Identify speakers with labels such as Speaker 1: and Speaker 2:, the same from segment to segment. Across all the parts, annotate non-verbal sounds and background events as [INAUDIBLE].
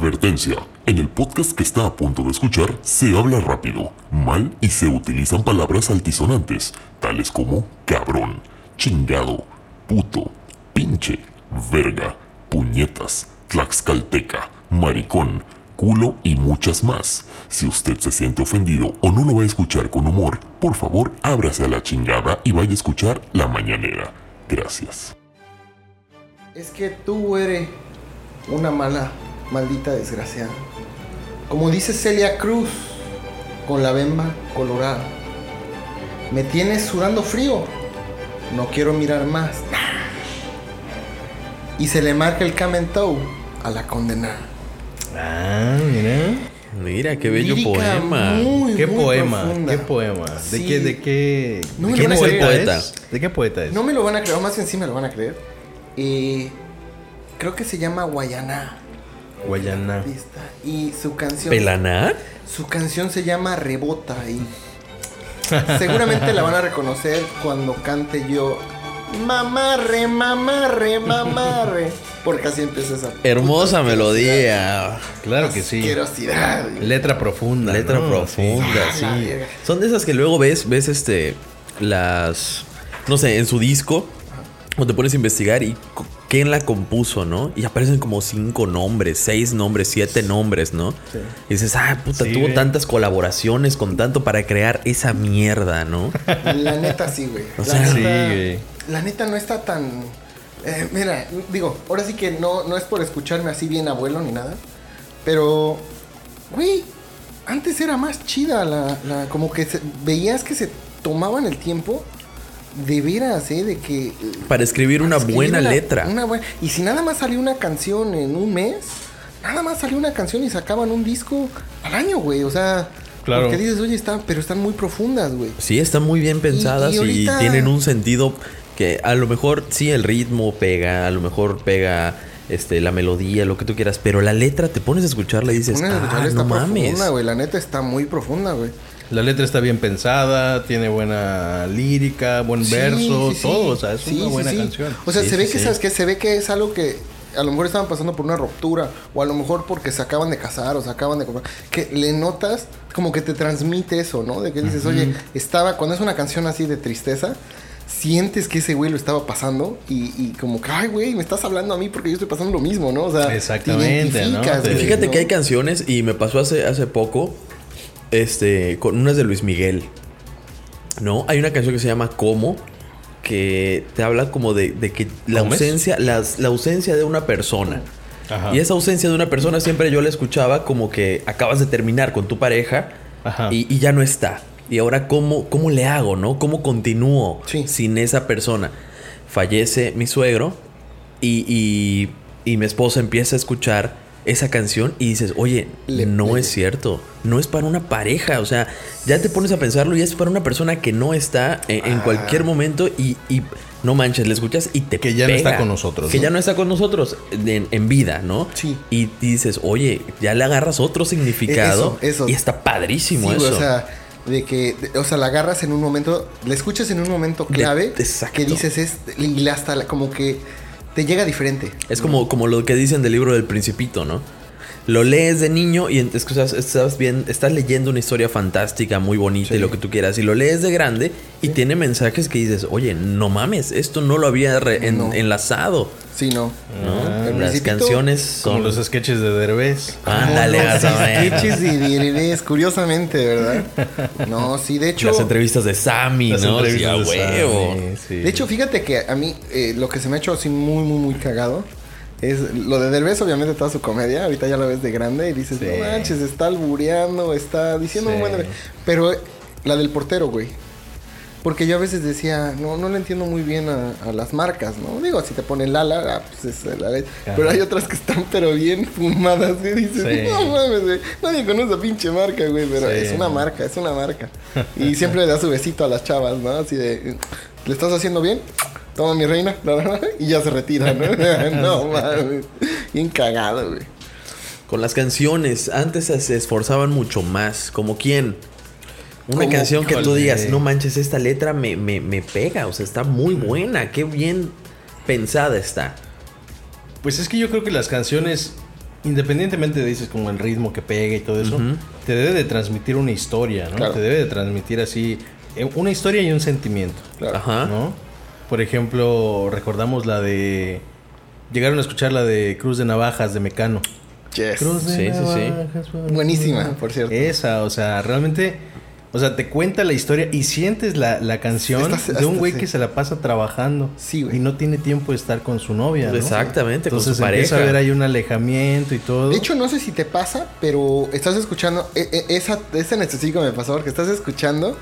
Speaker 1: Advertencia. En el podcast que está a punto de escuchar se habla rápido, mal y se utilizan palabras altisonantes, tales como cabrón, chingado, puto, pinche, verga, puñetas, tlaxcalteca, maricón, culo y muchas más. Si usted se siente ofendido o no lo va a escuchar con humor, por favor ábrase a la chingada y vaya a escuchar La Mañanera. Gracias.
Speaker 2: Es que tú eres una mala, maldita desgraciada. Como dice Celia Cruz, con la bemba colorada. Me tienes sudando frío. No quiero mirar más. Y se le marca el Kamen Toe a la condenada.
Speaker 3: Ah, mira. Mira, qué bello
Speaker 2: Lírica
Speaker 3: poema.
Speaker 2: muy,
Speaker 4: ¿Qué
Speaker 2: muy
Speaker 4: poema?
Speaker 2: profunda.
Speaker 4: ¿Qué poema? ¿De
Speaker 2: Sí.
Speaker 4: qué, de qué,
Speaker 2: No
Speaker 4: de
Speaker 2: me
Speaker 4: qué
Speaker 2: lo van a creer.
Speaker 4: es? ¿De qué poeta es?
Speaker 2: No me lo van a creer, más encima lo van a creer. Eh, creo que se llama Guayana.
Speaker 4: Guayana.
Speaker 2: artista, Y su canción.
Speaker 3: ¿Pelanar?
Speaker 2: Su canción se llama Rebota y seguramente la van a reconocer cuando cante yo Mamarre, mamarre, mamarre. Porque así empieza esa
Speaker 3: Hermosa melodía.
Speaker 4: Claro que sí.
Speaker 2: asquerosidad.
Speaker 4: Letra profunda.
Speaker 3: Letra
Speaker 4: ¿no?
Speaker 3: profunda,
Speaker 2: Sí.
Speaker 3: sí.
Speaker 2: Ah, la verga.
Speaker 3: Son de esas que luego ves, ves este, las, no sé, en su disco, o te pones a investigar y co- quién la compuso, ¿no? Y aparecen como cinco nombres, seis nombres, siete nombres, ¿no? Y dices, ah, puta,
Speaker 4: Sí, eh".
Speaker 3: tuvo
Speaker 4: güey.
Speaker 3: tantas colaboraciones con tanto para crear esa
Speaker 2: [LAUGHS]
Speaker 3: mierda, ¿no?
Speaker 2: La neta sí, güey.
Speaker 3: O
Speaker 2: La
Speaker 3: sea,
Speaker 2: neta-
Speaker 4: sí, güey.
Speaker 2: La neta no está tan. eh, mira, digo, ahora sí que no, no es por escucharme así bien abuelo ni nada. Pero, güey, antes era más chida la. la- como que se- veías que se tomaban el tiempo de veras, ¿eh? De que. eh,
Speaker 3: Para escribir una
Speaker 2: escribir
Speaker 3: buena
Speaker 2: una-
Speaker 3: letra.
Speaker 2: una buena- y si nada más salió una canción en un mes, nada más salió una canción y sacaban un disco al año, güey. O sea.
Speaker 4: Claro.
Speaker 2: Porque dices, oye, están, pero están muy profundas, güey.
Speaker 3: Sí, están muy bien pensadas y,
Speaker 2: y ahorita-
Speaker 3: tienen un sentido que a lo mejor sí el ritmo pega, a lo mejor pega este la melodía, lo que tú quieras, pero la letra te pones a escucharla y dices,
Speaker 2: Una de las
Speaker 3: ah,
Speaker 2: vocales
Speaker 3: no
Speaker 2: está
Speaker 3: mames.
Speaker 2: profunda, güey. La neta está muy profunda, güey.
Speaker 4: La letra está bien pensada, tiene buena lírica, buen
Speaker 2: Sí,
Speaker 4: verso,
Speaker 2: sí, sí.
Speaker 4: todo. O sea, es
Speaker 2: Sí,
Speaker 4: una
Speaker 2: sí,
Speaker 4: buena
Speaker 2: sí.
Speaker 4: canción.
Speaker 2: O sea,
Speaker 3: Sí,
Speaker 2: se ve
Speaker 3: sí,
Speaker 2: que
Speaker 3: sí.
Speaker 2: sabes que se ve que es algo que a lo mejor estaban pasando por una ruptura o a lo mejor porque se acaban de casar o se acaban de comprar, que le notas como que te transmite eso, ¿no? De que dices, "Oye, estaba cuando es una canción así de tristeza, sientes que ese güey lo estaba pasando y, y como que, ay, güey, me estás hablando a mí porque yo estoy pasando lo mismo, ¿no? O sea, te
Speaker 4: Exactamente, ¿no?
Speaker 2: identificas,
Speaker 4: Te-
Speaker 3: Y
Speaker 2: güey,
Speaker 3: Fíjate
Speaker 2: ¿no?
Speaker 3: que hay canciones y me pasó hace, hace poco este con unas de Luis Miguel. ¿No? Hay una canción que se llama Como que te habla como de, de que la
Speaker 4: ¿Cómo es?
Speaker 3: ausencia las- la ausencia de una persona.
Speaker 4: Ajá.
Speaker 3: Y esa ausencia de una persona siempre yo la escuchaba como que acabas de terminar con tu pareja
Speaker 4: Ajá.
Speaker 3: y, y ya no está. Y ahora, ¿cómo, cómo le hago, no? ¿Cómo continúo
Speaker 2: Sí.
Speaker 3: sin esa persona? Fallece mi suegro y, y- y mi esposa empieza a escuchar esa canción y dices, oye,
Speaker 2: Le-
Speaker 3: no
Speaker 2: le-
Speaker 3: es cierto. No es para una pareja. O sea, ya te pones a pensarlo y es para una persona que no está en, en
Speaker 2: Ah.
Speaker 3: cualquier momento y, y no manches, le escuchas y te
Speaker 4: Que ya no está
Speaker 3: pega.
Speaker 4: con nosotros,
Speaker 3: Que
Speaker 4: ¿no?
Speaker 3: ya no está con nosotros en, en vida, ¿no?
Speaker 2: Sí.
Speaker 3: Y dices, oye, ya le agarras otro significado.
Speaker 2: Eso, E, eso.
Speaker 3: Y está padrísimo
Speaker 2: Sí, güey,
Speaker 3: eso.
Speaker 2: o sea, de que, de- o sea, la agarras en un momento, la escuchas en un momento
Speaker 3: De-
Speaker 2: clave
Speaker 3: exacto.
Speaker 2: que dices es y la- hasta la- como que te llega diferente.
Speaker 3: es como, como lo que dicen del libro del principito, ¿no? Lo lees de niño y ent- es que estás, estás bien, estás leyendo una historia fantástica, muy bonita y lo que tú quieras. Y lo lees de grande y tiene mensajes que dices, oye, no mames, esto no lo había re- en-
Speaker 2: No.
Speaker 3: enlazazado.
Speaker 2: Sí, no.
Speaker 3: ¿no?
Speaker 2: El
Speaker 3: Las
Speaker 2: Principito,
Speaker 3: canciones
Speaker 4: Como
Speaker 3: son...
Speaker 4: los sketches de Derbez.
Speaker 3: Ándale,
Speaker 2: Como los
Speaker 3: vas a ver.
Speaker 2: sketches de Dirirés, curiosamente, ¿verdad? No, sí, de hecho.
Speaker 3: Las entrevistas de Sammy,
Speaker 4: Las
Speaker 3: ¿no? Sí,
Speaker 4: entrevistas
Speaker 3: a
Speaker 4: de
Speaker 3: huevo.
Speaker 4: Sammy, sí.
Speaker 2: De hecho, fíjate que a mí eh, lo que se me ha hecho así muy, muy, muy cagado es lo de Derbez, obviamente, toda su comedia. Ahorita ya la ves de grande y dices,
Speaker 4: Sí.
Speaker 2: no manches, está albureando, está diciendo un
Speaker 4: Sí.
Speaker 2: buen de- Pero eh, la del portero, güey. Porque yo a veces decía, no, no le entiendo muy bien a, a las marcas, ¿no? Digo, si te ponen Lala, ah, pues es la leche.
Speaker 4: Ajá.
Speaker 2: Pero hay otras que están, pero bien fumadas, güey. Dices,
Speaker 4: Sí.
Speaker 2: no mames, güey. Nadie conoce esa pinche marca, güey, pero
Speaker 4: Sí.
Speaker 2: es una marca, es una marca. Y siempre le da su besito a las chavas, ¿no? Así de, ¿le estás haciendo bien? Toma mi reina, la, la, la, y ya se retira, ¿no? [LAUGHS] no mames. Bien cagado, güey.
Speaker 3: Con las canciones, antes se- se esforzaban mucho más. ¿Como quién? Una
Speaker 2: Como-
Speaker 3: canción que tú
Speaker 4: Híjole.
Speaker 3: digas, no manches, esta letra me, me- me pega. O sea, está muy buena. Qué bien pensada está.
Speaker 4: Pues es que yo creo que las canciones independientemente dices como el ritmo que pega y todo eso, te debe de transmitir una historia, ¿no?
Speaker 2: Claro.
Speaker 4: Te debe de transmitir así eh, una historia y un sentimiento,
Speaker 2: Claro.
Speaker 3: Ajá.
Speaker 4: ¿no? Por ejemplo, recordamos la de llegaron a escuchar la de Cruz de Navajas de Mecano.
Speaker 2: Yes.
Speaker 4: Cruz de
Speaker 3: Sí, sí, sí.
Speaker 4: Navajas,
Speaker 2: Buenísima, por cierto.
Speaker 4: Esa, o sea, realmente, o sea, te cuenta la historia y sientes la, la canción
Speaker 2: Estás-
Speaker 4: de un
Speaker 2: hasta
Speaker 4: güey
Speaker 2: sí.
Speaker 4: que se la pasa trabajando.
Speaker 2: Sí, güey.
Speaker 4: Y no tiene tiempo de estar con su novia. ¿no?
Speaker 3: Exactamente, con
Speaker 4: Entonces
Speaker 3: su
Speaker 4: empieza
Speaker 3: pareja.
Speaker 4: a ver ahí un alejamiento y todo.
Speaker 2: De hecho, no sé si te pasa, pero estás escuchando. e- e- Esa, esa en específico me pasó porque estás escuchando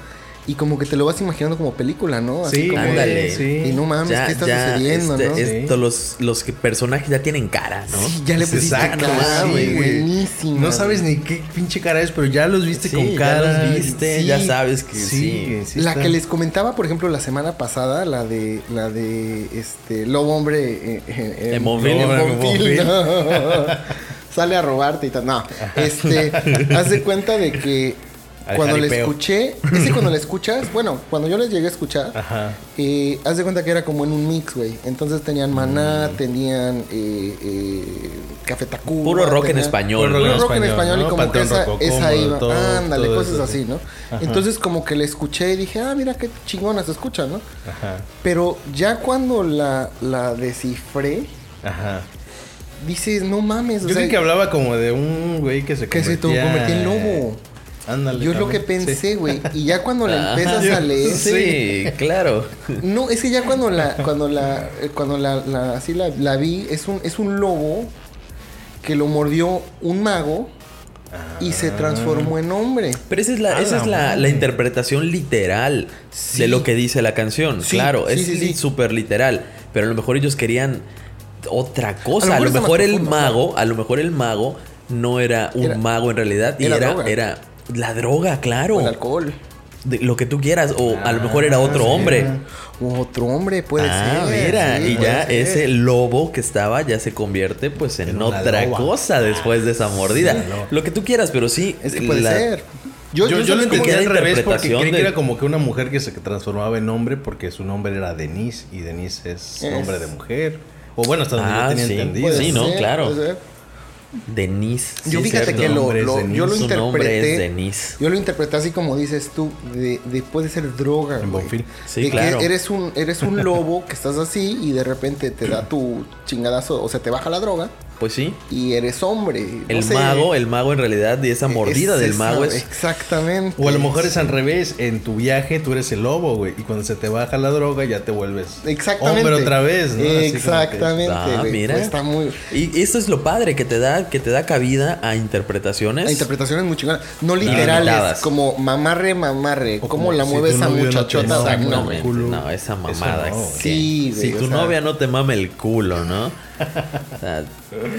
Speaker 2: y como que te lo vas imaginando como película, ¿no? Así
Speaker 4: sí,
Speaker 2: como de-
Speaker 3: ándale.
Speaker 4: sí.
Speaker 2: Y no mames, ¿qué está sucediendo,
Speaker 3: este-
Speaker 2: no?
Speaker 4: es-
Speaker 3: esto, los, los que personajes ya tienen cara, ¿no?
Speaker 2: Sí, ya le pusiste
Speaker 4: Exacto,
Speaker 2: cara,
Speaker 4: sí,
Speaker 2: güey.
Speaker 4: güey.
Speaker 2: Buenísima,
Speaker 4: No sabes
Speaker 2: güey.
Speaker 4: ni qué pinche cara es, pero ya los viste
Speaker 3: Sí,
Speaker 4: con
Speaker 3: ya
Speaker 4: cara.
Speaker 3: los viste,
Speaker 4: Sí,
Speaker 3: ya sabes que sí.
Speaker 4: que
Speaker 2: la
Speaker 4: está-
Speaker 2: que les comentaba, por ejemplo, la semana pasada, la de la de este Lobo Hombre eh, eh, eh,
Speaker 3: Emovil.
Speaker 2: Lobo
Speaker 4: Emovil.
Speaker 2: Emovil, no. [LAUGHS] Sale a robarte y tal. No.
Speaker 3: [LAUGHS]
Speaker 2: Este, haz de cuenta de que
Speaker 4: Al
Speaker 2: cuando la
Speaker 4: jaripeo.
Speaker 2: escuché, es que cuando la escuchas, bueno, cuando yo les llegué a escuchar,
Speaker 4: Ajá.
Speaker 2: eh, haz de cuenta que era como en un mix, güey. Entonces tenían Maná,
Speaker 3: Mm.
Speaker 2: tenían eh, eh, Café Tacuba.
Speaker 3: Puro rock en
Speaker 2: tenían-
Speaker 3: español,
Speaker 2: Puro
Speaker 3: ¿no?
Speaker 2: rock en español y
Speaker 4: ¿no?
Speaker 2: como que
Speaker 4: Panteón
Speaker 2: esa,
Speaker 4: Rococó,
Speaker 2: esa iba.
Speaker 4: todo-
Speaker 2: Ándale,
Speaker 4: todo
Speaker 2: cosas
Speaker 4: eso,
Speaker 2: así,
Speaker 4: sí.
Speaker 2: ¿no? Entonces como que la escuché y dije, ah, mira qué chingona se escucha, ¿no?
Speaker 4: Ajá.
Speaker 2: Pero ya cuando la, la descifré,
Speaker 4: Ajá.
Speaker 2: dices, no mames. o
Speaker 4: Yo
Speaker 2: sea,
Speaker 4: creo que hablaba como de un güey que se
Speaker 2: Que se
Speaker 4: convertía-
Speaker 2: convertía en lobo.
Speaker 4: Ándale.
Speaker 2: yo es lo que
Speaker 4: también.
Speaker 2: pensé,
Speaker 4: Sí.
Speaker 2: güey. Y ya cuando la
Speaker 3: Ajá.
Speaker 2: empiezas a leer.
Speaker 3: Sí, claro.
Speaker 2: No, es que ya cuando la, cuando la, eh, cuando la, la- así la, la vi, es un, es un lobo que lo mordió un mago y se
Speaker 4: Ah.
Speaker 2: transformó en hombre.
Speaker 3: Pero esa es la,
Speaker 4: A
Speaker 3: esa
Speaker 4: la
Speaker 2: Ah,
Speaker 3: es la,
Speaker 4: madre.
Speaker 3: la interpretación literal de lo que dice la canción.
Speaker 2: Sí,
Speaker 3: claro,
Speaker 2: sí,
Speaker 3: es
Speaker 2: sí, sí.
Speaker 3: súper literal. Pero a lo mejor ellos querían otra cosa. A lo
Speaker 2: está más
Speaker 3: mejor, el
Speaker 2: profundo,
Speaker 3: mago, a lo mejor el mago no era un
Speaker 2: Era-
Speaker 3: mago en realidad. Y
Speaker 2: era
Speaker 3: era, era,
Speaker 2: droga.
Speaker 3: la droga, claro.
Speaker 2: O el alcohol.
Speaker 3: De- lo que tú quieras. O a lo mejor era otro
Speaker 4: sí.
Speaker 3: hombre.
Speaker 2: O otro hombre puede
Speaker 3: ah,
Speaker 2: ser.
Speaker 3: mira,
Speaker 2: sí,
Speaker 3: y
Speaker 2: puede
Speaker 3: ya
Speaker 2: ser.
Speaker 3: ese lobo que estaba ya se convierte pues en,
Speaker 4: En una
Speaker 3: otra
Speaker 4: loba.
Speaker 3: cosa después de
Speaker 2: Ah,
Speaker 3: esa mordida.
Speaker 4: loba.
Speaker 3: lo que tú quieras, pero sí.
Speaker 2: Es que puede
Speaker 3: la-
Speaker 2: ser.
Speaker 4: Yo, yo,
Speaker 2: ¿sabes
Speaker 4: lo
Speaker 2: cómo-
Speaker 4: entendí
Speaker 3: era
Speaker 4: al revés porque
Speaker 3: interpretación
Speaker 4: creí
Speaker 3: de-
Speaker 4: que era como que una mujer que se transformaba en hombre porque su nombre era Denise y Denise es,
Speaker 2: Es-
Speaker 4: nombre de mujer. O bueno, hasta donde
Speaker 3: Ah,
Speaker 4: yo tenía
Speaker 3: sí.
Speaker 4: entendido.
Speaker 2: puede
Speaker 3: Sí, ¿no?
Speaker 2: ser,
Speaker 3: Claro.
Speaker 2: puede ser.
Speaker 3: Denise.
Speaker 2: Yo
Speaker 3: sí,
Speaker 2: fíjate
Speaker 3: cierto.
Speaker 2: que lo,
Speaker 4: nombre es
Speaker 2: lo-
Speaker 4: Denise.
Speaker 2: yo lo
Speaker 3: Su nombre
Speaker 2: interpreté.
Speaker 3: es Denise.
Speaker 2: Yo lo interpreté así como dices tú, de, de puede ser droga.
Speaker 4: En
Speaker 2: güey.
Speaker 4: Bonfil.
Speaker 3: Sí,
Speaker 2: De que
Speaker 3: claro.
Speaker 2: eres un, eres
Speaker 3: [LAUGHS]
Speaker 2: un lobo que estás así y de repente te da tu chingadazo, o sea, te baja la droga
Speaker 3: Pues sí.
Speaker 2: y eres hombre. no
Speaker 3: El
Speaker 2: sé. e-,
Speaker 3: mago, el mago en realidad, y esa
Speaker 2: Es
Speaker 3: mordida del
Speaker 2: esa,
Speaker 3: mago es.
Speaker 2: Exactamente.
Speaker 4: O a lo mejor es al revés, en tu viaje tú eres el lobo, güey, y cuando se te baja la droga ya te vuelves
Speaker 2: Exactamente.
Speaker 4: hombre otra vez, ¿no? Así como que-
Speaker 2: Exactamente.
Speaker 3: Ah,
Speaker 2: güey.
Speaker 3: mira.
Speaker 2: Está muy.
Speaker 3: Y esto es lo padre que te da, que te da cabida a
Speaker 2: La
Speaker 3: interpretaciones.
Speaker 2: interpretación es muy chingona. No literales,
Speaker 3: Limitadas.
Speaker 2: como mamarre, mamarre.
Speaker 4: O
Speaker 2: ¿Cómo
Speaker 4: como
Speaker 2: la
Speaker 4: si
Speaker 2: mueve
Speaker 4: tu
Speaker 2: esa
Speaker 4: novio no te
Speaker 2: muchachota?
Speaker 4: mama,
Speaker 2: O sea, no,
Speaker 4: ¿no?
Speaker 2: güey.
Speaker 3: Exactamente.
Speaker 4: culo.
Speaker 3: No, esa
Speaker 4: Eso
Speaker 3: mamada.
Speaker 4: no, güey.
Speaker 3: que-
Speaker 2: Sí, güey,
Speaker 3: Si
Speaker 2: o
Speaker 3: tu
Speaker 2: sea-
Speaker 3: novia no te mame el
Speaker 2: [LAUGHS]
Speaker 3: culo, ¿no? O sea,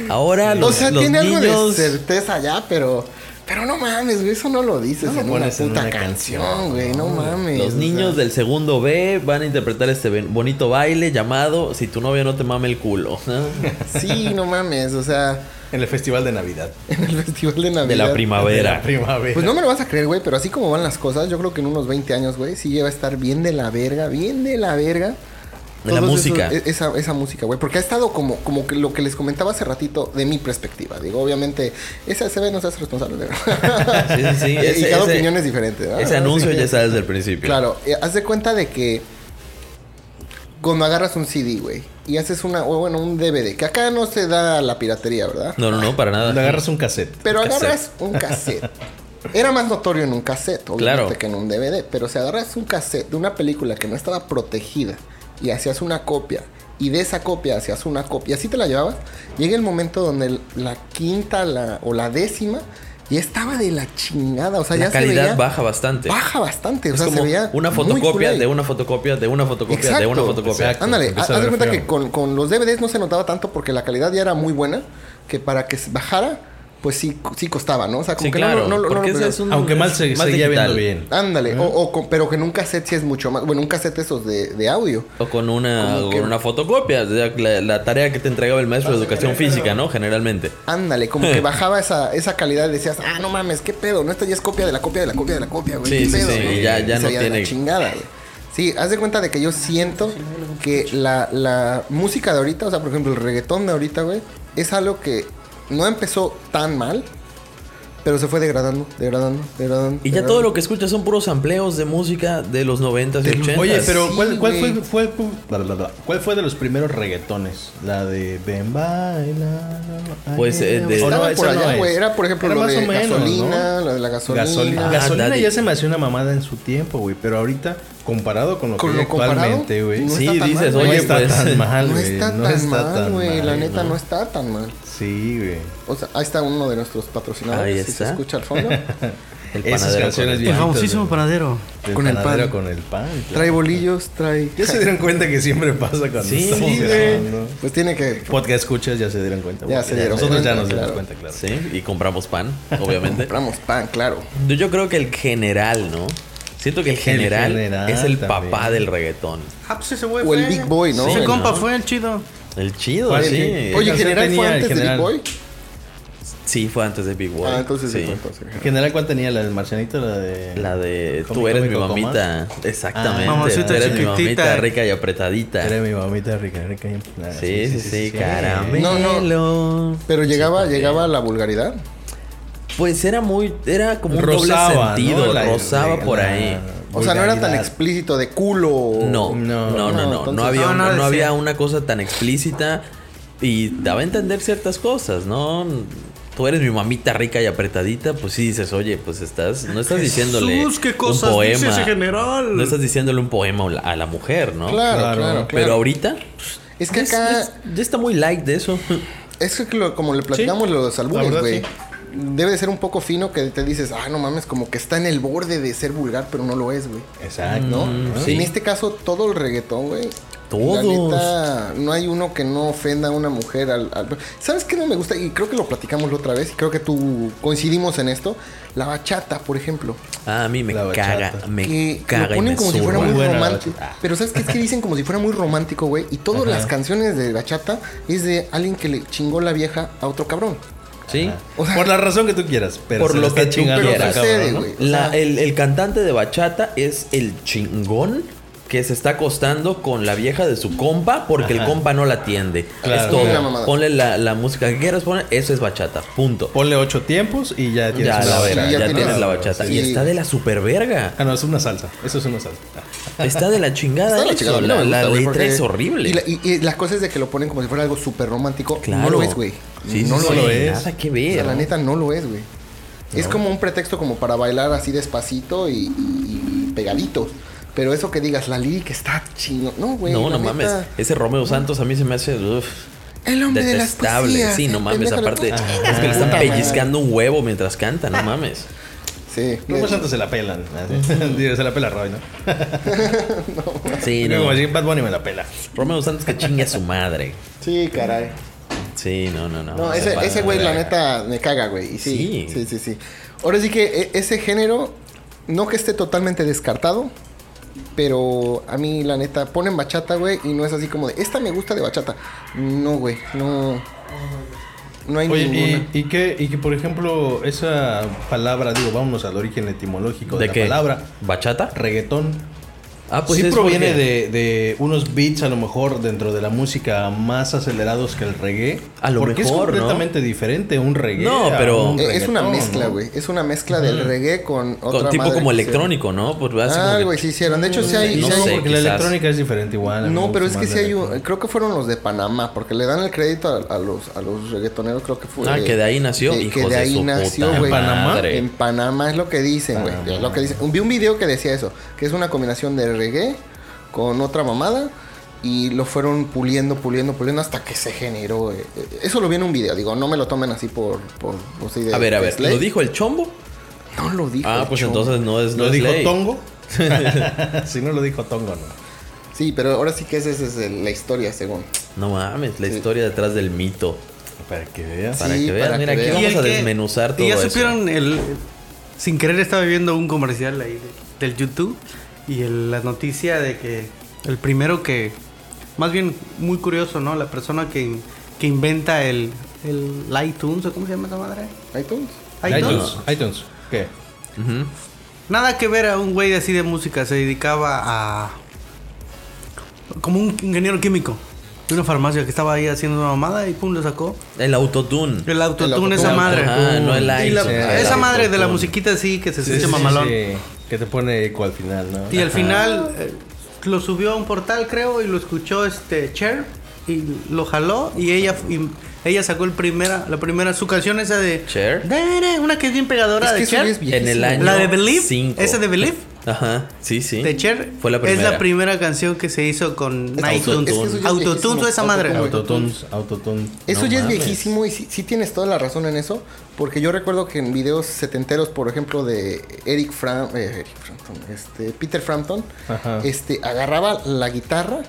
Speaker 3: ahora los,
Speaker 2: O sea,
Speaker 3: los
Speaker 2: tiene
Speaker 3: niños.
Speaker 2: algo de certeza ya, pero. Pero no mames, güey, eso no lo dices
Speaker 4: No lo
Speaker 2: en una
Speaker 4: pones en
Speaker 2: puta
Speaker 4: una
Speaker 2: canción,
Speaker 4: canción,
Speaker 2: güey, no mames.
Speaker 3: Los
Speaker 2: o
Speaker 3: niños
Speaker 2: sea.
Speaker 3: del segundo B van a interpretar este ben- bonito baile llamado Si tu novia no te mame el culo.
Speaker 2: [LAUGHS]
Speaker 3: ¿no?
Speaker 2: Sí, no mames, o sea, [LAUGHS]
Speaker 4: En el festival de Navidad.
Speaker 2: en el festival de Navidad.
Speaker 3: De la primavera.
Speaker 4: De la primavera.
Speaker 2: Pues no me lo vas a creer, güey, pero así como van las cosas, yo creo que en unos 20 años, güey, sí lleva a estar bien de la verga, bien de la verga.
Speaker 3: De la
Speaker 2: Todos
Speaker 3: música.
Speaker 2: esos- e- esa, esa música, güey. Porque ha estado como, como que lo que les comentaba hace ratito de mi perspectiva. Digo, obviamente, esa SB no se hace responsable de
Speaker 3: Sí, sí,
Speaker 2: [LAUGHS]
Speaker 3: sí,
Speaker 2: Y
Speaker 3: ese-
Speaker 2: cada
Speaker 3: ese-
Speaker 2: opinión es diferente, ¿verdad?
Speaker 3: Ese
Speaker 2: Así
Speaker 3: anuncio
Speaker 2: que-
Speaker 3: ya está desde el principio.
Speaker 2: Ah, Claro, eh, haz de cuenta de que cuando agarras un CD, güey, y haces una, o bueno, un DVD, que acá no se da la piratería, ¿verdad?
Speaker 3: No, no, no, para nada.
Speaker 4: Le agarras un cassette.
Speaker 2: Pero
Speaker 3: un
Speaker 2: agarras un cassette. Era más notorio en un cassette, obviamente,
Speaker 3: Claro.
Speaker 2: que en un DVD. Pero si agarras un cassette de una película que no estaba protegida y hacías una copia, y de esa copia hacías una copia, y así te la llevabas, llega el momento donde el- la quinta la, o la décima ya estaba de la chingada. O sea,
Speaker 3: La
Speaker 2: ya
Speaker 3: calidad
Speaker 2: se veía,
Speaker 3: baja bastante.
Speaker 2: Baja bastante. O
Speaker 3: Es
Speaker 2: sea,
Speaker 3: como
Speaker 2: se veía
Speaker 3: una
Speaker 2: muy
Speaker 3: fotocopia
Speaker 2: culero.
Speaker 3: de una fotocopia de una fotocopia de una
Speaker 2: Exacto.
Speaker 3: fotocopia.
Speaker 4: Exacto.
Speaker 2: Ándale,
Speaker 4: empieza
Speaker 2: ha-
Speaker 4: a
Speaker 2: haz de
Speaker 4: ver
Speaker 2: cuenta
Speaker 4: feo.
Speaker 2: que con, con los DVDs no se notaba tanto porque la calidad ya era muy buena, que para que se bajara, pues sí, sí costaba, ¿no? O sea, como
Speaker 3: Sí,
Speaker 2: que no,
Speaker 3: claro.
Speaker 2: no, no- no
Speaker 3: porque
Speaker 2: lo
Speaker 3: ese es un-
Speaker 4: Aunque mal se
Speaker 3: es
Speaker 4: seguía
Speaker 3: digital.
Speaker 4: viendo bien.
Speaker 2: Ándale, o, o con- pero que en un cassette sí es mucho más. Bueno, un cassette esos de, de audio.
Speaker 3: O con una,
Speaker 2: Como
Speaker 3: o
Speaker 2: que-
Speaker 3: con una fotocopia. o sea, la, la tarea que te entregaba el maestro de educación física, ¿no? Generalmente.
Speaker 2: Ándale, como
Speaker 3: [LAUGHS]
Speaker 2: que bajaba esa, esa calidad y decías, ah, no mames, qué pedo, no, esta ya es copia de la copia de la copia de la copia, güey.
Speaker 3: Sí,
Speaker 2: qué
Speaker 3: sí,
Speaker 2: pedo,
Speaker 3: sí, y ya-
Speaker 2: Y
Speaker 3: ya
Speaker 2: se
Speaker 3: no
Speaker 2: veía de la
Speaker 3: tiene-
Speaker 2: chingada, güey. Sí, haz de cuenta de que yo siento que la, la música de ahorita, o sea, por ejemplo, el reggaetón de ahorita, güey, es algo que no empezó tan mal, pero se fue degradando, degradando, degradando.
Speaker 3: Y ya todo lo que escuchas son puros sampleos de música de los 90s y 80s.
Speaker 4: Oye, pero
Speaker 2: Sí,
Speaker 4: ¿cuál, cuál fue,
Speaker 2: güey.
Speaker 4: fue- bla, bla, bla. ¿cuál fue de los primeros reggaetones? La de Ven baila.
Speaker 3: Pues, eh, de-
Speaker 4: O
Speaker 2: Estaba
Speaker 4: esa
Speaker 2: por allá,
Speaker 4: es.
Speaker 2: güey. Era, por ejemplo,
Speaker 4: Era
Speaker 2: lo
Speaker 4: más
Speaker 2: de
Speaker 4: o menos,
Speaker 2: gasolina,
Speaker 4: ¿no?
Speaker 2: la de la gasolina.
Speaker 4: Gasolina,
Speaker 3: Ah,
Speaker 4: Gasolina
Speaker 3: Daddy.
Speaker 4: ya se me hacía una mamada en su tiempo, güey. Pero ahorita, comparado con lo
Speaker 2: Con
Speaker 4: que hay
Speaker 2: lo comparado,
Speaker 4: actualmente, güey.
Speaker 2: no
Speaker 3: Sí,
Speaker 2: está tan
Speaker 3: dices,
Speaker 2: mal,
Speaker 4: no
Speaker 3: oye,
Speaker 4: está
Speaker 3: pues,
Speaker 4: tan mal,
Speaker 2: no
Speaker 4: güey.
Speaker 2: está tan mal, güey. La neta no.
Speaker 4: ¿no?
Speaker 2: está tan mal.
Speaker 4: Sí, güey.
Speaker 2: O sea, ahí está uno de nuestros patrocinadores.
Speaker 3: Ahí
Speaker 2: si se
Speaker 3: está.
Speaker 2: escucha al
Speaker 3: [LAUGHS]
Speaker 2: fondo.
Speaker 3: El
Speaker 4: Esas
Speaker 3: panadero con
Speaker 4: canciones
Speaker 3: el-
Speaker 4: bien-
Speaker 5: El famosísimo panadero.
Speaker 2: Con
Speaker 4: con
Speaker 2: el
Speaker 4: el
Speaker 2: pan.
Speaker 4: Con el pan. claro.
Speaker 2: trae bolillos, trae.
Speaker 4: Ya se dieron cuenta que siempre pasa cuando
Speaker 3: Sí,
Speaker 4: estamos
Speaker 3: sí,
Speaker 4: grabando.
Speaker 2: Pues tiene que.
Speaker 4: Podcast escuchas, ya se dieron cuenta.
Speaker 2: Ya
Speaker 4: porque
Speaker 2: se dieron
Speaker 4: Nosotros ya
Speaker 2: cuenta,
Speaker 4: nos dimos
Speaker 2: claro.
Speaker 4: cuenta, claro.
Speaker 3: Sí, y compramos pan, obviamente.
Speaker 2: [LAUGHS] Compramos pan, claro.
Speaker 3: Yo- Yo creo que el general, ¿no? Siento que el general,
Speaker 4: general
Speaker 3: es el
Speaker 4: también.
Speaker 3: papá del reggaetón.
Speaker 5: Ah, pues ese güey
Speaker 2: O el
Speaker 5: fue.
Speaker 2: Big Boy, ¿no?
Speaker 5: Ese
Speaker 2: El-
Speaker 5: compa
Speaker 3: ¿no?
Speaker 5: fue el chido.
Speaker 3: El chido,
Speaker 4: Oye,
Speaker 3: sí.
Speaker 4: que-
Speaker 2: Oye,
Speaker 4: Sí,
Speaker 2: general fue
Speaker 4: tenía el
Speaker 2: antes de Big
Speaker 4: general.
Speaker 2: Boy.
Speaker 3: Sí, fue antes de Big Boy.
Speaker 2: Ah, entonces sí.
Speaker 3: sí.
Speaker 2: fue entonces.
Speaker 4: En general, ¿cuál tenía? ¿La del marcianito? La de.
Speaker 3: La de
Speaker 4: Come,
Speaker 3: tú eres
Speaker 4: come,
Speaker 3: mi
Speaker 4: coco,
Speaker 3: mamita. Exactamente.
Speaker 4: Ah,
Speaker 5: mamacita
Speaker 3: tú eres mi
Speaker 5: chiquitita.
Speaker 3: mamita rica y apretadita.
Speaker 4: Era mi mamita rica, rica. y- Ah,
Speaker 3: Sí, sí, sí,
Speaker 2: No.
Speaker 3: caramelo.
Speaker 2: Pero llegaba, llegaba a la vulgaridad.
Speaker 3: Pues era muy, era como un
Speaker 4: Rozaba,
Speaker 3: doble sentido,
Speaker 4: ¿no? La-
Speaker 3: rozaba
Speaker 4: la-
Speaker 3: por
Speaker 4: la-
Speaker 3: ahí.
Speaker 2: O sea, no era tan
Speaker 4: vulgaridad.
Speaker 2: explícito de culo.
Speaker 4: No.
Speaker 3: No, no, no,
Speaker 2: No,
Speaker 3: no, no,
Speaker 2: entonces-
Speaker 3: había,
Speaker 5: No,
Speaker 3: una,
Speaker 5: nada de
Speaker 3: no había
Speaker 5: ser.
Speaker 3: una cosa tan explícita y daba a entender ciertas cosas, ¿no? Tú eres mi mamita rica y apretadita, pues sí dices, oye, pues estás, no estás diciéndole
Speaker 5: Jesús, qué cosas
Speaker 3: un
Speaker 5: dice
Speaker 3: poema,
Speaker 5: ese general.
Speaker 3: no estás diciéndole un poema a la- a la mujer, ¿no?
Speaker 2: Claro, claro,
Speaker 4: Claro.
Speaker 2: claro.
Speaker 3: Pero ahorita
Speaker 2: Es que
Speaker 3: ya
Speaker 2: acá.
Speaker 3: es- ya está muy light de eso. [LAUGHS]
Speaker 2: Es que lo- como le platicamos los álbumes,
Speaker 4: verdad,
Speaker 2: güey.
Speaker 4: sí.
Speaker 2: Debe de ser un poco fino que te dices, ah, no mames, como que está en el borde de ser vulgar, pero no lo es, güey.
Speaker 4: Exacto.
Speaker 2: ¿No?
Speaker 4: Ajá.
Speaker 3: Mm, sí.
Speaker 2: En este caso, todo el reggaetón, güey.
Speaker 3: Todos.
Speaker 2: La neta, no hay uno que no ofenda a una mujer. Al, al- ¿Sabes qué no me gusta? Y creo que lo platicamos la otra vez, y creo que tú coincidimos en esto. La bachata, por ejemplo.
Speaker 3: Ah, a mí me
Speaker 4: La
Speaker 3: caga,
Speaker 4: bachata.
Speaker 3: me
Speaker 2: que
Speaker 3: caga
Speaker 2: lo
Speaker 3: y
Speaker 2: ponen
Speaker 3: me
Speaker 2: como si fuera
Speaker 3: zurra.
Speaker 2: muy
Speaker 4: Buena
Speaker 2: romántico.
Speaker 4: bachata. Ah.
Speaker 2: Pero ¿sabes qué? Es que dicen como si fuera muy romántico, güey. Y todas las canciones de bachata es de alguien que le chingó la vieja a otro cabrón.
Speaker 3: Sí.
Speaker 2: O sea-
Speaker 4: por la razón que tú quieras, pero
Speaker 3: Por
Speaker 4: se
Speaker 3: lo
Speaker 4: está
Speaker 3: que tú
Speaker 4: chingando
Speaker 2: Pero
Speaker 3: quieras.
Speaker 4: acá,
Speaker 2: sucede,
Speaker 4: cabrón, ¿no?
Speaker 2: güey. O
Speaker 3: La-
Speaker 2: sea,
Speaker 3: el, el cantante de bachata es el chingón que se está acostando con la vieja de su compa porque el compa no la atiende.
Speaker 4: Claro.
Speaker 3: Es
Speaker 2: Una
Speaker 3: todo.
Speaker 2: mamada.
Speaker 3: Ponle la, la música que quieras poner, eso es bachata. Punto.
Speaker 4: Ponle ocho tiempos y ya tienes
Speaker 3: Ya
Speaker 4: una
Speaker 3: la
Speaker 2: sí,
Speaker 3: verga,
Speaker 2: ya
Speaker 3: ya,
Speaker 2: tienes-
Speaker 3: tienes la bachata.
Speaker 2: sí.
Speaker 3: Y está de la superverga.
Speaker 4: Ah, no, es una salsa. Eso es una salsa. Ah,
Speaker 3: Está Ah, de la chingada.
Speaker 2: está de la
Speaker 3: eso.
Speaker 2: chingada, a mí no
Speaker 3: La,
Speaker 2: me
Speaker 3: la
Speaker 2: gusta, güey,
Speaker 3: letra
Speaker 2: porque-
Speaker 3: es horrible.
Speaker 2: Y, la- y- y las cosas de que lo ponen como si fuera algo súper romántico, no
Speaker 3: Claro.
Speaker 2: lo es, güey.
Speaker 3: Sí,
Speaker 2: no
Speaker 3: sí,
Speaker 2: lo
Speaker 3: sí,
Speaker 4: lo es.
Speaker 3: Nada que
Speaker 2: O
Speaker 3: ver.
Speaker 2: sea, la neta no lo es, güey. Es como un pretexto como para bailar así despacito y, y- y pegadito. Pero eso que digas, la lírica está chino. No, güey.
Speaker 3: no,
Speaker 2: la
Speaker 3: no mames.
Speaker 2: neta,
Speaker 3: Ese Romeo Santos a mí se me hace. uf,
Speaker 2: El hombre de las
Speaker 3: detestable.
Speaker 2: poesías,
Speaker 3: sí, no
Speaker 2: el
Speaker 3: mames.
Speaker 2: pendejo de-
Speaker 3: Aparte,
Speaker 2: Ah,
Speaker 3: es que
Speaker 2: puta
Speaker 3: le están
Speaker 2: madre. Ah.
Speaker 3: pellizcando un huevo mientras canta, no mames.
Speaker 2: Sí.
Speaker 4: Romeo Santos se la pelan. [LAUGHS] Digo, se la pela Roy, ¿no?
Speaker 3: Sí,
Speaker 4: Digo,
Speaker 3: no.
Speaker 4: Como decir Bad Bunny me la pela.
Speaker 3: Romeo Santos que chingue a su madre.
Speaker 2: Sí, caray.
Speaker 3: Sí, no, no, no.
Speaker 2: No,
Speaker 3: Se
Speaker 2: ese,
Speaker 3: pasa
Speaker 2: ese güey,
Speaker 3: de
Speaker 2: la
Speaker 3: verga.
Speaker 2: neta, me caga, güey. Y sí, sí,
Speaker 3: Sí.
Speaker 2: sí, sí. Ahora sí que e- ese género, no que esté totalmente descartado, pero a mí, la neta, ponen bachata, güey, y no es así como de, esta me gusta de bachata. No, güey, no. No hay
Speaker 4: Oye,
Speaker 2: ninguna.
Speaker 4: y, y que, y que, por ejemplo, esa palabra, digo, vámonos al origen etimológico de,
Speaker 3: ¿De
Speaker 4: la
Speaker 3: qué?
Speaker 4: palabra
Speaker 3: ¿Bachata?
Speaker 4: reggaetón.
Speaker 3: Ah, pues
Speaker 4: sí
Speaker 3: es
Speaker 4: proviene
Speaker 3: porque
Speaker 4: de, de unos beats a lo mejor dentro de la música más acelerados que el reggae.
Speaker 3: A lo
Speaker 4: porque
Speaker 3: mejor,
Speaker 4: es
Speaker 3: ¿no?
Speaker 4: completamente diferente un reggae.
Speaker 3: No,
Speaker 4: a
Speaker 3: pero-
Speaker 4: un
Speaker 2: Eh, es una
Speaker 4: reggaetón,
Speaker 2: mezcla,
Speaker 4: ¿no?
Speaker 2: güey. Es una mezcla del reggae con otra
Speaker 3: Con tipo
Speaker 2: madre
Speaker 3: como
Speaker 2: que
Speaker 3: electrónico, ¿no? Pues
Speaker 2: hicieron.
Speaker 3: así como que-
Speaker 2: Algo así hicieron. De hecho, sí hay...
Speaker 4: No,
Speaker 2: sí hay-
Speaker 3: sé,
Speaker 4: porque la
Speaker 3: quizás.
Speaker 4: electrónica es diferente igual. a mí me
Speaker 2: No, pero es
Speaker 4: gusta
Speaker 2: que
Speaker 4: más
Speaker 2: sí
Speaker 4: la
Speaker 2: hay un,
Speaker 4: electrónica.
Speaker 2: creo que fueron los de Panamá, porque le dan el crédito a, a los a los reggaetoneros, creo que fue.
Speaker 3: Ah, que de ahí nació,
Speaker 2: que- Que
Speaker 3: hijos
Speaker 2: de
Speaker 3: de
Speaker 2: ahí
Speaker 3: su
Speaker 2: nació,
Speaker 3: puta
Speaker 2: güey.
Speaker 4: Panamá?
Speaker 3: madre.
Speaker 2: En Panamá es lo que dicen, güey.
Speaker 4: Panamá.
Speaker 2: Es lo que dicen. Vi un video que decía eso, que es una combinación de reggae con otra mamada y lo fueron puliendo, puliendo, puliendo hasta que se generó. eh, eh, Eso lo vi en un video, digo, no me lo tomen así por por, por así de-
Speaker 3: A ver, a ver.
Speaker 2: de slay.
Speaker 3: ¿Lo dijo el chombo?
Speaker 2: No lo dijo.
Speaker 3: Ah, pues
Speaker 2: chon.
Speaker 3: entonces no es. no
Speaker 4: ¿Lo
Speaker 3: es
Speaker 4: dijo
Speaker 3: ley.
Speaker 4: Tongo? [LAUGHS] si no lo dijo Tongo,
Speaker 2: [LAUGHS]
Speaker 4: no.
Speaker 2: Sí, pero ahora sí que esa es, es el- la historia según.
Speaker 3: No mames, la historia detrás del mito.
Speaker 4: Para que veas.
Speaker 3: Para
Speaker 2: Sí,
Speaker 3: que veas,
Speaker 2: para
Speaker 3: mira,
Speaker 2: que
Speaker 3: aquí
Speaker 2: veas.
Speaker 3: vamos
Speaker 5: el
Speaker 3: a
Speaker 5: que-
Speaker 3: desmenuzar todo
Speaker 5: Y ya
Speaker 3: eso.
Speaker 5: supieron el... Sin querer estaba viendo un comercial ahí de- del YouTube y el- la noticia de que el primero que... Más bien, muy curioso, ¿no? La persona que, que inventa el, el iTunes, ¿o cómo se llama esa madre?
Speaker 2: iTunes.
Speaker 4: iTunes. iTunes. ¿Qué?
Speaker 3: Ujú.
Speaker 5: Nada que ver a un güey así de música, se dedicaba a... Como un ingeniero químico. de una farmacia que estaba ahí haciendo una mamada y pum, lo sacó.
Speaker 3: El autotune.
Speaker 5: El
Speaker 2: autotune.
Speaker 5: autotune, esa madre.
Speaker 3: Ajá, no el
Speaker 5: Y la-
Speaker 3: iTunes, el
Speaker 5: esa madre de la
Speaker 3: autotune.
Speaker 5: musiquita así que se
Speaker 4: Sí,
Speaker 5: escucha
Speaker 4: sí, sí,
Speaker 5: mamalón.
Speaker 4: sí, que te pone eco al final, ¿no? Ah,
Speaker 5: Y al
Speaker 4: Ajá.
Speaker 5: final eh, lo subió a un portal, creo, y lo escuchó este Cher y lo jaló y ella y ella sacó el primera la primera su canción esa de
Speaker 3: Cher.
Speaker 5: Da, da, una que es bien pegadora
Speaker 2: Es que
Speaker 5: de
Speaker 2: eso
Speaker 5: Cher.
Speaker 2: ya es viejo.
Speaker 3: En el
Speaker 2: La
Speaker 3: año.
Speaker 5: de Believe,
Speaker 3: cinco.
Speaker 5: esa de Believe.
Speaker 3: Ajá, sí, sí.
Speaker 5: De Cher
Speaker 3: Fue la primera.
Speaker 5: es la primera canción que se hizo con
Speaker 2: que eso-
Speaker 5: iTunes.
Speaker 2: es que eso ya es
Speaker 5: Autotune,
Speaker 2: viejísimo.
Speaker 5: toda esa madre.
Speaker 2: Autotune.
Speaker 4: Autotunes, autotune.
Speaker 2: Eso
Speaker 3: No
Speaker 2: ya
Speaker 3: mames.
Speaker 2: es viejísimo y sí, sí tienes toda la razón en eso, porque yo recuerdo que en videos setenteros, por ejemplo, de Eric, Fram, eh, Eric Frampton, este, Peter Frampton,
Speaker 4: Ajá.
Speaker 2: este, agarraba la guitarra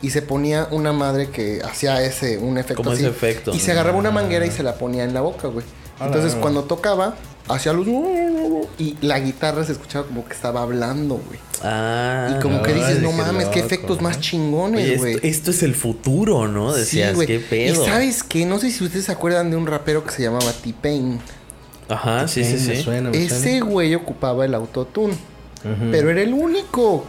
Speaker 2: y se ponía una madre que hacía ese, un efecto
Speaker 3: Como
Speaker 2: así.
Speaker 3: ese efecto,
Speaker 2: Y se
Speaker 3: ¿no?
Speaker 2: agarraba una manguera y se la ponía en la boca, güey. Entonces, cuando tocaba, hacía los... Y la guitarra se escuchaba como que estaba hablando, güey.
Speaker 3: Ah.
Speaker 2: Y como que
Speaker 4: ay,
Speaker 2: dices, no
Speaker 4: qué
Speaker 2: mames, qué
Speaker 4: loco,
Speaker 2: efectos
Speaker 4: ¿no?
Speaker 2: más
Speaker 3: Oye,
Speaker 2: chingones, güey.
Speaker 3: esto, esto es el futuro, ¿no?
Speaker 2: Sí,
Speaker 3: Decías,
Speaker 2: güey.
Speaker 3: qué pedo.
Speaker 2: Y sabes que no sé si ustedes se acuerdan de un rapero que se llamaba T-Pain.
Speaker 3: Ajá, sí, sí,
Speaker 4: Me
Speaker 3: sí.
Speaker 4: suena, me
Speaker 2: Ese
Speaker 4: suena.
Speaker 2: güey ocupaba el autotune. Pero era el único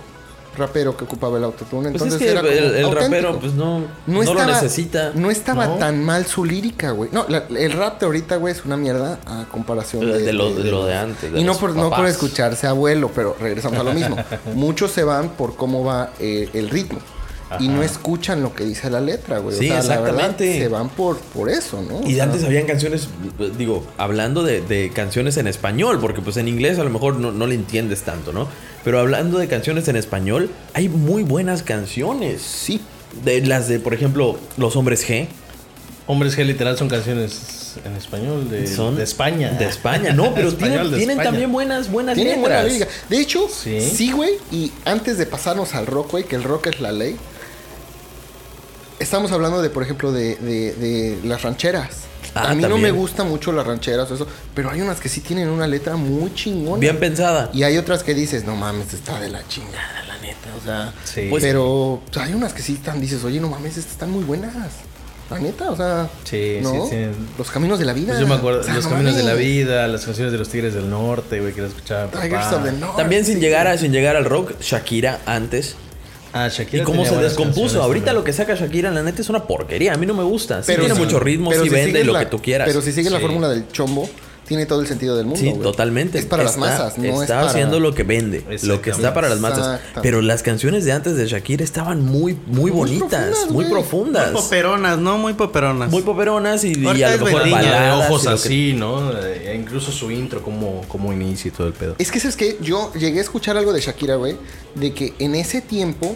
Speaker 2: rapero que ocupaba el autotune.
Speaker 3: Pues
Speaker 2: Entonces
Speaker 3: es que
Speaker 2: era
Speaker 3: el,
Speaker 2: como
Speaker 3: el
Speaker 2: auténtico.
Speaker 3: rapero, pues no, no, lo necesita.
Speaker 2: No estaba
Speaker 4: No.
Speaker 2: tan mal su lírica, güey. No, la- el rap de ahorita, güey, es una mierda a comparación
Speaker 3: De-
Speaker 2: de,
Speaker 3: de lo- de lo de antes, de
Speaker 2: y no
Speaker 3: los
Speaker 2: por, no por
Speaker 3: papás.
Speaker 2: escucharse abuelo, pero regresamos a lo
Speaker 3: [LAUGHS]
Speaker 2: mismo. Muchos se van por cómo va eh, el ritmo. Y no escuchan lo que dice la letra, güey. o
Speaker 3: Sí,
Speaker 2: sea, la verdad,
Speaker 3: exactamente.
Speaker 2: se van por, por eso, ¿no? O
Speaker 3: Y
Speaker 2: sea,
Speaker 3: antes habían canciones, digo, hablando de, de canciones en español, porque pues en inglés a lo mejor no, no le entiendes tanto, ¿no? Pero hablando de canciones en español, hay muy buenas canciones.
Speaker 2: Sí.
Speaker 3: De las de, por ejemplo, Los Hombres G.
Speaker 4: Hombres que literal son canciones en español de,
Speaker 3: Son
Speaker 4: de España.
Speaker 3: De España,
Speaker 2: [LAUGHS]
Speaker 3: no, pero
Speaker 4: Español
Speaker 3: tienen,
Speaker 4: de
Speaker 3: tienen
Speaker 4: España.
Speaker 3: también buenas, buenas
Speaker 2: Tienen buena
Speaker 3: letras.
Speaker 2: lírica. De hecho,
Speaker 4: Sí.
Speaker 2: sí, güey. y antes de pasarnos al rock, güey, que el rock es la ley. Estamos hablando de, por ejemplo, de, de- de las rancheras.
Speaker 3: Ah,
Speaker 2: a mí no
Speaker 3: también.
Speaker 2: me gustan mucho las rancheras o eso, pero hay unas que sí tienen una letra muy chingona.
Speaker 3: Bien pensada.
Speaker 2: Y hay otras que dices, no mames, está de la chingada, la neta. O sea,
Speaker 4: Sí.
Speaker 3: Pues-
Speaker 2: pero pues, hay unas que sí están, dices, oye, no mames, estas están muy buenas. La neta, o sea,
Speaker 4: Sí, sí,
Speaker 2: ¿no?
Speaker 4: tienen-
Speaker 2: los caminos de la vida.
Speaker 4: Pues yo me acuerdo
Speaker 2: O sea,
Speaker 4: los
Speaker 2: no
Speaker 4: caminos de la
Speaker 2: mames.
Speaker 4: vida, las canciones de los Tigres del Norte, güey, que las escuchaba. papá.
Speaker 2: Tigers of the North.
Speaker 3: También sin llegar, a, sin llegar al rock, Shakira antes.
Speaker 4: Ah,
Speaker 3: Y
Speaker 4: Shakira.
Speaker 3: cómo
Speaker 4: tenía
Speaker 3: se
Speaker 4: buenas
Speaker 3: descompuso.
Speaker 4: canciones
Speaker 3: Ahorita
Speaker 4: también.
Speaker 3: lo que saca Shakira, la neta, es una porquería. A mí no me gusta. Sí
Speaker 2: Pero
Speaker 3: tiene
Speaker 2: sí.
Speaker 3: mucho ritmo,
Speaker 2: Pero
Speaker 3: sí
Speaker 2: si
Speaker 3: vende
Speaker 2: sigues
Speaker 3: lo
Speaker 2: la-
Speaker 3: que tú quieras.
Speaker 2: Pero si sigues la
Speaker 4: Sí.
Speaker 2: fórmula del chombo, tiene todo el sentido del mundo.
Speaker 3: Sí,
Speaker 2: güey.
Speaker 3: totalmente.
Speaker 2: Es para las
Speaker 3: Está-
Speaker 2: masas, no
Speaker 3: Está
Speaker 2: es para-
Speaker 3: haciendo lo que vende, lo que está para las masas.
Speaker 2: Exactamente.
Speaker 3: Pero las canciones de antes de Shakira estaban muy, muy, bonitas,
Speaker 2: profundas,
Speaker 3: muy
Speaker 2: güey.
Speaker 3: profundas.
Speaker 5: Muy poperonas, ¿no? Muy poperonas.
Speaker 3: Muy poperonas y, y
Speaker 5: Ahorita
Speaker 3: a
Speaker 5: es
Speaker 3: lo mejor
Speaker 5: Belinda,
Speaker 4: Niña de
Speaker 3: baladas.
Speaker 4: ojos
Speaker 3: y lo que-
Speaker 4: así, ¿no? Eh, incluso su intro, cómo, cómo inicia y todo el pedo.
Speaker 2: Es que, ¿sabes que Yo llegué a escuchar algo de Shakira, güey, de que en ese tiempo,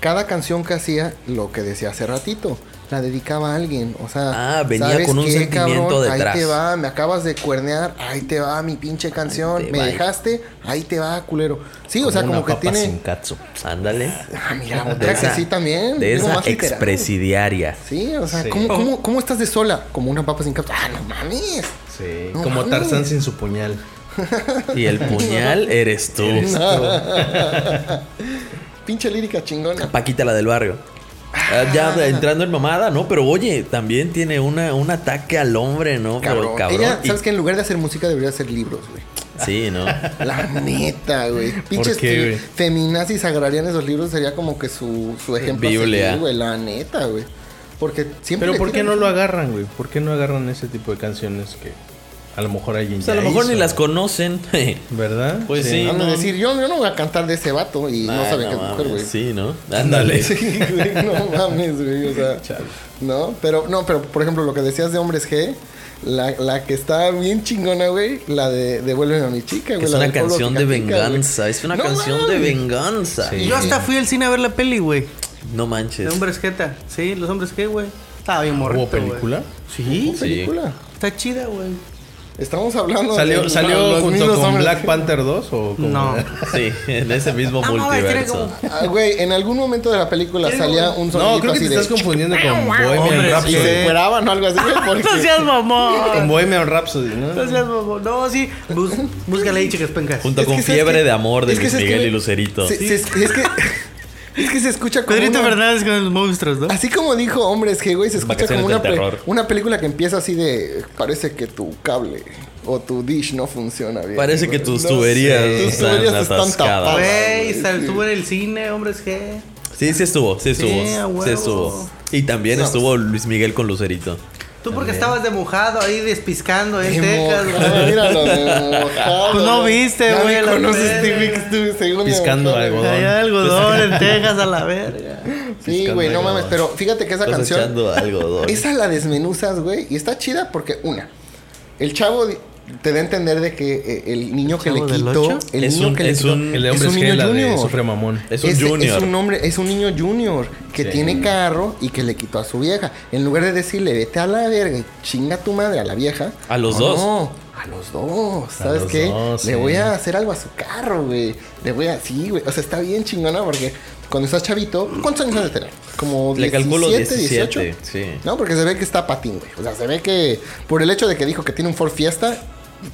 Speaker 2: cada canción que hacía, lo que decía hace ratito, la dedicaba a alguien. O sea,
Speaker 3: Ah, venía
Speaker 2: ¿sabes
Speaker 3: con un
Speaker 2: qué,
Speaker 3: sentimiento
Speaker 2: cabrón?
Speaker 3: detrás.
Speaker 2: Ahí te va, me acabas de cuernear, ahí te va mi pinche canción,
Speaker 3: te
Speaker 2: me
Speaker 3: va.
Speaker 2: dejaste, ahí te va, culero. Sí, o sea,
Speaker 4: una
Speaker 2: como que
Speaker 4: papa
Speaker 2: tiene.
Speaker 4: sin catsup.
Speaker 3: Ándale.
Speaker 2: Ah, mira, otra que sí también.
Speaker 3: de
Speaker 2: digo,
Speaker 3: esa
Speaker 2: más literal.
Speaker 3: expresidiaria.
Speaker 2: Sí, o sea,
Speaker 4: Sí.
Speaker 2: ¿cómo, cómo,
Speaker 4: [LAUGHS]
Speaker 2: cómo estás de sola? Como una papa sin capsa. ¡Ah, no mames!
Speaker 4: Sí,
Speaker 2: No
Speaker 4: como
Speaker 2: mames.
Speaker 4: Tarzán sin su puñal.
Speaker 2: [LAUGHS]
Speaker 3: Y el puñal eres tú.
Speaker 2: [LAUGHS] Pinche lírica chingona.
Speaker 3: Paquita la del barrio. Ah, ya entrando en mamada, ¿no? Pero oye, también tiene una, un ataque al hombre, ¿no? Pero
Speaker 2: Cabrón.
Speaker 3: cabrón.
Speaker 2: Ella,
Speaker 3: Y-
Speaker 2: ¿sabes que En lugar de hacer música debería hacer libros, güey.
Speaker 3: Sí, ¿no? [LAUGHS]
Speaker 2: La neta, güey. Pinches
Speaker 4: qué,
Speaker 2: fe-
Speaker 4: güey?
Speaker 2: feminazis agarrarían esos libros. Sería como que su, su ejemplo. a
Speaker 3: Biblia.
Speaker 2: seguir, güey. La neta, güey. Porque siempre...
Speaker 4: Pero
Speaker 2: le
Speaker 4: ¿por qué
Speaker 2: tiran-
Speaker 4: no lo agarran, güey? ¿Por qué no agarran ese tipo de canciones que a lo mejor alguien
Speaker 3: O sea, a lo
Speaker 4: ya
Speaker 3: mejor
Speaker 4: hizo,
Speaker 3: ni las conocen.
Speaker 4: ¿Verdad?
Speaker 3: Pues sí.
Speaker 2: Van a
Speaker 3: no.
Speaker 2: decir, yo, yo no voy a cantar de ese vato y no
Speaker 3: Ay,
Speaker 2: saben que es
Speaker 3: mames,
Speaker 2: mujer, güey.
Speaker 3: Sí, ¿no? Ándale.
Speaker 2: Sí, güey,
Speaker 3: [LAUGHS]
Speaker 2: no mames, güey, o sea, ¿no? Pero, no, pero por ejemplo, lo que decías de Hombres G, la, la que está bien chingona, güey, la de Devuélveme a mi chica, güey.
Speaker 3: Es
Speaker 2: la
Speaker 3: una
Speaker 2: del pueblo
Speaker 3: canción de
Speaker 2: Picapica, güey.
Speaker 3: venganza. Es una
Speaker 2: No
Speaker 3: canción de
Speaker 2: mames.
Speaker 3: venganza.
Speaker 4: Sí.
Speaker 5: Yo hasta fui al cine a ver la peli, güey.
Speaker 3: No
Speaker 5: De
Speaker 3: manches.
Speaker 5: hombres jeta. Sí, los hombres qué, güey. Estaba bien morrito,
Speaker 4: ¿Hubo
Speaker 5: güey.
Speaker 4: película?
Speaker 5: Sí.
Speaker 2: Película.
Speaker 5: Está chida, güey.
Speaker 2: Estamos hablando
Speaker 4: ¿Salió,
Speaker 2: de-
Speaker 4: salió
Speaker 2: los
Speaker 4: junto
Speaker 2: mismos
Speaker 4: con
Speaker 2: Hombres
Speaker 4: Black
Speaker 2: G.
Speaker 4: Panther 2 o como- [LAUGHS]
Speaker 5: No.
Speaker 3: Sí, en ese
Speaker 5: [LAUGHS]
Speaker 3: mismo
Speaker 5: Ah, mames, tiene
Speaker 3: multiverso.
Speaker 5: como-
Speaker 2: Ah, güey, en algún momento de la película salía un sonido
Speaker 4: No, creo que te
Speaker 2: así
Speaker 4: estás
Speaker 2: de...
Speaker 4: confundiendo con
Speaker 5: Hombre,
Speaker 4: Bohemian
Speaker 2: Y
Speaker 4: Rhapsody.
Speaker 5: sí.
Speaker 2: se encueraban o algo así,
Speaker 3: [LAUGHS]
Speaker 2: güey, porque...
Speaker 5: No seas mamón.
Speaker 4: Con Bohemian Rhapsody, ¿no?
Speaker 5: No seas mamón. No, sí. Bus, búscale ahí, chicas pencas.
Speaker 3: Junto
Speaker 2: Es que
Speaker 3: con
Speaker 2: sabes
Speaker 3: Fiebre
Speaker 2: que-
Speaker 3: de Amor de
Speaker 2: es que
Speaker 3: Luis
Speaker 2: sabes
Speaker 3: Miguel
Speaker 2: que-
Speaker 3: y Lucerito.
Speaker 2: se- se- es que... Es que se escucha como
Speaker 5: Pedrito
Speaker 2: una-
Speaker 5: Fernández con los monstruos, ¿no?
Speaker 2: Así como dijo Hombres G, güey, se escucha
Speaker 3: Vacaciones
Speaker 2: como una,
Speaker 3: del
Speaker 2: pe-
Speaker 3: terror.
Speaker 2: una película que empieza así de. Parece que tu cable o tu dish no funciona bien.
Speaker 3: Parece
Speaker 2: güey.
Speaker 3: que tus tuberías
Speaker 2: tus
Speaker 3: están
Speaker 2: tuberías
Speaker 3: atascadas.
Speaker 2: tapadas,
Speaker 5: Güey,
Speaker 2: güey,
Speaker 5: sal-
Speaker 2: sí.
Speaker 5: estuvo en el cine, hombres G.
Speaker 3: Sí, sí estuvo, sí estuvo.
Speaker 5: a huevo.
Speaker 3: Sí estuvo. Y también
Speaker 2: No,
Speaker 3: estuvo Luis Miguel con Lucerito.
Speaker 5: Tú porque estabas de mojado ahí despiscando en Texas,
Speaker 2: Mojado,
Speaker 5: güey.
Speaker 2: Míralo, de mojado.
Speaker 5: Pues no
Speaker 2: güey.
Speaker 5: viste,
Speaker 2: Ya
Speaker 5: güey,
Speaker 2: me
Speaker 5: la
Speaker 2: conoces,
Speaker 5: peda.
Speaker 2: Stevie, que estuve según de
Speaker 4: Piscando
Speaker 2: mojado, [LAUGHS]
Speaker 4: algo.
Speaker 2: güey.
Speaker 5: Hay algodón en Texas a la verga.
Speaker 2: Sí, güey, no mames, pero fíjate que esa
Speaker 3: Estás
Speaker 2: canción.
Speaker 3: echando algodón.
Speaker 2: Esa la desmenuzas, güey. Y está chida porque, una, el chavo di- te da a entender de que eh, el niño que le
Speaker 5: chavo del
Speaker 2: quitó.
Speaker 5: ocho?
Speaker 2: El
Speaker 3: Es
Speaker 2: niño
Speaker 3: un-
Speaker 2: que le
Speaker 3: es
Speaker 2: quitó.
Speaker 3: un-
Speaker 4: El hombre
Speaker 2: es
Speaker 4: es
Speaker 2: un
Speaker 4: que
Speaker 2: niño
Speaker 4: la de
Speaker 2: junior.
Speaker 4: Sufre Mamón.
Speaker 3: Es un
Speaker 2: Ese-
Speaker 3: junior.
Speaker 2: Es un hombre, es un niño junior que
Speaker 4: Sí.
Speaker 2: tiene carro y que le quitó a su vieja. En lugar de decirle, vete a la verga y chinga a tu madre a la vieja.
Speaker 3: A los
Speaker 2: no,
Speaker 3: dos.
Speaker 2: No, a los dos.
Speaker 4: A
Speaker 2: ¿Sabes
Speaker 4: los
Speaker 2: qué?
Speaker 4: dos,
Speaker 2: le
Speaker 4: sí.
Speaker 2: voy a hacer algo a su carro, güey. Le voy a. Sí, güey. O sea, está bien chingona porque cuando estás chavito, ¿cuántos años has de tener? Como
Speaker 3: Le calculo
Speaker 2: 17,
Speaker 3: 17,
Speaker 2: 18.
Speaker 3: sí.
Speaker 2: No, porque se ve que está patín, güey. O sea, se ve que por el hecho de que dijo que tiene un Ford Fiesta,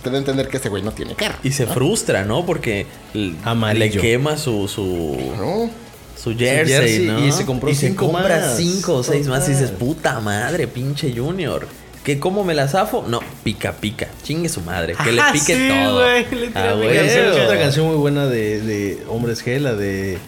Speaker 2: te da a entender que ese güey no tiene carro.
Speaker 3: Y se frustra, ¿no? Porque l-
Speaker 4: Amarillo.
Speaker 3: le quema su, su,
Speaker 2: ¿No?
Speaker 3: su jersey,
Speaker 4: jersey,
Speaker 3: ¿no?
Speaker 4: y se compró
Speaker 3: se
Speaker 4: cinco
Speaker 3: compra
Speaker 4: más.
Speaker 3: cinco o seis más y dices, puta madre, pinche Junior. ¿Que cómo me la zafo? No, pica, pica. Chingue su madre. Que le
Speaker 5: Ah,
Speaker 3: pique
Speaker 5: sí,
Speaker 3: todo.
Speaker 5: güey, le tira
Speaker 3: Ah,
Speaker 5: pica.
Speaker 3: güey.
Speaker 4: Canción, es otra canción muy buena de, de Hombres G, la de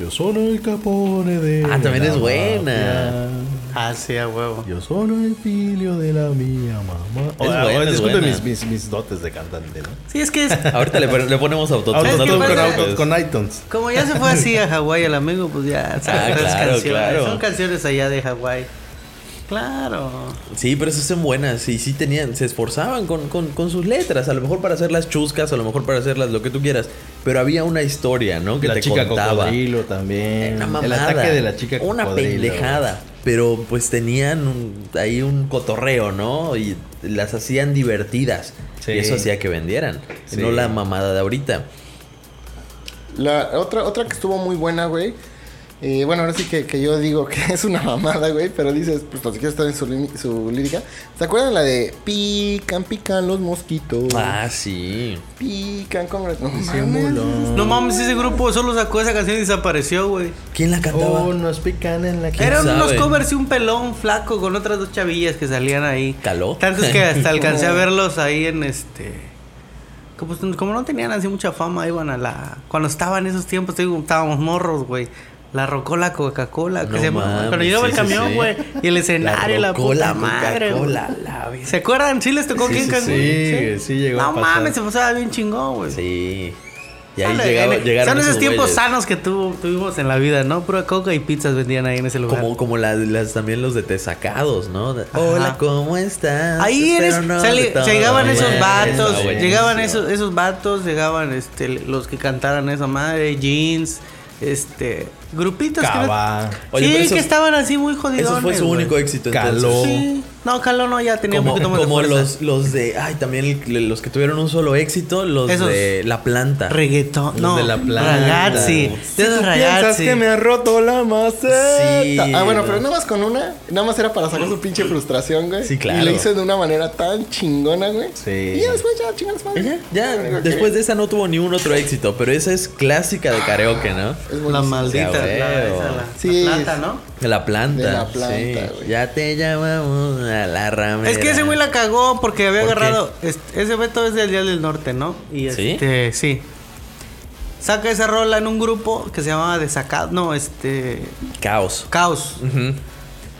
Speaker 4: Yo soy el capone de.
Speaker 3: Ah, también
Speaker 4: la
Speaker 3: es buena.
Speaker 4: mafia.
Speaker 5: Ah, sí, a huevo.
Speaker 4: Yo solo el filio de la mía mamá. Ah,
Speaker 3: Es buena, es
Speaker 4: disculpe
Speaker 3: buena.
Speaker 4: mis, mis, mis dotes de cantante, ¿no?
Speaker 5: Sí, es que es.
Speaker 3: Ahorita le, pon- le ponemos autotune.
Speaker 5: ¿Sabes
Speaker 3: no
Speaker 5: qué
Speaker 3: te
Speaker 5: pasa?
Speaker 4: con,
Speaker 3: preocupes.
Speaker 4: auto- con iTunes.
Speaker 5: Como ya se fue así a Hawái el amigo, pues ya saca
Speaker 3: Ah,
Speaker 5: otras
Speaker 3: claro,
Speaker 5: canciones.
Speaker 3: claro.
Speaker 5: Son canciones allá de Hawái. Claro.
Speaker 3: Sí, pero esas son buenas. Y sí tenían, se esforzaban con, con, con sus letras. A lo mejor para hacerlas chuscas, a lo mejor para hacerlas lo que tú quieras. Pero había una historia, ¿no? Que
Speaker 4: la
Speaker 3: te
Speaker 4: chica
Speaker 3: contaba.
Speaker 4: cocodrilo también. Eh,
Speaker 3: Una
Speaker 4: el
Speaker 3: mamada.
Speaker 4: ataque de la chica
Speaker 3: Una
Speaker 4: cocodrilo.
Speaker 3: pendejada. Pero pues tenían un- ahí un cotorreo, ¿no? Y las hacían divertidas.
Speaker 4: Sí.
Speaker 3: Y eso hacía que vendieran.
Speaker 4: Sí.
Speaker 3: No la mamada de ahorita.
Speaker 2: La otra, otra que estuvo muy buena, güey. eh, bueno, ahora sí que, que yo digo que [LAUGHS] es una mamada, güey, pero dices, pues si quieres estar en su, lí- su lírica. ¿Se acuerdan la de pican, pican los
Speaker 4: Uh.
Speaker 2: mosquitos?
Speaker 3: Ah, sí.
Speaker 2: Pican, congres. No, mames.
Speaker 4: Simulón.
Speaker 5: No mames, ese grupo solo sacó esa canción y desapareció, güey.
Speaker 3: ¿Quién la cantaba?
Speaker 4: Oh, nos pican en la cara.
Speaker 5: Eran unos
Speaker 3: sabe?
Speaker 5: covers y un pelón flaco con otras dos chavillas que salían ahí.
Speaker 3: Caló. [LAUGHS]
Speaker 5: Tantos que hasta alcancé a verlos ahí en este. Como, pues, como no tenían así mucha fama, iban a la. Cuando estaban esos tiempos, te digo, estábamos morros, güey. La rocola Coca-Cola, que
Speaker 3: No
Speaker 5: se llama.
Speaker 3: mames,
Speaker 5: Cuando llegaba
Speaker 3: sí,
Speaker 5: el
Speaker 3: sí,
Speaker 5: camión,
Speaker 3: sí.
Speaker 5: güey. Y el escenario, la, puta
Speaker 3: Rocola,
Speaker 5: madre. güey.
Speaker 3: Coca-Cola, la vez.
Speaker 5: ¿Se acuerdan? Sí, les tocó
Speaker 4: Sí,
Speaker 5: aquí en
Speaker 4: sí,
Speaker 5: Cancún.
Speaker 4: sí, sí llegó
Speaker 5: No
Speaker 4: a pasar.
Speaker 5: mames, se pasaba bien chingón, güey.
Speaker 3: Sí. Y ahí
Speaker 5: Sale,
Speaker 3: llegaba-
Speaker 5: en-
Speaker 3: llegaron
Speaker 5: Son esos tiempos
Speaker 3: güeyes.
Speaker 5: sanos que tuvo- tuvimos en la vida, ¿no? Pura coca y pizzas vendían ahí en ese lugar.
Speaker 3: Como, como la- las, también los de Tesacados, ¿no? De,
Speaker 5: Ajá.
Speaker 3: Hola, ¿cómo estás?
Speaker 5: Ahí
Speaker 3: Espero
Speaker 5: eres,
Speaker 3: no
Speaker 5: sali-
Speaker 3: de todo
Speaker 5: llegaban esos
Speaker 3: bien".
Speaker 5: vatos,
Speaker 3: Está buenísimo.
Speaker 5: llegaban esos, esos vatos, llegaban este, los que cantaran esa madre, jeans, este, grupitos que no-
Speaker 4: Cava.
Speaker 3: Oye,
Speaker 5: sí,
Speaker 3: pero esos-
Speaker 5: que estaban así muy jodidones.
Speaker 3: Eso fue su
Speaker 5: güey.
Speaker 3: único éxito. entonces.
Speaker 4: Caló.
Speaker 5: Sí. No, Caló no, ya tenía un
Speaker 3: Como,
Speaker 5: poquito más de
Speaker 3: como
Speaker 5: fuerza.
Speaker 3: los, los de. Ay, también el- los que tuvieron un solo éxito, los
Speaker 5: Esos.
Speaker 3: de La Planta.
Speaker 5: Reggaetón,
Speaker 4: Los
Speaker 5: no,
Speaker 4: de la planta.
Speaker 5: ragazzi.
Speaker 4: Si
Speaker 5: De esos ragazzi.
Speaker 4: ha roto la maceta.
Speaker 3: Sí.
Speaker 2: Ah, bueno, pero nada más con una, nada más era para sacar su pinche frustración, güey.
Speaker 3: Sí, claro.
Speaker 2: Y lo hizo de una manera tan chingona, güey.
Speaker 4: Sí.
Speaker 2: Y ya después ya chingas madre.
Speaker 3: Ya, después de esa no tuvo ni un otro éxito, pero esa es clásica de karaoke, ¿no?
Speaker 2: Es
Speaker 5: La
Speaker 2: buenísimo.
Speaker 5: maldita,
Speaker 3: Ya,
Speaker 5: la,
Speaker 3: güey.
Speaker 5: esa, la-
Speaker 2: Sí.
Speaker 5: la planta, ¿no?
Speaker 3: De la planta.
Speaker 2: De La Planta,
Speaker 3: sí.
Speaker 2: güey.
Speaker 3: Ya te llamamos a la ramera.
Speaker 5: Es que ese güey la cagó porque había
Speaker 3: ¿Por qué?
Speaker 5: agarrado. es- ese Beto es del Día del Norte, ¿no? Y
Speaker 3: ¿Sí?
Speaker 5: este, sí. Saca esa rola en un grupo que se llamaba Desacado. No, este.
Speaker 3: Caos.
Speaker 5: Caos.
Speaker 3: Ujú.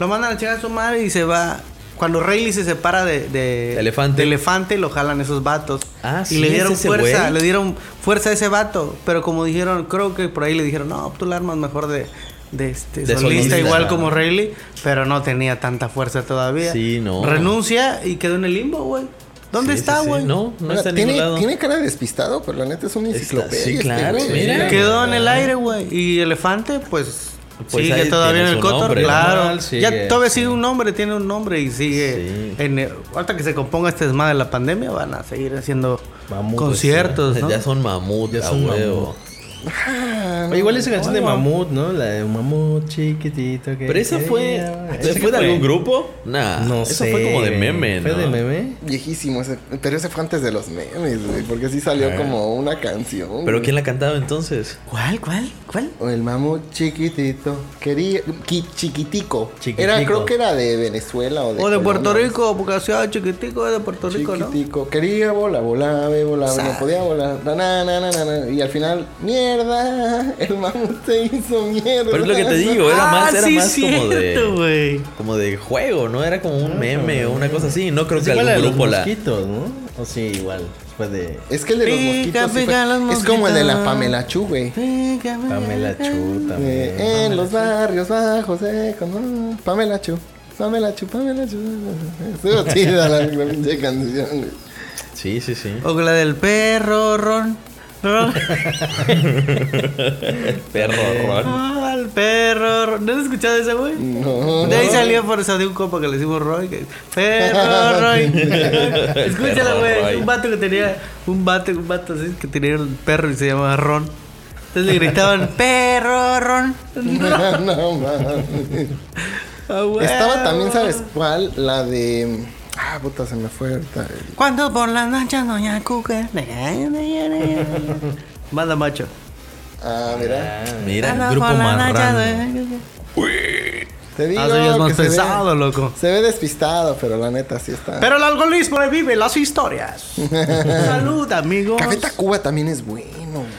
Speaker 5: Lo mandan a chingar a su madre y se va. Cuando Rayleigh se separa de, de-
Speaker 3: Elefante.
Speaker 5: de elefante, lo jalan esos vatos.
Speaker 3: Ah,
Speaker 5: y
Speaker 3: sí,
Speaker 5: le
Speaker 3: es
Speaker 5: dieron
Speaker 3: ese
Speaker 5: fuerza,
Speaker 3: güey.
Speaker 5: le dieron fuerza a ese vato. Pero como dijeron, creo que por ahí le dijeron, no, tú la armas mejor de, de este
Speaker 3: De
Speaker 5: solista,
Speaker 3: solista,
Speaker 5: igual
Speaker 3: ajá.
Speaker 5: como Rayleigh, pero no tenía tanta fuerza todavía.
Speaker 3: Sí, no.
Speaker 5: Renuncia y quedó en el limbo, güey. ¿Dónde
Speaker 3: Sí,
Speaker 5: está,
Speaker 3: sí, sí.
Speaker 5: güey?
Speaker 3: No, no
Speaker 2: Mira,
Speaker 3: está en
Speaker 2: tiene,
Speaker 3: ningún lado.
Speaker 2: tiene cara de despistado, pero la neta es una
Speaker 3: Está-
Speaker 2: enciclopedia.
Speaker 3: sí,
Speaker 2: este
Speaker 3: claro,
Speaker 2: güey.
Speaker 3: mira.
Speaker 5: Quedó en el aire, güey. Y Elefante, pues.
Speaker 3: Pues
Speaker 5: sigue
Speaker 3: ahí
Speaker 5: todavía en
Speaker 3: tiene su
Speaker 5: el cotor,
Speaker 3: nombre,
Speaker 5: claro.
Speaker 4: normal, sigue,
Speaker 5: ya todavía
Speaker 4: sí.
Speaker 5: sigue un nombre, tiene un nombre y sigue.
Speaker 3: Sí.
Speaker 5: En, ahorita que se componga este desmadre de la pandemia, van a seguir haciendo
Speaker 4: Mamutos,
Speaker 5: conciertos, ¿no?
Speaker 3: pues, Ya son mamut,
Speaker 4: Ya
Speaker 3: a
Speaker 4: son
Speaker 3: huevo.
Speaker 4: mamut.
Speaker 2: Ah, no,
Speaker 4: Oye, igual esa canción de
Speaker 2: no.
Speaker 4: Mamut, ¿no? La de Mamut chiquitito que.
Speaker 3: Pero esa fue.
Speaker 4: ¿Esa
Speaker 3: ¿Fue
Speaker 4: qué
Speaker 3: de algún grupo? Nah.
Speaker 4: No
Speaker 3: esa
Speaker 4: sé.
Speaker 3: fue como de
Speaker 4: güey.
Speaker 3: meme,
Speaker 4: ¿Fue
Speaker 3: ¿no?
Speaker 4: de meme?
Speaker 2: Viejísimo ese. Pero ese fue antes de los memes, güey. Porque sí salió como una canción.
Speaker 3: Ah. Pero
Speaker 2: güey.
Speaker 3: ¿quién la cantaba entonces?
Speaker 5: ¿Cuál, cuál, cuál?
Speaker 2: O el mamut chiquitito. Quería. qui- chiquitico.
Speaker 4: Chiquitico.
Speaker 2: Era, creo que era de Venezuela o de.
Speaker 5: O de
Speaker 2: Colombia.
Speaker 5: Puerto Rico, porque la ciudad chiquitico es de Puerto Rico, ¿no?
Speaker 2: Chiquitico. Quería volar, volaba, volaba.
Speaker 5: Sa-
Speaker 2: No podía volar. Na, na, na, na, na, na. Y al final. Nie, mierda, [LAUGHS] el mamut se hizo mierda.
Speaker 3: Pero es lo que te digo, era
Speaker 5: Ah,
Speaker 3: más, era
Speaker 5: sí,
Speaker 3: más como
Speaker 5: cierto,
Speaker 3: de.
Speaker 5: güey.
Speaker 3: Como de juego, ¿no? Era como un meme o una cosa así. No creo
Speaker 4: Es
Speaker 3: que
Speaker 4: igual a
Speaker 3: algún
Speaker 4: los
Speaker 3: grupo la.
Speaker 4: mosquitos, ¿no? O sí, igual. Después de
Speaker 2: Es que el de los
Speaker 5: Pica,
Speaker 2: mosquitos. sí
Speaker 5: pica
Speaker 2: fue-
Speaker 5: los
Speaker 2: Es como el de la
Speaker 5: mosquitos.
Speaker 2: Pamela Chu, güey.
Speaker 4: Pamela Chu
Speaker 2: Eh,
Speaker 4: también.
Speaker 2: en los barrios bajos, eh, con ah, Pamela Chu. Pamela Chu, Pamela Chu. Estuvo
Speaker 5: [LAUGHS]
Speaker 2: chida la, la pinche canción, güey.
Speaker 3: Sí, sí, sí.
Speaker 5: O la del perro, Ron. Ron. [LAUGHS]
Speaker 3: Perro, Ron.
Speaker 5: Ah, el perro, Ron. ¿No has escuchado esa, güey?
Speaker 2: No.
Speaker 5: De ahí salió por eso de un copo que le hicimos Roy. que- Perro [LAUGHS] Roy. Escúchala,
Speaker 3: Perro
Speaker 5: güey.
Speaker 3: Roy.
Speaker 5: es Un vato que tenía. Un vato, un vato así que tenía un perro y se llamaba Ron. Entonces le [LAUGHS] gritaban, perro Ron.
Speaker 2: No, [LAUGHS] no, mames.
Speaker 5: Ah, güey.
Speaker 2: Estaba también, ¿sabes cuál? La de. Ah, puta, se me fue ahorita.
Speaker 5: Cuando por la noche doña Cuca. Manda macho.
Speaker 2: Ah, mira.
Speaker 3: Mira,
Speaker 5: Cuando
Speaker 3: grupo
Speaker 5: por la noche,
Speaker 3: marrano.
Speaker 5: doña Cuca.
Speaker 2: Te digo.
Speaker 5: Ah, eso ya es más
Speaker 2: que se ve-
Speaker 5: pesado, loco.
Speaker 2: Se ve despistado, pero la neta sí está.
Speaker 5: Pero el alcoholismo revive
Speaker 2: [LAUGHS]
Speaker 5: las historias. Salud, amigos.
Speaker 2: Café Tacuba también es bueno,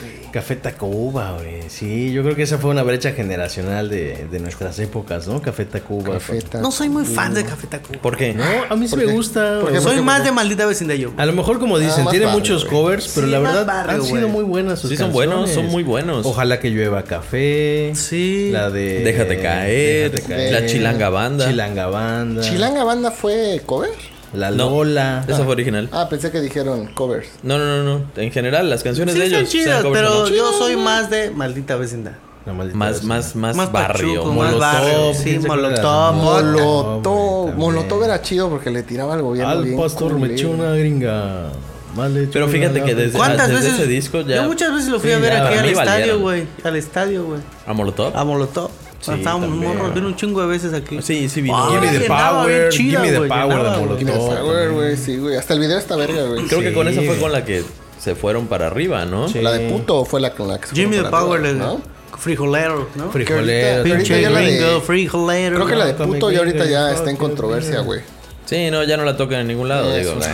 Speaker 2: güey.
Speaker 4: Café Tacuba, güey. Sí, yo creo que esa fue una brecha generacional de, de nuestras épocas, ¿no? Café Tacuba.
Speaker 2: Café Tacuba.
Speaker 5: No soy muy fan de Café Tacuba.
Speaker 3: ¿Por qué?
Speaker 4: No, a mí sí me gusta.
Speaker 2: ¿Por qué?
Speaker 4: güey.
Speaker 5: Soy más de maldita vecindad yo.
Speaker 4: A lo mejor, como dicen,
Speaker 2: más
Speaker 4: tiene
Speaker 2: barrio,
Speaker 4: muchos
Speaker 2: güey.
Speaker 4: covers, pero
Speaker 5: Sí,
Speaker 4: la
Speaker 5: más
Speaker 4: verdad
Speaker 5: barrio,
Speaker 4: han sido
Speaker 5: güey.
Speaker 4: muy buenas sus
Speaker 3: Sí, son buenos,
Speaker 4: canciones.
Speaker 3: son muy buenos.
Speaker 4: Ojalá que llueva café.
Speaker 5: Sí.
Speaker 4: La de.
Speaker 3: Déjate caer,
Speaker 2: La
Speaker 3: Chilanga Banda.
Speaker 4: Chilanga Banda.
Speaker 2: ¿Chilanga Banda fue cover?
Speaker 4: La
Speaker 3: No,
Speaker 4: Lola.
Speaker 3: Esa fue original.
Speaker 2: Ah, pensé que dijeron covers.
Speaker 3: No, no, no, no. En general, las canciones
Speaker 5: Sí,
Speaker 3: de
Speaker 5: están
Speaker 3: ellos.
Speaker 5: chidas,
Speaker 3: sean covers o no.
Speaker 5: pero yo soy más de maldita vecindad.
Speaker 4: La maldita
Speaker 3: Más,
Speaker 4: vecindad.
Speaker 3: más, más,
Speaker 5: Más
Speaker 3: barrio.
Speaker 5: pachuco, más
Speaker 3: molotov.
Speaker 5: barrio. Ah, Sí,
Speaker 4: ¿quién se acuerda de las
Speaker 5: molotov.
Speaker 4: Ah, güey,
Speaker 2: Molotov.
Speaker 4: también.
Speaker 2: Molotov era chido porque le tiraba al gobierno.
Speaker 4: Al
Speaker 2: bien
Speaker 4: pastor me
Speaker 2: culero.
Speaker 4: echó una gringa. Más le echó
Speaker 3: Pero fíjate
Speaker 4: una
Speaker 3: que
Speaker 4: gringa.
Speaker 3: desde-
Speaker 5: ¿Cuántas
Speaker 3: desde
Speaker 5: veces?
Speaker 3: ese disco ya-
Speaker 5: Yo muchas veces lo fui
Speaker 3: Sí,
Speaker 5: a ver
Speaker 3: ya,
Speaker 5: aquí
Speaker 3: para
Speaker 5: al
Speaker 3: mí
Speaker 5: estadio,
Speaker 3: valieron.
Speaker 5: güey. Al estadio, güey.
Speaker 3: ¿A Molotov?
Speaker 5: A Molotov.
Speaker 4: Sí,
Speaker 5: Estábamos
Speaker 4: también.
Speaker 5: morros, vino un chingo de veces aquí.
Speaker 3: Sí, sí vino.
Speaker 5: Ah,
Speaker 4: Give me the
Speaker 5: llenaba bien
Speaker 4: power. Give
Speaker 5: chida,
Speaker 4: me the
Speaker 5: güey,
Speaker 4: power
Speaker 5: llenaba,
Speaker 4: de
Speaker 5: güey.
Speaker 2: Give me the
Speaker 4: Molotov.
Speaker 2: power, güey, sí, güey. Hasta el video está verga, güey.
Speaker 3: Creo que con
Speaker 4: Sí.
Speaker 3: esa fue con la que se fueron para arriba, ¿no?
Speaker 4: Sí.
Speaker 2: La de puto fue la con la que se
Speaker 5: Jimmy the
Speaker 2: fueron para
Speaker 5: Power,
Speaker 2: arriba,
Speaker 5: el
Speaker 2: ¿no?
Speaker 5: frijolero, ¿no?
Speaker 2: Que ahorita-
Speaker 4: Frijolero.
Speaker 2: pero ahorita
Speaker 5: Pinche
Speaker 2: ya la de-
Speaker 5: gringo, frijolero.
Speaker 2: Creo que la de
Speaker 4: Tommy
Speaker 2: puto ya ahorita
Speaker 4: Winger,
Speaker 2: ya está en
Speaker 4: fucking
Speaker 2: controversia, güey.
Speaker 3: Sí, no, ya no la tocan en ningún lado.
Speaker 2: Es
Speaker 3: digo,
Speaker 2: una
Speaker 3: eh.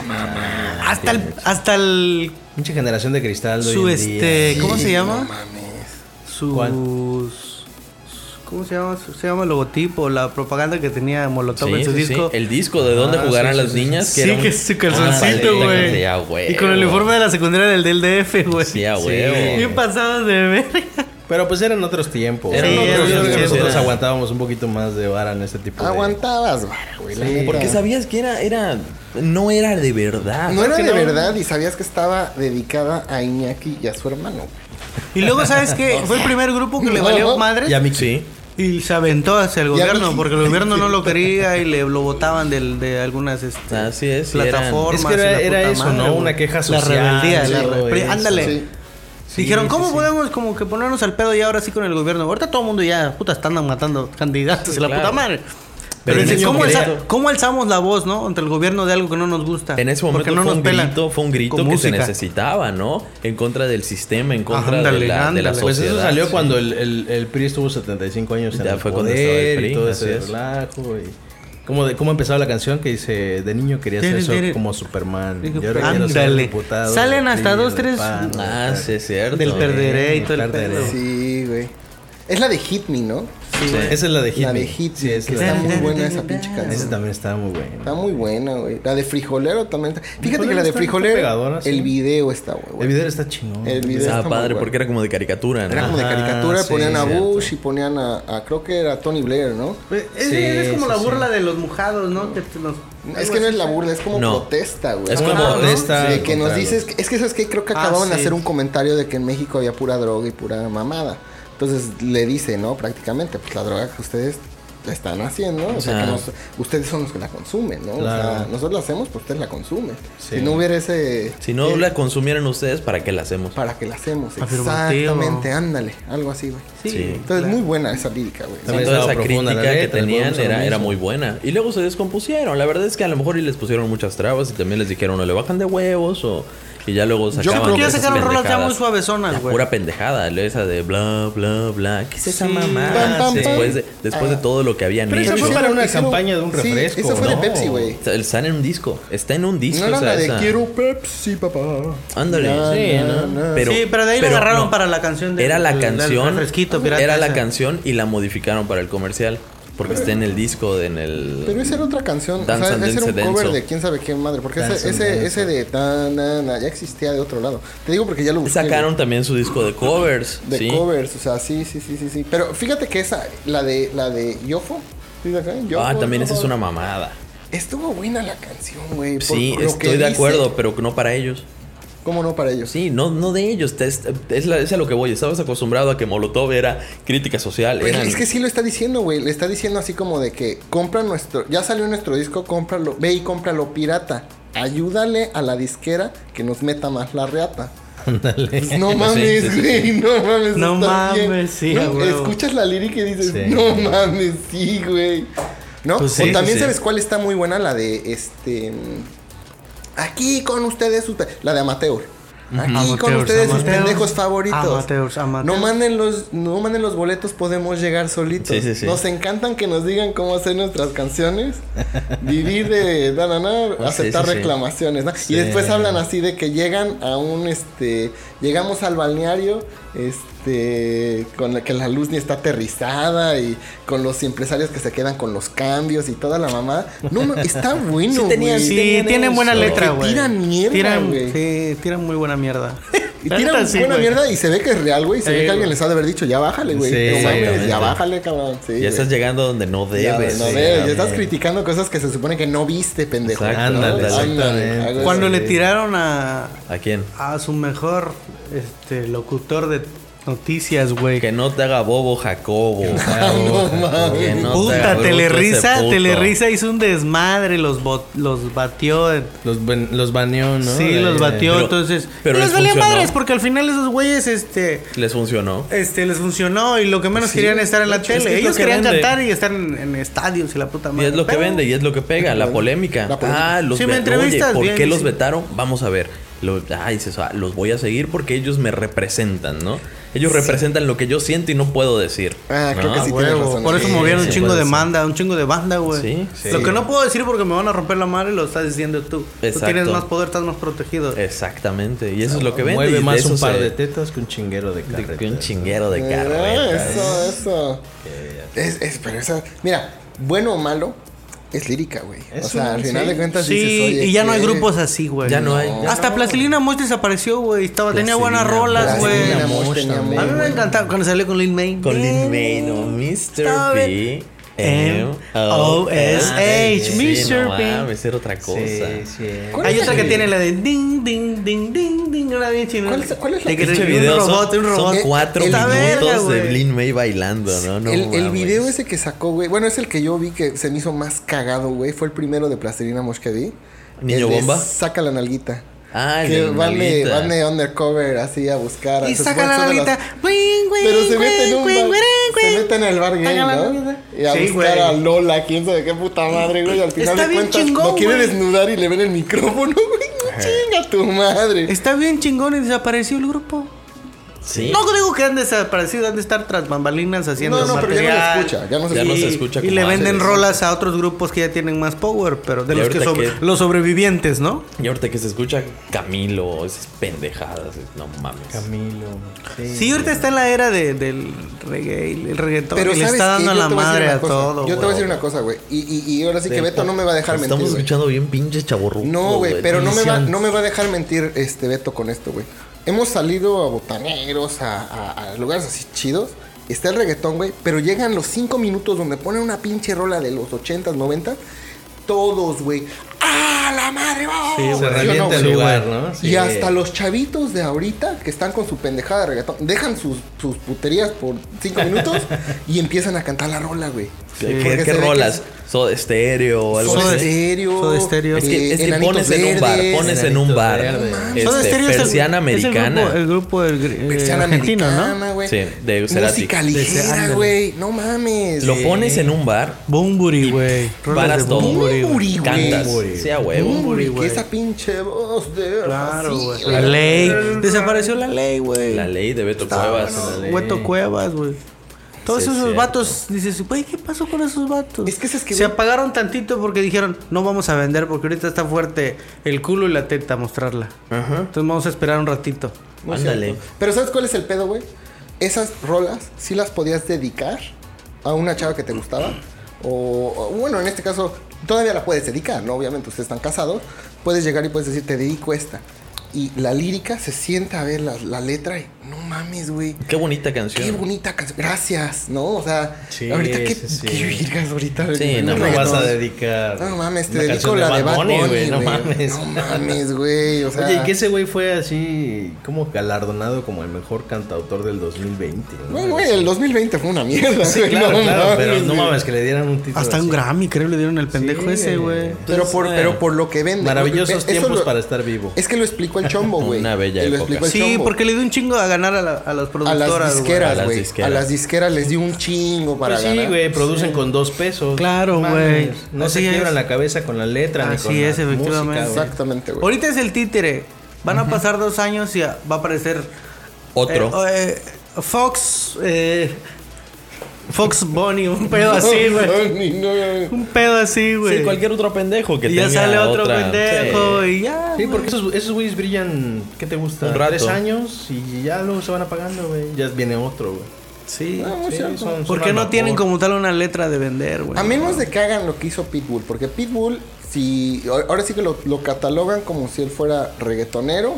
Speaker 5: Hasta el, hasta el,
Speaker 4: Mucha generación de cristal. de
Speaker 5: su
Speaker 4: hoy en día.
Speaker 5: este, ¿cómo
Speaker 2: Sí,
Speaker 5: se llama?
Speaker 2: No mames.
Speaker 5: sus
Speaker 4: ¿Cuál?
Speaker 5: ¿Cómo se llama? Se llama el logotipo, la propaganda que tenía Molotov
Speaker 3: Sí,
Speaker 5: en su
Speaker 3: sí, sí.
Speaker 5: disco.
Speaker 3: El disco de dónde
Speaker 4: Ah,
Speaker 3: jugarán
Speaker 4: sí, sí,
Speaker 3: las
Speaker 4: sí, sí.
Speaker 3: niñas. Ah,
Speaker 5: Sí,
Speaker 3: era un-
Speaker 5: que es su
Speaker 3: una
Speaker 5: calzoncito,
Speaker 3: paleta que
Speaker 5: güey.
Speaker 3: decía, "Huevo".
Speaker 5: Y con el uniforme de la secundaria del del DF, güey.
Speaker 3: ah, Sí, ah, a huevo.
Speaker 5: Bien pasados de verga.
Speaker 4: Pero pues eran otros tiempos.
Speaker 3: Eran
Speaker 4: Sí,
Speaker 5: otros
Speaker 4: yo creo que
Speaker 5: tiempos,
Speaker 4: Nosotros
Speaker 3: era.
Speaker 4: aguantábamos un poquito más de vara en este tipo de...
Speaker 2: Aguantabas, vara, güey. la
Speaker 4: Sí.
Speaker 2: neta.
Speaker 3: Porque sabías que era, era, no era de verdad.
Speaker 2: No era
Speaker 4: que
Speaker 2: de
Speaker 4: no.
Speaker 2: verdad y sabías que estaba dedicada a Iñaki y a su hermano.
Speaker 5: Y luego, ¿sabes qué? Fue el primer grupo que le valió madres.
Speaker 3: Y a mí sí.
Speaker 5: Y se aventó hacia el
Speaker 2: Y a mí-
Speaker 5: gobierno, porque el gobierno no lo quería y le lo votaban del- de, algunas este,
Speaker 3: Así es, y eran-
Speaker 5: plataformas.
Speaker 4: Es que era-
Speaker 5: y la
Speaker 4: era
Speaker 5: puta
Speaker 4: eso,
Speaker 5: madre,
Speaker 4: ¿no?
Speaker 5: güey.
Speaker 4: Una queja
Speaker 5: La
Speaker 4: social,
Speaker 5: rebeldía. la
Speaker 4: sí,
Speaker 5: re-
Speaker 4: güey,
Speaker 5: ándale.
Speaker 2: Sí.
Speaker 4: Sí,
Speaker 5: Dijeron,
Speaker 4: sí,
Speaker 5: ¿cómo
Speaker 4: sí.
Speaker 5: podemos como que ponernos al pedo y ahora sí con el gobierno? Ahorita todo el mundo ya, puta, están matando candidatos y la
Speaker 3: Claro.
Speaker 5: puta madre.
Speaker 3: Pero
Speaker 5: Pero,
Speaker 3: en
Speaker 5: dicen,
Speaker 3: ese
Speaker 5: ¿cómo,
Speaker 3: momento-
Speaker 5: alza- cómo alzamos la voz, no? Ante el gobierno de algo que no nos gusta.
Speaker 3: En ese
Speaker 5: Porque
Speaker 3: momento
Speaker 5: no
Speaker 3: fue,
Speaker 5: nos
Speaker 3: un
Speaker 5: pelan.
Speaker 3: grito, fue un grito que
Speaker 5: Con
Speaker 3: se
Speaker 5: música.
Speaker 3: necesitaba, ¿no? En contra del sistema, en contra
Speaker 5: Ándale,
Speaker 3: de, la, de la
Speaker 5: ándale.
Speaker 3: sociedad.
Speaker 4: Pues eso salió
Speaker 3: sí.
Speaker 4: cuando el, el, el PRI estuvo 75 años en
Speaker 3: Ya
Speaker 4: el
Speaker 3: fue cuando estaba el
Speaker 4: poder
Speaker 3: PRI,
Speaker 4: y todo
Speaker 3: así
Speaker 4: ese
Speaker 3: es.
Speaker 4: relajo y... ¿Cómo, de, ¿Cómo empezaba la canción que dice, de niño quería ser
Speaker 5: Tere,
Speaker 4: so-
Speaker 5: tere.
Speaker 4: como Superman?
Speaker 5: Dijo,
Speaker 4: y ahora quiero ser
Speaker 5: ándale.
Speaker 4: diputado
Speaker 5: Salen
Speaker 4: del
Speaker 5: hasta
Speaker 4: PRI,
Speaker 5: dos,
Speaker 4: del
Speaker 5: tres-
Speaker 4: PAN, del
Speaker 3: Ah,
Speaker 4: PAN".
Speaker 3: sí, es cierto.
Speaker 5: Del perderé y todo el
Speaker 4: Perderé.
Speaker 5: pedo.
Speaker 2: Sí, güey. Es la de Hit Me, ¿no?
Speaker 4: Sí. Esa es la de Hit
Speaker 2: La de
Speaker 4: Me.
Speaker 2: Hit
Speaker 4: Sí,
Speaker 2: Me,
Speaker 4: es
Speaker 2: que
Speaker 4: la de
Speaker 2: está
Speaker 4: Hit
Speaker 2: muy
Speaker 4: Me.
Speaker 2: buena esa pinche
Speaker 4: Esa
Speaker 2: canción.
Speaker 4: también estaba muy buena.
Speaker 2: Está muy buena, güey. La de Frijolero también. está- Fíjate que la de
Speaker 4: está- está
Speaker 2: Frijolero,
Speaker 4: pegadora, sí.
Speaker 2: el video está, güey.
Speaker 4: El video está chingón.
Speaker 2: El video
Speaker 3: Estaba
Speaker 2: está muy
Speaker 3: padre
Speaker 2: bueno.
Speaker 3: porque era como de caricatura, ¿no?
Speaker 2: Era como de
Speaker 4: Ajá,
Speaker 2: caricatura,
Speaker 4: sí,
Speaker 2: ponían a
Speaker 4: cierto.
Speaker 2: Bush y ponían a, a- creo que era Tony Blair, ¿no?
Speaker 5: Pues, Es, es-
Speaker 4: Sí,
Speaker 5: es como
Speaker 4: sí,
Speaker 5: la
Speaker 4: sí.
Speaker 5: burla de los mojados, ¿no? Que te- nos-
Speaker 2: Es que no es la burla, es como
Speaker 3: No.
Speaker 2: protesta, güey.
Speaker 3: Es
Speaker 2: Ah,
Speaker 3: como
Speaker 2: ¿no?
Speaker 4: protesta
Speaker 2: De que nos
Speaker 4: contra [LAUGHS]
Speaker 2: dices,
Speaker 4: los-
Speaker 2: es que sabes que creo que
Speaker 5: Ah,
Speaker 2: acababan de
Speaker 5: sí.
Speaker 2: hacer un comentario de que en México había pura droga y pura mamada. Entonces le dice, ¿no? Prácticamente, pues la droga que ustedes la están haciendo, o sea,
Speaker 3: Ah.
Speaker 2: que nos- ustedes son los que la consumen, ¿no? O sea,
Speaker 4: Claro.
Speaker 2: nosotros la hacemos, pues ustedes la consumen.
Speaker 4: Sí.
Speaker 2: Si no hubiera ese
Speaker 3: Si no la consumieran ustedes, ¿para qué la hacemos?
Speaker 2: para que la hacemos,
Speaker 5: Afirmativo.
Speaker 2: exactamente, ándale, algo así, güey.
Speaker 5: Sí.
Speaker 3: Sí.
Speaker 2: Entonces, muy buena esa lírica, güey.
Speaker 3: Sí,
Speaker 4: También
Speaker 3: toda
Speaker 4: estaba
Speaker 3: esa
Speaker 4: profunda
Speaker 3: crítica
Speaker 4: la
Speaker 3: que
Speaker 4: letra,
Speaker 3: tenían
Speaker 4: volvemos a lo
Speaker 3: era, era
Speaker 4: mismo.
Speaker 3: muy buena. Y luego se descompusieron. La verdad es que a lo mejor y les pusieron muchas trabas y también les dijeron o le bajan de huevos o Y ya luego
Speaker 2: Yo
Speaker 3: sacaban.
Speaker 2: creo que
Speaker 3: esas
Speaker 5: sacaron rolas ya
Speaker 3: pendejadas.
Speaker 5: muy suavezonas,
Speaker 3: La
Speaker 5: güey.
Speaker 3: Pura pendejada, esa de bla, bla, bla. ¿Qué es esa
Speaker 5: Sí.
Speaker 3: mamá?
Speaker 2: Pam, pam,
Speaker 3: después
Speaker 2: pam.
Speaker 3: de, después de todo lo que habían
Speaker 4: Pero esa
Speaker 3: hecho.
Speaker 4: fue para una campaña de un
Speaker 2: Sí,
Speaker 4: refresco,
Speaker 2: esa fue de
Speaker 4: ¿no?
Speaker 2: Pepsi, güey.
Speaker 3: Está- Está en un disco. Está en un disco.
Speaker 2: No era
Speaker 3: o sea,
Speaker 2: la de
Speaker 3: esa-
Speaker 2: quiero Pepsi, papá.
Speaker 3: Ándale.
Speaker 2: Na,
Speaker 3: Sí,
Speaker 2: na,
Speaker 3: ¿no?
Speaker 2: na.
Speaker 3: Pero-
Speaker 5: sí, pero de ahí
Speaker 3: pero
Speaker 5: lo agarraron
Speaker 3: no.
Speaker 5: para la canción de.
Speaker 3: Era la
Speaker 5: del- del
Speaker 3: canción.
Speaker 5: refresquito, pirata
Speaker 3: Era la
Speaker 5: esa.
Speaker 3: canción y la modificaron para el comercial. Porque está en el disco, en el.
Speaker 2: Pero esa era otra canción.
Speaker 3: Dance
Speaker 2: o sea,
Speaker 3: and
Speaker 2: ese era un
Speaker 3: Dance
Speaker 2: cover
Speaker 3: Denso.
Speaker 2: de quién sabe qué madre. Porque
Speaker 4: Dance
Speaker 2: ese,
Speaker 4: and
Speaker 2: ese,
Speaker 4: Denso.
Speaker 2: ese de tan, na, na, ya existía de otro lado. Te digo porque ya lo busqué.
Speaker 3: Sacaron también su disco de covers.
Speaker 2: güey. De
Speaker 3: sí.
Speaker 2: covers, o sea, sí, sí, sí, sí, sí. Pero fíjate que esa, la de, la de Yofo. ¿sí de acá? Yofo,
Speaker 3: Ah, también esa
Speaker 2: Yofo.
Speaker 3: es una mamada.
Speaker 2: Estuvo buena la canción, güey. por
Speaker 3: Sí,
Speaker 2: lo que
Speaker 3: estoy de
Speaker 2: dice.
Speaker 3: acuerdo, pero no para ellos.
Speaker 2: ¿Cómo no para ellos?
Speaker 3: Sí, no, no de ellos. te- Es, es la- es a lo que voy. Estabas acostumbrado a que Molotov era crítica social.
Speaker 2: Pues
Speaker 3: eran-
Speaker 2: es que sí lo está diciendo, güey. Le está diciendo así como de que compra nuestro. Ya salió nuestro disco, cómpralo. Ve y cómpralo pirata. Ayúdale a la disquera que nos meta más la reata.
Speaker 3: [LAUGHS]
Speaker 2: Pues
Speaker 4: [LAUGHS]
Speaker 2: no [LAUGHS]
Speaker 3: Sí, sí,
Speaker 2: mames, güey.
Speaker 3: sí,
Speaker 2: No mames.
Speaker 5: No
Speaker 2: está bien.
Speaker 5: mames, sí,
Speaker 2: No,
Speaker 5: a huevo.
Speaker 2: Escuchas la lírica y dices,
Speaker 4: Sí.
Speaker 2: no mames, sí, güey. ¿No?
Speaker 3: Pues
Speaker 2: o
Speaker 3: sí,
Speaker 2: también
Speaker 3: sí.
Speaker 2: sabes cuál está muy buena, la de este. Aquí con ustedes, sus pe- la de Amateur. Aquí con
Speaker 5: Amateurs,
Speaker 2: ustedes sus
Speaker 5: amateurs,
Speaker 2: pendejos favoritos.
Speaker 5: amateurs, amateurs.
Speaker 2: No manden los, no manden los boletos, podemos llegar solitos.
Speaker 3: Sí, sí, sí.
Speaker 2: Nos encantan que nos digan cómo hacer nuestras canciones, vivir de na, na,
Speaker 3: [LAUGHS]
Speaker 2: na,
Speaker 3: Pues Sí,
Speaker 2: aceptar
Speaker 3: sí, sí.
Speaker 2: reclamaciones. ¿no?
Speaker 4: Sí.
Speaker 2: Y después hablan así de que llegan a un este, llegamos al balneario, este, con la que la luz ni está aterrizada y con los empresarios que se quedan con los cambios y toda la mamada. No, no, está bueno.
Speaker 3: Sí tenían-
Speaker 2: güey.
Speaker 5: Sí,
Speaker 3: Tenían
Speaker 5: tienen buena
Speaker 3: eso.
Speaker 5: letra,
Speaker 2: Que
Speaker 5: güey.
Speaker 2: tiran mierda,
Speaker 5: Tiran-
Speaker 2: güey.
Speaker 5: Sí, tiran muy buena mierda.
Speaker 2: [LAUGHS] Y
Speaker 5: La
Speaker 2: tiran
Speaker 5: neta, sí,
Speaker 2: buena
Speaker 5: güey.
Speaker 2: mierda y se ve que es real, güey. Se
Speaker 5: Sí,
Speaker 2: ve que alguien
Speaker 5: güey.
Speaker 2: les ha de haber dicho, ya bájale, güey.
Speaker 4: Sí,
Speaker 2: no mames,
Speaker 3: exactamente.
Speaker 2: ya bájale, cabrón. Sí,
Speaker 3: ya
Speaker 2: güey.
Speaker 3: estás llegando donde no
Speaker 2: Ya,
Speaker 3: debes.
Speaker 2: no
Speaker 3: Sí,
Speaker 2: ves, ya
Speaker 3: ya,
Speaker 2: estás
Speaker 3: ya.
Speaker 2: criticando cosas que se supone que no viste, pendejo.
Speaker 3: Exacto.
Speaker 4: Ándale,
Speaker 2: Ándale,
Speaker 4: exactamente.
Speaker 2: algo así.
Speaker 5: Cuando le tiraron a,
Speaker 3: ¿A quién?
Speaker 5: a su mejor este, locutor de noticias, güey.
Speaker 3: Que no te haga bobo
Speaker 2: [LAUGHS]
Speaker 3: Jacobo. Que no te haga
Speaker 5: Puta,
Speaker 3: bruto ese
Speaker 5: Telerisa,
Speaker 3: puto.
Speaker 5: Telerisa hizo un desmadre, los, bot- los batió. en-
Speaker 4: Los, ben- los baneó, ¿no? Eh,
Speaker 5: Sí,
Speaker 4: De-
Speaker 5: los batió,
Speaker 3: Eh, Pero-
Speaker 5: entonces.
Speaker 3: pero
Speaker 5: Pero les
Speaker 3: les
Speaker 5: valía
Speaker 3: funcionó.
Speaker 5: madres porque al final esos güeyes, este.
Speaker 3: Les funcionó.
Speaker 5: Este, les funcionó y lo que menos querían estar en la
Speaker 3: es que es
Speaker 5: tele.
Speaker 3: lo
Speaker 5: Ellos
Speaker 3: que
Speaker 5: querían
Speaker 3: vende.
Speaker 5: cantar y estar en, en estadios y la puta
Speaker 3: Y
Speaker 5: madre.
Speaker 3: es lo que
Speaker 5: Pero-
Speaker 3: vende y es lo que pega, la polémica.
Speaker 2: La polémica.
Speaker 3: Ah, los
Speaker 5: Si me
Speaker 3: ve-
Speaker 5: entrevistas,
Speaker 3: Oye, ¿por
Speaker 5: bien,
Speaker 3: qué los
Speaker 5: sí.
Speaker 3: vetaron? Vamos a ver. Lo- ah, dices, ah, los voy a seguir porque ellos me representan, ¿no? Ellos representan lo que yo siento y no puedo decir.
Speaker 2: Ah, creo
Speaker 3: ¿no?
Speaker 2: que sí
Speaker 5: Huevo,
Speaker 2: tienes razón.
Speaker 5: Por eso
Speaker 2: Sí,
Speaker 5: movieron
Speaker 3: sí,
Speaker 5: un chingo
Speaker 3: puede
Speaker 5: de
Speaker 3: ser.
Speaker 5: banda, un chingo de banda, güey.
Speaker 3: Sí, sí.
Speaker 5: Lo que no puedo decir porque me van a romper la madre lo estás diciendo tú. Tú
Speaker 3: Exacto. Eh,
Speaker 5: tienes más poder, estás más protegido.
Speaker 3: Exactamente. Y eso es lo que vende. y
Speaker 4: Mueve
Speaker 3: de
Speaker 4: más
Speaker 3: eso
Speaker 4: un par
Speaker 3: se-
Speaker 4: de tetas que un chinguero de carretas.
Speaker 3: que un chinguero de
Speaker 2: Ah,
Speaker 3: carretas.
Speaker 2: Eso, eso. Es, es, pero esa, mira, bueno o malo, es lírica, güey.
Speaker 4: Es
Speaker 2: o sea,
Speaker 4: una-
Speaker 2: al final
Speaker 4: sí.
Speaker 2: de cuentas
Speaker 5: Sí,
Speaker 2: dices, oye,
Speaker 5: y ya no hay
Speaker 2: ¿qué?
Speaker 5: grupos así, güey.
Speaker 3: Ya no hay.
Speaker 2: No.
Speaker 5: Hasta Plastilina Mosh desapareció, güey. Estaba, tenía
Speaker 3: Plastilina
Speaker 5: buenas rolas,
Speaker 2: Mosh,
Speaker 5: güey.
Speaker 2: Plastilina
Speaker 5: A mí
Speaker 2: Mosh tenía muy
Speaker 5: me
Speaker 2: buena.
Speaker 5: encantaba cuando salió con Lil May.
Speaker 3: Con Lin May, no, Mr. B.
Speaker 5: M O S H, Mr.
Speaker 3: No
Speaker 5: B.
Speaker 3: mames, era otra cosa.
Speaker 4: Sí, sí.
Speaker 2: ¿Cuál
Speaker 5: Hay
Speaker 2: es
Speaker 5: otra
Speaker 2: la-
Speaker 5: que tiene la de ding, ding, ding, ding, ding, una bien chingona.
Speaker 2: ¿Cuál es- cuál es la
Speaker 5: De
Speaker 2: que-
Speaker 5: que
Speaker 3: Pinche
Speaker 5: un
Speaker 3: video, son-
Speaker 5: robot, un
Speaker 3: son
Speaker 5: robot.
Speaker 3: cuatro
Speaker 5: Está verga,
Speaker 3: minutos de
Speaker 5: güey.
Speaker 3: Lin May bailando, ¿no? No
Speaker 2: el, el
Speaker 3: mames.
Speaker 2: video ese que sacó, güey. Bueno, es el que yo vi que se me hizo más cagado, güey. Fue el primero de Plastilina Mosh que vi.
Speaker 3: ¿Niño
Speaker 2: El de
Speaker 3: bomba?
Speaker 2: Saca la nalguita.
Speaker 3: Ah, el
Speaker 2: que
Speaker 3: del
Speaker 2: van de,
Speaker 3: nalguita.
Speaker 2: van de undercover así a buscar. a
Speaker 5: Y
Speaker 2: sus
Speaker 5: saca la
Speaker 2: bolsas de las-
Speaker 5: nalguita.
Speaker 2: Pero se mete en un bar, se mete en el bar gay,
Speaker 5: Saca la
Speaker 2: ¿no?
Speaker 5: nalguita.
Speaker 2: Y a
Speaker 5: Sí,
Speaker 2: buscar
Speaker 5: güey.
Speaker 2: a Lola, quién sabe qué puta madre, güey. Al final
Speaker 5: Está
Speaker 2: de
Speaker 5: bien
Speaker 2: cuentas
Speaker 5: chingón,
Speaker 2: lo quiere
Speaker 5: güey.
Speaker 2: desnudar y le ven el micrófono, [LAUGHS] güey. No chinga tu madre.
Speaker 5: Está bien chingón y desapareció el grupo.
Speaker 3: Sí.
Speaker 5: No digo que han desaparecido, han de estar tras bambalinas haciendo
Speaker 2: No, no, pero ya no
Speaker 5: material.
Speaker 2: se escucha, ya no se
Speaker 3: Ya no
Speaker 5: y,
Speaker 3: se escucha
Speaker 5: y
Speaker 3: como
Speaker 5: le
Speaker 3: antes.
Speaker 5: venden rolas a otros grupos que ya tienen más power, pero de
Speaker 3: Y
Speaker 5: los que
Speaker 3: ahorita
Speaker 5: son
Speaker 3: que-
Speaker 5: los sobrevivientes, ¿no?
Speaker 3: Y ahorita que se escucha Camilo, esas pendejadas, no mames.
Speaker 4: Camilo.
Speaker 5: Sí, ahorita está en la era de- del reggae, el reggaetón.
Speaker 2: Pero
Speaker 5: y le
Speaker 2: ¿sabes
Speaker 5: está dando
Speaker 2: qué?
Speaker 5: a
Speaker 2: Yo
Speaker 5: la
Speaker 2: te voy a decir
Speaker 5: madre
Speaker 2: una
Speaker 5: a
Speaker 2: cosa.
Speaker 5: todo.
Speaker 2: Yo te voy a
Speaker 5: güey.
Speaker 2: decir una cosa, güey. Y, y- y ahora sí que Beto no me va a dejar mentir.
Speaker 3: Estamos
Speaker 2: güey.
Speaker 3: escuchando bien pinches chaborrucos.
Speaker 2: No, güey, pero no me, va, no me va a dejar mentir este Beto con esto, güey. Hemos salido a botaneros, a, a- a lugares así chidos. Está el reggaetón, güey, pero llegan los cinco minutos donde ponen una pinche rola de los 80s, 90 Todos, güey. ¡Ah, la madre! ¡Vamos!
Speaker 4: Sí, se
Speaker 2: o
Speaker 4: revienta
Speaker 2: no,
Speaker 4: el
Speaker 2: güey?
Speaker 4: lugar, ¿no?
Speaker 2: Y
Speaker 4: Sí.
Speaker 2: hasta los chavitos de ahorita que están con su pendejada de reggaetón, dejan sus,
Speaker 4: [LAUGHS]
Speaker 2: sus puterías por cinco minutos y empiezan a cantar la rola, güey.
Speaker 3: ¿Qué,
Speaker 2: Porque
Speaker 3: qué
Speaker 2: se ve que
Speaker 3: rolas?
Speaker 2: es-
Speaker 3: Soda Stereo o algo
Speaker 2: Soda
Speaker 3: así.
Speaker 2: Stereo. Eh,
Speaker 5: Soda Stereo.
Speaker 3: Es que, es que pones en un bar, pones en un
Speaker 4: Enanitos
Speaker 3: bar.
Speaker 4: Verdes.
Speaker 3: este,
Speaker 5: Soda Stereo es el-
Speaker 3: persiana
Speaker 5: es el
Speaker 3: americana.
Speaker 5: grupo- El grupo, del gr- eh,
Speaker 2: Persiana
Speaker 5: argentino, ¿no?
Speaker 2: americana, güey.
Speaker 3: Sí, de Cerati.
Speaker 2: Música
Speaker 5: De
Speaker 2: ligera,
Speaker 5: Cerati.
Speaker 2: güey. No mames.
Speaker 3: Lo pones en un bar,
Speaker 5: Bumburi, güey. Rolas
Speaker 3: paras
Speaker 5: de
Speaker 3: todo.
Speaker 5: Bunbury, güey.
Speaker 2: Bunbury, güey.
Speaker 3: cantas, sea huevo.
Speaker 2: Bunbury,
Speaker 5: güey.
Speaker 2: Mm, que esa pinche voz de.
Speaker 5: Claro,
Speaker 2: así,
Speaker 5: güey. La ley. Desapareció la ley, güey.
Speaker 3: La ley de Beto Cuevas.
Speaker 5: Hueto Cuevas, güey. Todos
Speaker 3: Sí, es
Speaker 5: esos
Speaker 3: cierto.
Speaker 5: vatos, dices, güey, ¿qué pasó con esos vatos?
Speaker 2: Es que esas que,
Speaker 5: Se
Speaker 2: güey-
Speaker 5: apagaron tantito porque dijeron, no vamos a vender porque ahorita está fuerte el culo y la teta a mostrarla. Entonces vamos a esperar un ratito.
Speaker 2: No es
Speaker 3: Ándale.
Speaker 2: cierto. Pero ¿sabes cuál es el pedo, güey? Esas rolas sí las podías dedicar a una chava que te gustaba. O, o, bueno, en este caso, todavía la puedes dedicar, ¿no? Obviamente ustedes están casados. Puedes llegar y puedes decir, te dedico esta. Y la lírica se sienta a ver la, la letra y no mames, güey.
Speaker 3: Qué bonita
Speaker 2: Qué
Speaker 3: canción.
Speaker 2: bonita canción. Gracias, ¿no? O sea,
Speaker 4: Sí,
Speaker 2: ahorita qué,
Speaker 4: sí, sí.
Speaker 2: qué virgas ahorita.
Speaker 3: Sí,
Speaker 4: No
Speaker 3: No
Speaker 4: me
Speaker 3: mames.
Speaker 4: vas a dedicar.
Speaker 2: No mames, te
Speaker 4: una
Speaker 2: dedico
Speaker 4: canción
Speaker 2: la de Bad Bunny,
Speaker 4: güey, No
Speaker 2: güey.
Speaker 4: mames.
Speaker 2: No mames, güey. O sea,
Speaker 4: [LAUGHS] Oye, y que ese güey fue así como galardonado como el mejor cantautor del 2020. ¿no?
Speaker 2: Güey, güey, el 2020 fue una mierda.
Speaker 4: Sí,
Speaker 2: güey,
Speaker 4: claro,
Speaker 2: no
Speaker 4: claro,
Speaker 2: mames,
Speaker 4: pero no
Speaker 2: güey.
Speaker 4: mames que le dieran un título.
Speaker 5: Hasta un
Speaker 4: así.
Speaker 5: Grammy, creo, le dieron el pendejo
Speaker 4: Sí,
Speaker 5: ese, güey.
Speaker 2: Pero por,
Speaker 3: Entonces,
Speaker 2: pero por lo que vende.
Speaker 4: eh, Maravillosos
Speaker 2: Eso
Speaker 4: tiempos
Speaker 2: lo-
Speaker 4: para estar vivo.
Speaker 2: Es que lo explicó el chombo, güey.
Speaker 3: Una bella
Speaker 2: Lo
Speaker 3: época.
Speaker 2: explicó el
Speaker 5: Sí,
Speaker 2: chombo.
Speaker 5: porque le dio un chingo a ganar a, la- a las
Speaker 2: a
Speaker 5: productoras.
Speaker 2: las
Speaker 5: güey.
Speaker 3: A
Speaker 2: disqueras,
Speaker 3: las
Speaker 2: güey.
Speaker 3: disqueras.
Speaker 2: A las disqueras les dio un chingo para
Speaker 4: Pues sí,
Speaker 2: ganar.
Speaker 4: güey, producen con dos pesos.
Speaker 5: Claro,
Speaker 4: Mames,
Speaker 5: güey.
Speaker 4: No se
Speaker 5: Así
Speaker 4: quiebran
Speaker 5: es.
Speaker 4: la cabeza con la letra ni
Speaker 5: Así
Speaker 4: con
Speaker 5: es,
Speaker 4: la
Speaker 5: efectivamente.
Speaker 4: música, güey.
Speaker 3: Este,
Speaker 2: Exactamente, güey.
Speaker 5: Ahorita es el títere. Van a pasar dos años y a- va a aparecer
Speaker 3: Otro.
Speaker 5: eh, eh, Fox. eh, Fox Bunny, un
Speaker 3: [LAUGHS]
Speaker 5: pedo así, güey.
Speaker 2: No, no, no.
Speaker 5: Un pedo así, güey.
Speaker 3: Sí, cualquier otro pendejo que
Speaker 5: y ya
Speaker 3: tenga
Speaker 5: sale otro
Speaker 3: otra-
Speaker 5: pendejo
Speaker 3: Sí.
Speaker 5: y ya.
Speaker 4: Sí,
Speaker 5: güey.
Speaker 4: porque esos, esos güeyes brillan, ¿qué te gusta?
Speaker 3: Un rato.
Speaker 4: Tres años y ya luego se van apagando, güey. Ya viene otro, güey.
Speaker 5: Sí.
Speaker 2: Ah, muy
Speaker 4: Sí,
Speaker 2: cierto.
Speaker 4: son- son
Speaker 5: ¿Por qué
Speaker 4: al
Speaker 5: no
Speaker 4: vapor.
Speaker 5: tienen como tal una letra de vender,
Speaker 3: Pues
Speaker 5: güey?
Speaker 2: A menos de que hagan lo que hizo Pitbull, porque Pitbull, si ahora sí que lo, lo catalogan como si él fuera reggaetonero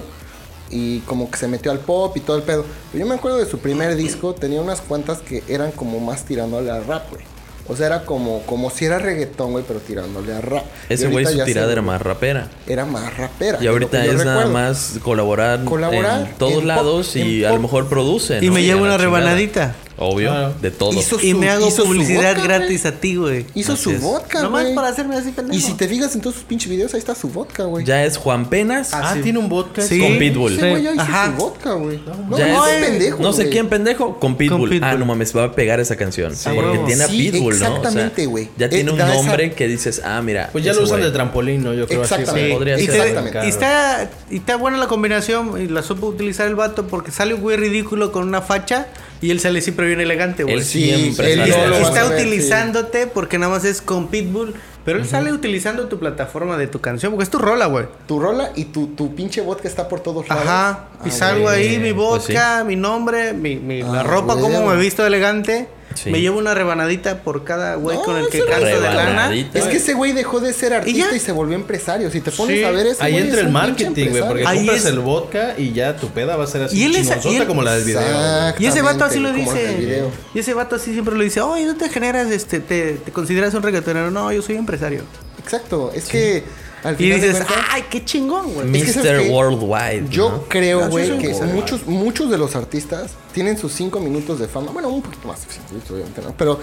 Speaker 2: y como que se metió al pop y todo el pedo. Pero yo me acuerdo de su primer disco, tenía unas cuantas que eran como más tirándole al rap, güey. O sea, era como, como si era reggaetón, güey, pero tirándole al rap. Y
Speaker 3: Ese
Speaker 2: ahorita
Speaker 3: güey su
Speaker 2: ya se-
Speaker 3: tirada era más rapera.
Speaker 2: Era más rapera.
Speaker 3: Y
Speaker 2: es lo
Speaker 3: ahorita
Speaker 2: que yo
Speaker 3: es nada
Speaker 2: recuerdo.
Speaker 3: más colaborar,
Speaker 2: Colaborar
Speaker 3: en todos
Speaker 2: en pop-
Speaker 3: lados y
Speaker 2: en
Speaker 3: a lo
Speaker 2: pop.
Speaker 3: mejor produce.
Speaker 5: Y
Speaker 3: ¿no?
Speaker 5: me llevo
Speaker 3: a la
Speaker 5: una
Speaker 3: chingada.
Speaker 5: rebanadita.
Speaker 3: Obvio,
Speaker 4: Claro.
Speaker 3: de todo.
Speaker 2: Hizo
Speaker 5: Y
Speaker 2: su-
Speaker 5: me hago
Speaker 2: hizo su
Speaker 5: publicidad
Speaker 2: vodka,
Speaker 5: gratis
Speaker 2: güey.
Speaker 5: a ti, güey.
Speaker 2: Hizo
Speaker 3: Así
Speaker 2: su
Speaker 3: es.
Speaker 2: vodka,
Speaker 5: Nomás
Speaker 2: güey.
Speaker 5: para hacerme así pendejo.
Speaker 2: Y si te fijas en todos sus pinches videos, ahí está su vodka, güey.
Speaker 3: Ya es Juan Penas.
Speaker 4: Ah, tiene un vodka.
Speaker 5: Sí.
Speaker 3: Con Pitbull.
Speaker 2: Ese güey ya hizo
Speaker 5: Ajá.
Speaker 2: su vodka, güey. No,
Speaker 3: Ya
Speaker 2: no,
Speaker 3: es-
Speaker 2: es pendejo,
Speaker 3: no sé
Speaker 2: güey.
Speaker 3: quién pendejo con Pitbull. Ah,
Speaker 5: Pitbull.
Speaker 3: no mames, va a pegar esa canción. porque
Speaker 5: huevo.
Speaker 3: tiene a
Speaker 2: Sí,
Speaker 3: Pitbull, ¿no? O sea,
Speaker 2: exactamente, güey.
Speaker 3: ya
Speaker 2: Eh,
Speaker 3: tiene un
Speaker 2: da esa-
Speaker 3: nombre que dices, ah, mira.
Speaker 4: Pues ya
Speaker 3: ese
Speaker 4: lo usan
Speaker 3: güey.
Speaker 4: de trampolín, ¿no? Yo creo así.
Speaker 2: Exactamente.
Speaker 4: güey.
Speaker 3: Podría
Speaker 5: Y,
Speaker 3: ser.
Speaker 5: te-
Speaker 2: Exactamente.
Speaker 5: y está, y está buena la combinación y la supo utilizar el vato porque sale un güey ridículo con una facha y él sale siempre bien elegante, güey.
Speaker 3: Él siempre
Speaker 2: él no
Speaker 3: sale
Speaker 5: Y está-
Speaker 2: lo vas
Speaker 3: elegante.
Speaker 2: a
Speaker 5: está
Speaker 2: ver, sí.
Speaker 5: utilizándote porque nada más es con Pitbull, pero él sale utilizando tu plataforma de tu canción porque es tu rola, güey.
Speaker 2: Tu rola y tu, tu pinche vodka está por todos lados.
Speaker 5: Ajá.
Speaker 2: Ah,
Speaker 5: y salgo
Speaker 3: güey.
Speaker 5: ahí, mi
Speaker 3: Pues
Speaker 5: vodka, mi nombre, mi, mi- la
Speaker 2: Ah,
Speaker 5: ropa,
Speaker 2: güey.
Speaker 5: cómo me he visto elegante.
Speaker 3: Sí.
Speaker 5: Me llevo una rebanadita por cada güey
Speaker 2: No,
Speaker 5: con el que
Speaker 2: eso no
Speaker 5: canto de lana.
Speaker 3: Rebanadita.
Speaker 2: Es que ese güey dejó de ser artista
Speaker 5: ya?
Speaker 2: y se volvió empresario. Si te pones
Speaker 5: Sí,
Speaker 2: a ver ese
Speaker 4: Ahí
Speaker 2: güey
Speaker 4: entra
Speaker 2: es
Speaker 4: el
Speaker 2: un pinche
Speaker 4: marketing, güey, porque
Speaker 2: empresario.
Speaker 5: Ahí
Speaker 4: compras
Speaker 5: es-
Speaker 4: el vodka y ya tu peda va a ser así
Speaker 5: Y él es-
Speaker 4: chingonzota
Speaker 5: y él-
Speaker 4: como la del video. güey.
Speaker 2: Exacto.
Speaker 5: Y ese vato así lo
Speaker 2: Exactamente, como en el
Speaker 5: dice.
Speaker 2: video.
Speaker 5: Y ese vato así siempre lo dice, oye, no te generas, este, te, te consideras un reggaetonero. No, yo soy empresario.
Speaker 2: Exacto. Es que al
Speaker 5: Y
Speaker 2: final. de
Speaker 5: dices, "Ah,
Speaker 2: cuentas,
Speaker 5: ay, qué chingón, güey.
Speaker 2: Es que, ¿sabes
Speaker 3: Mr.
Speaker 2: qué?
Speaker 3: Worldwide.
Speaker 2: Yo
Speaker 3: ¿no?
Speaker 2: creo,
Speaker 5: Gracias,
Speaker 2: güey,
Speaker 5: soy
Speaker 2: que
Speaker 5: Bob.
Speaker 2: muchos, muchos de los artistas tienen sus cinco minutos de fama. Bueno, un poquito más, cinco minutos, obviamente, ¿no? Pero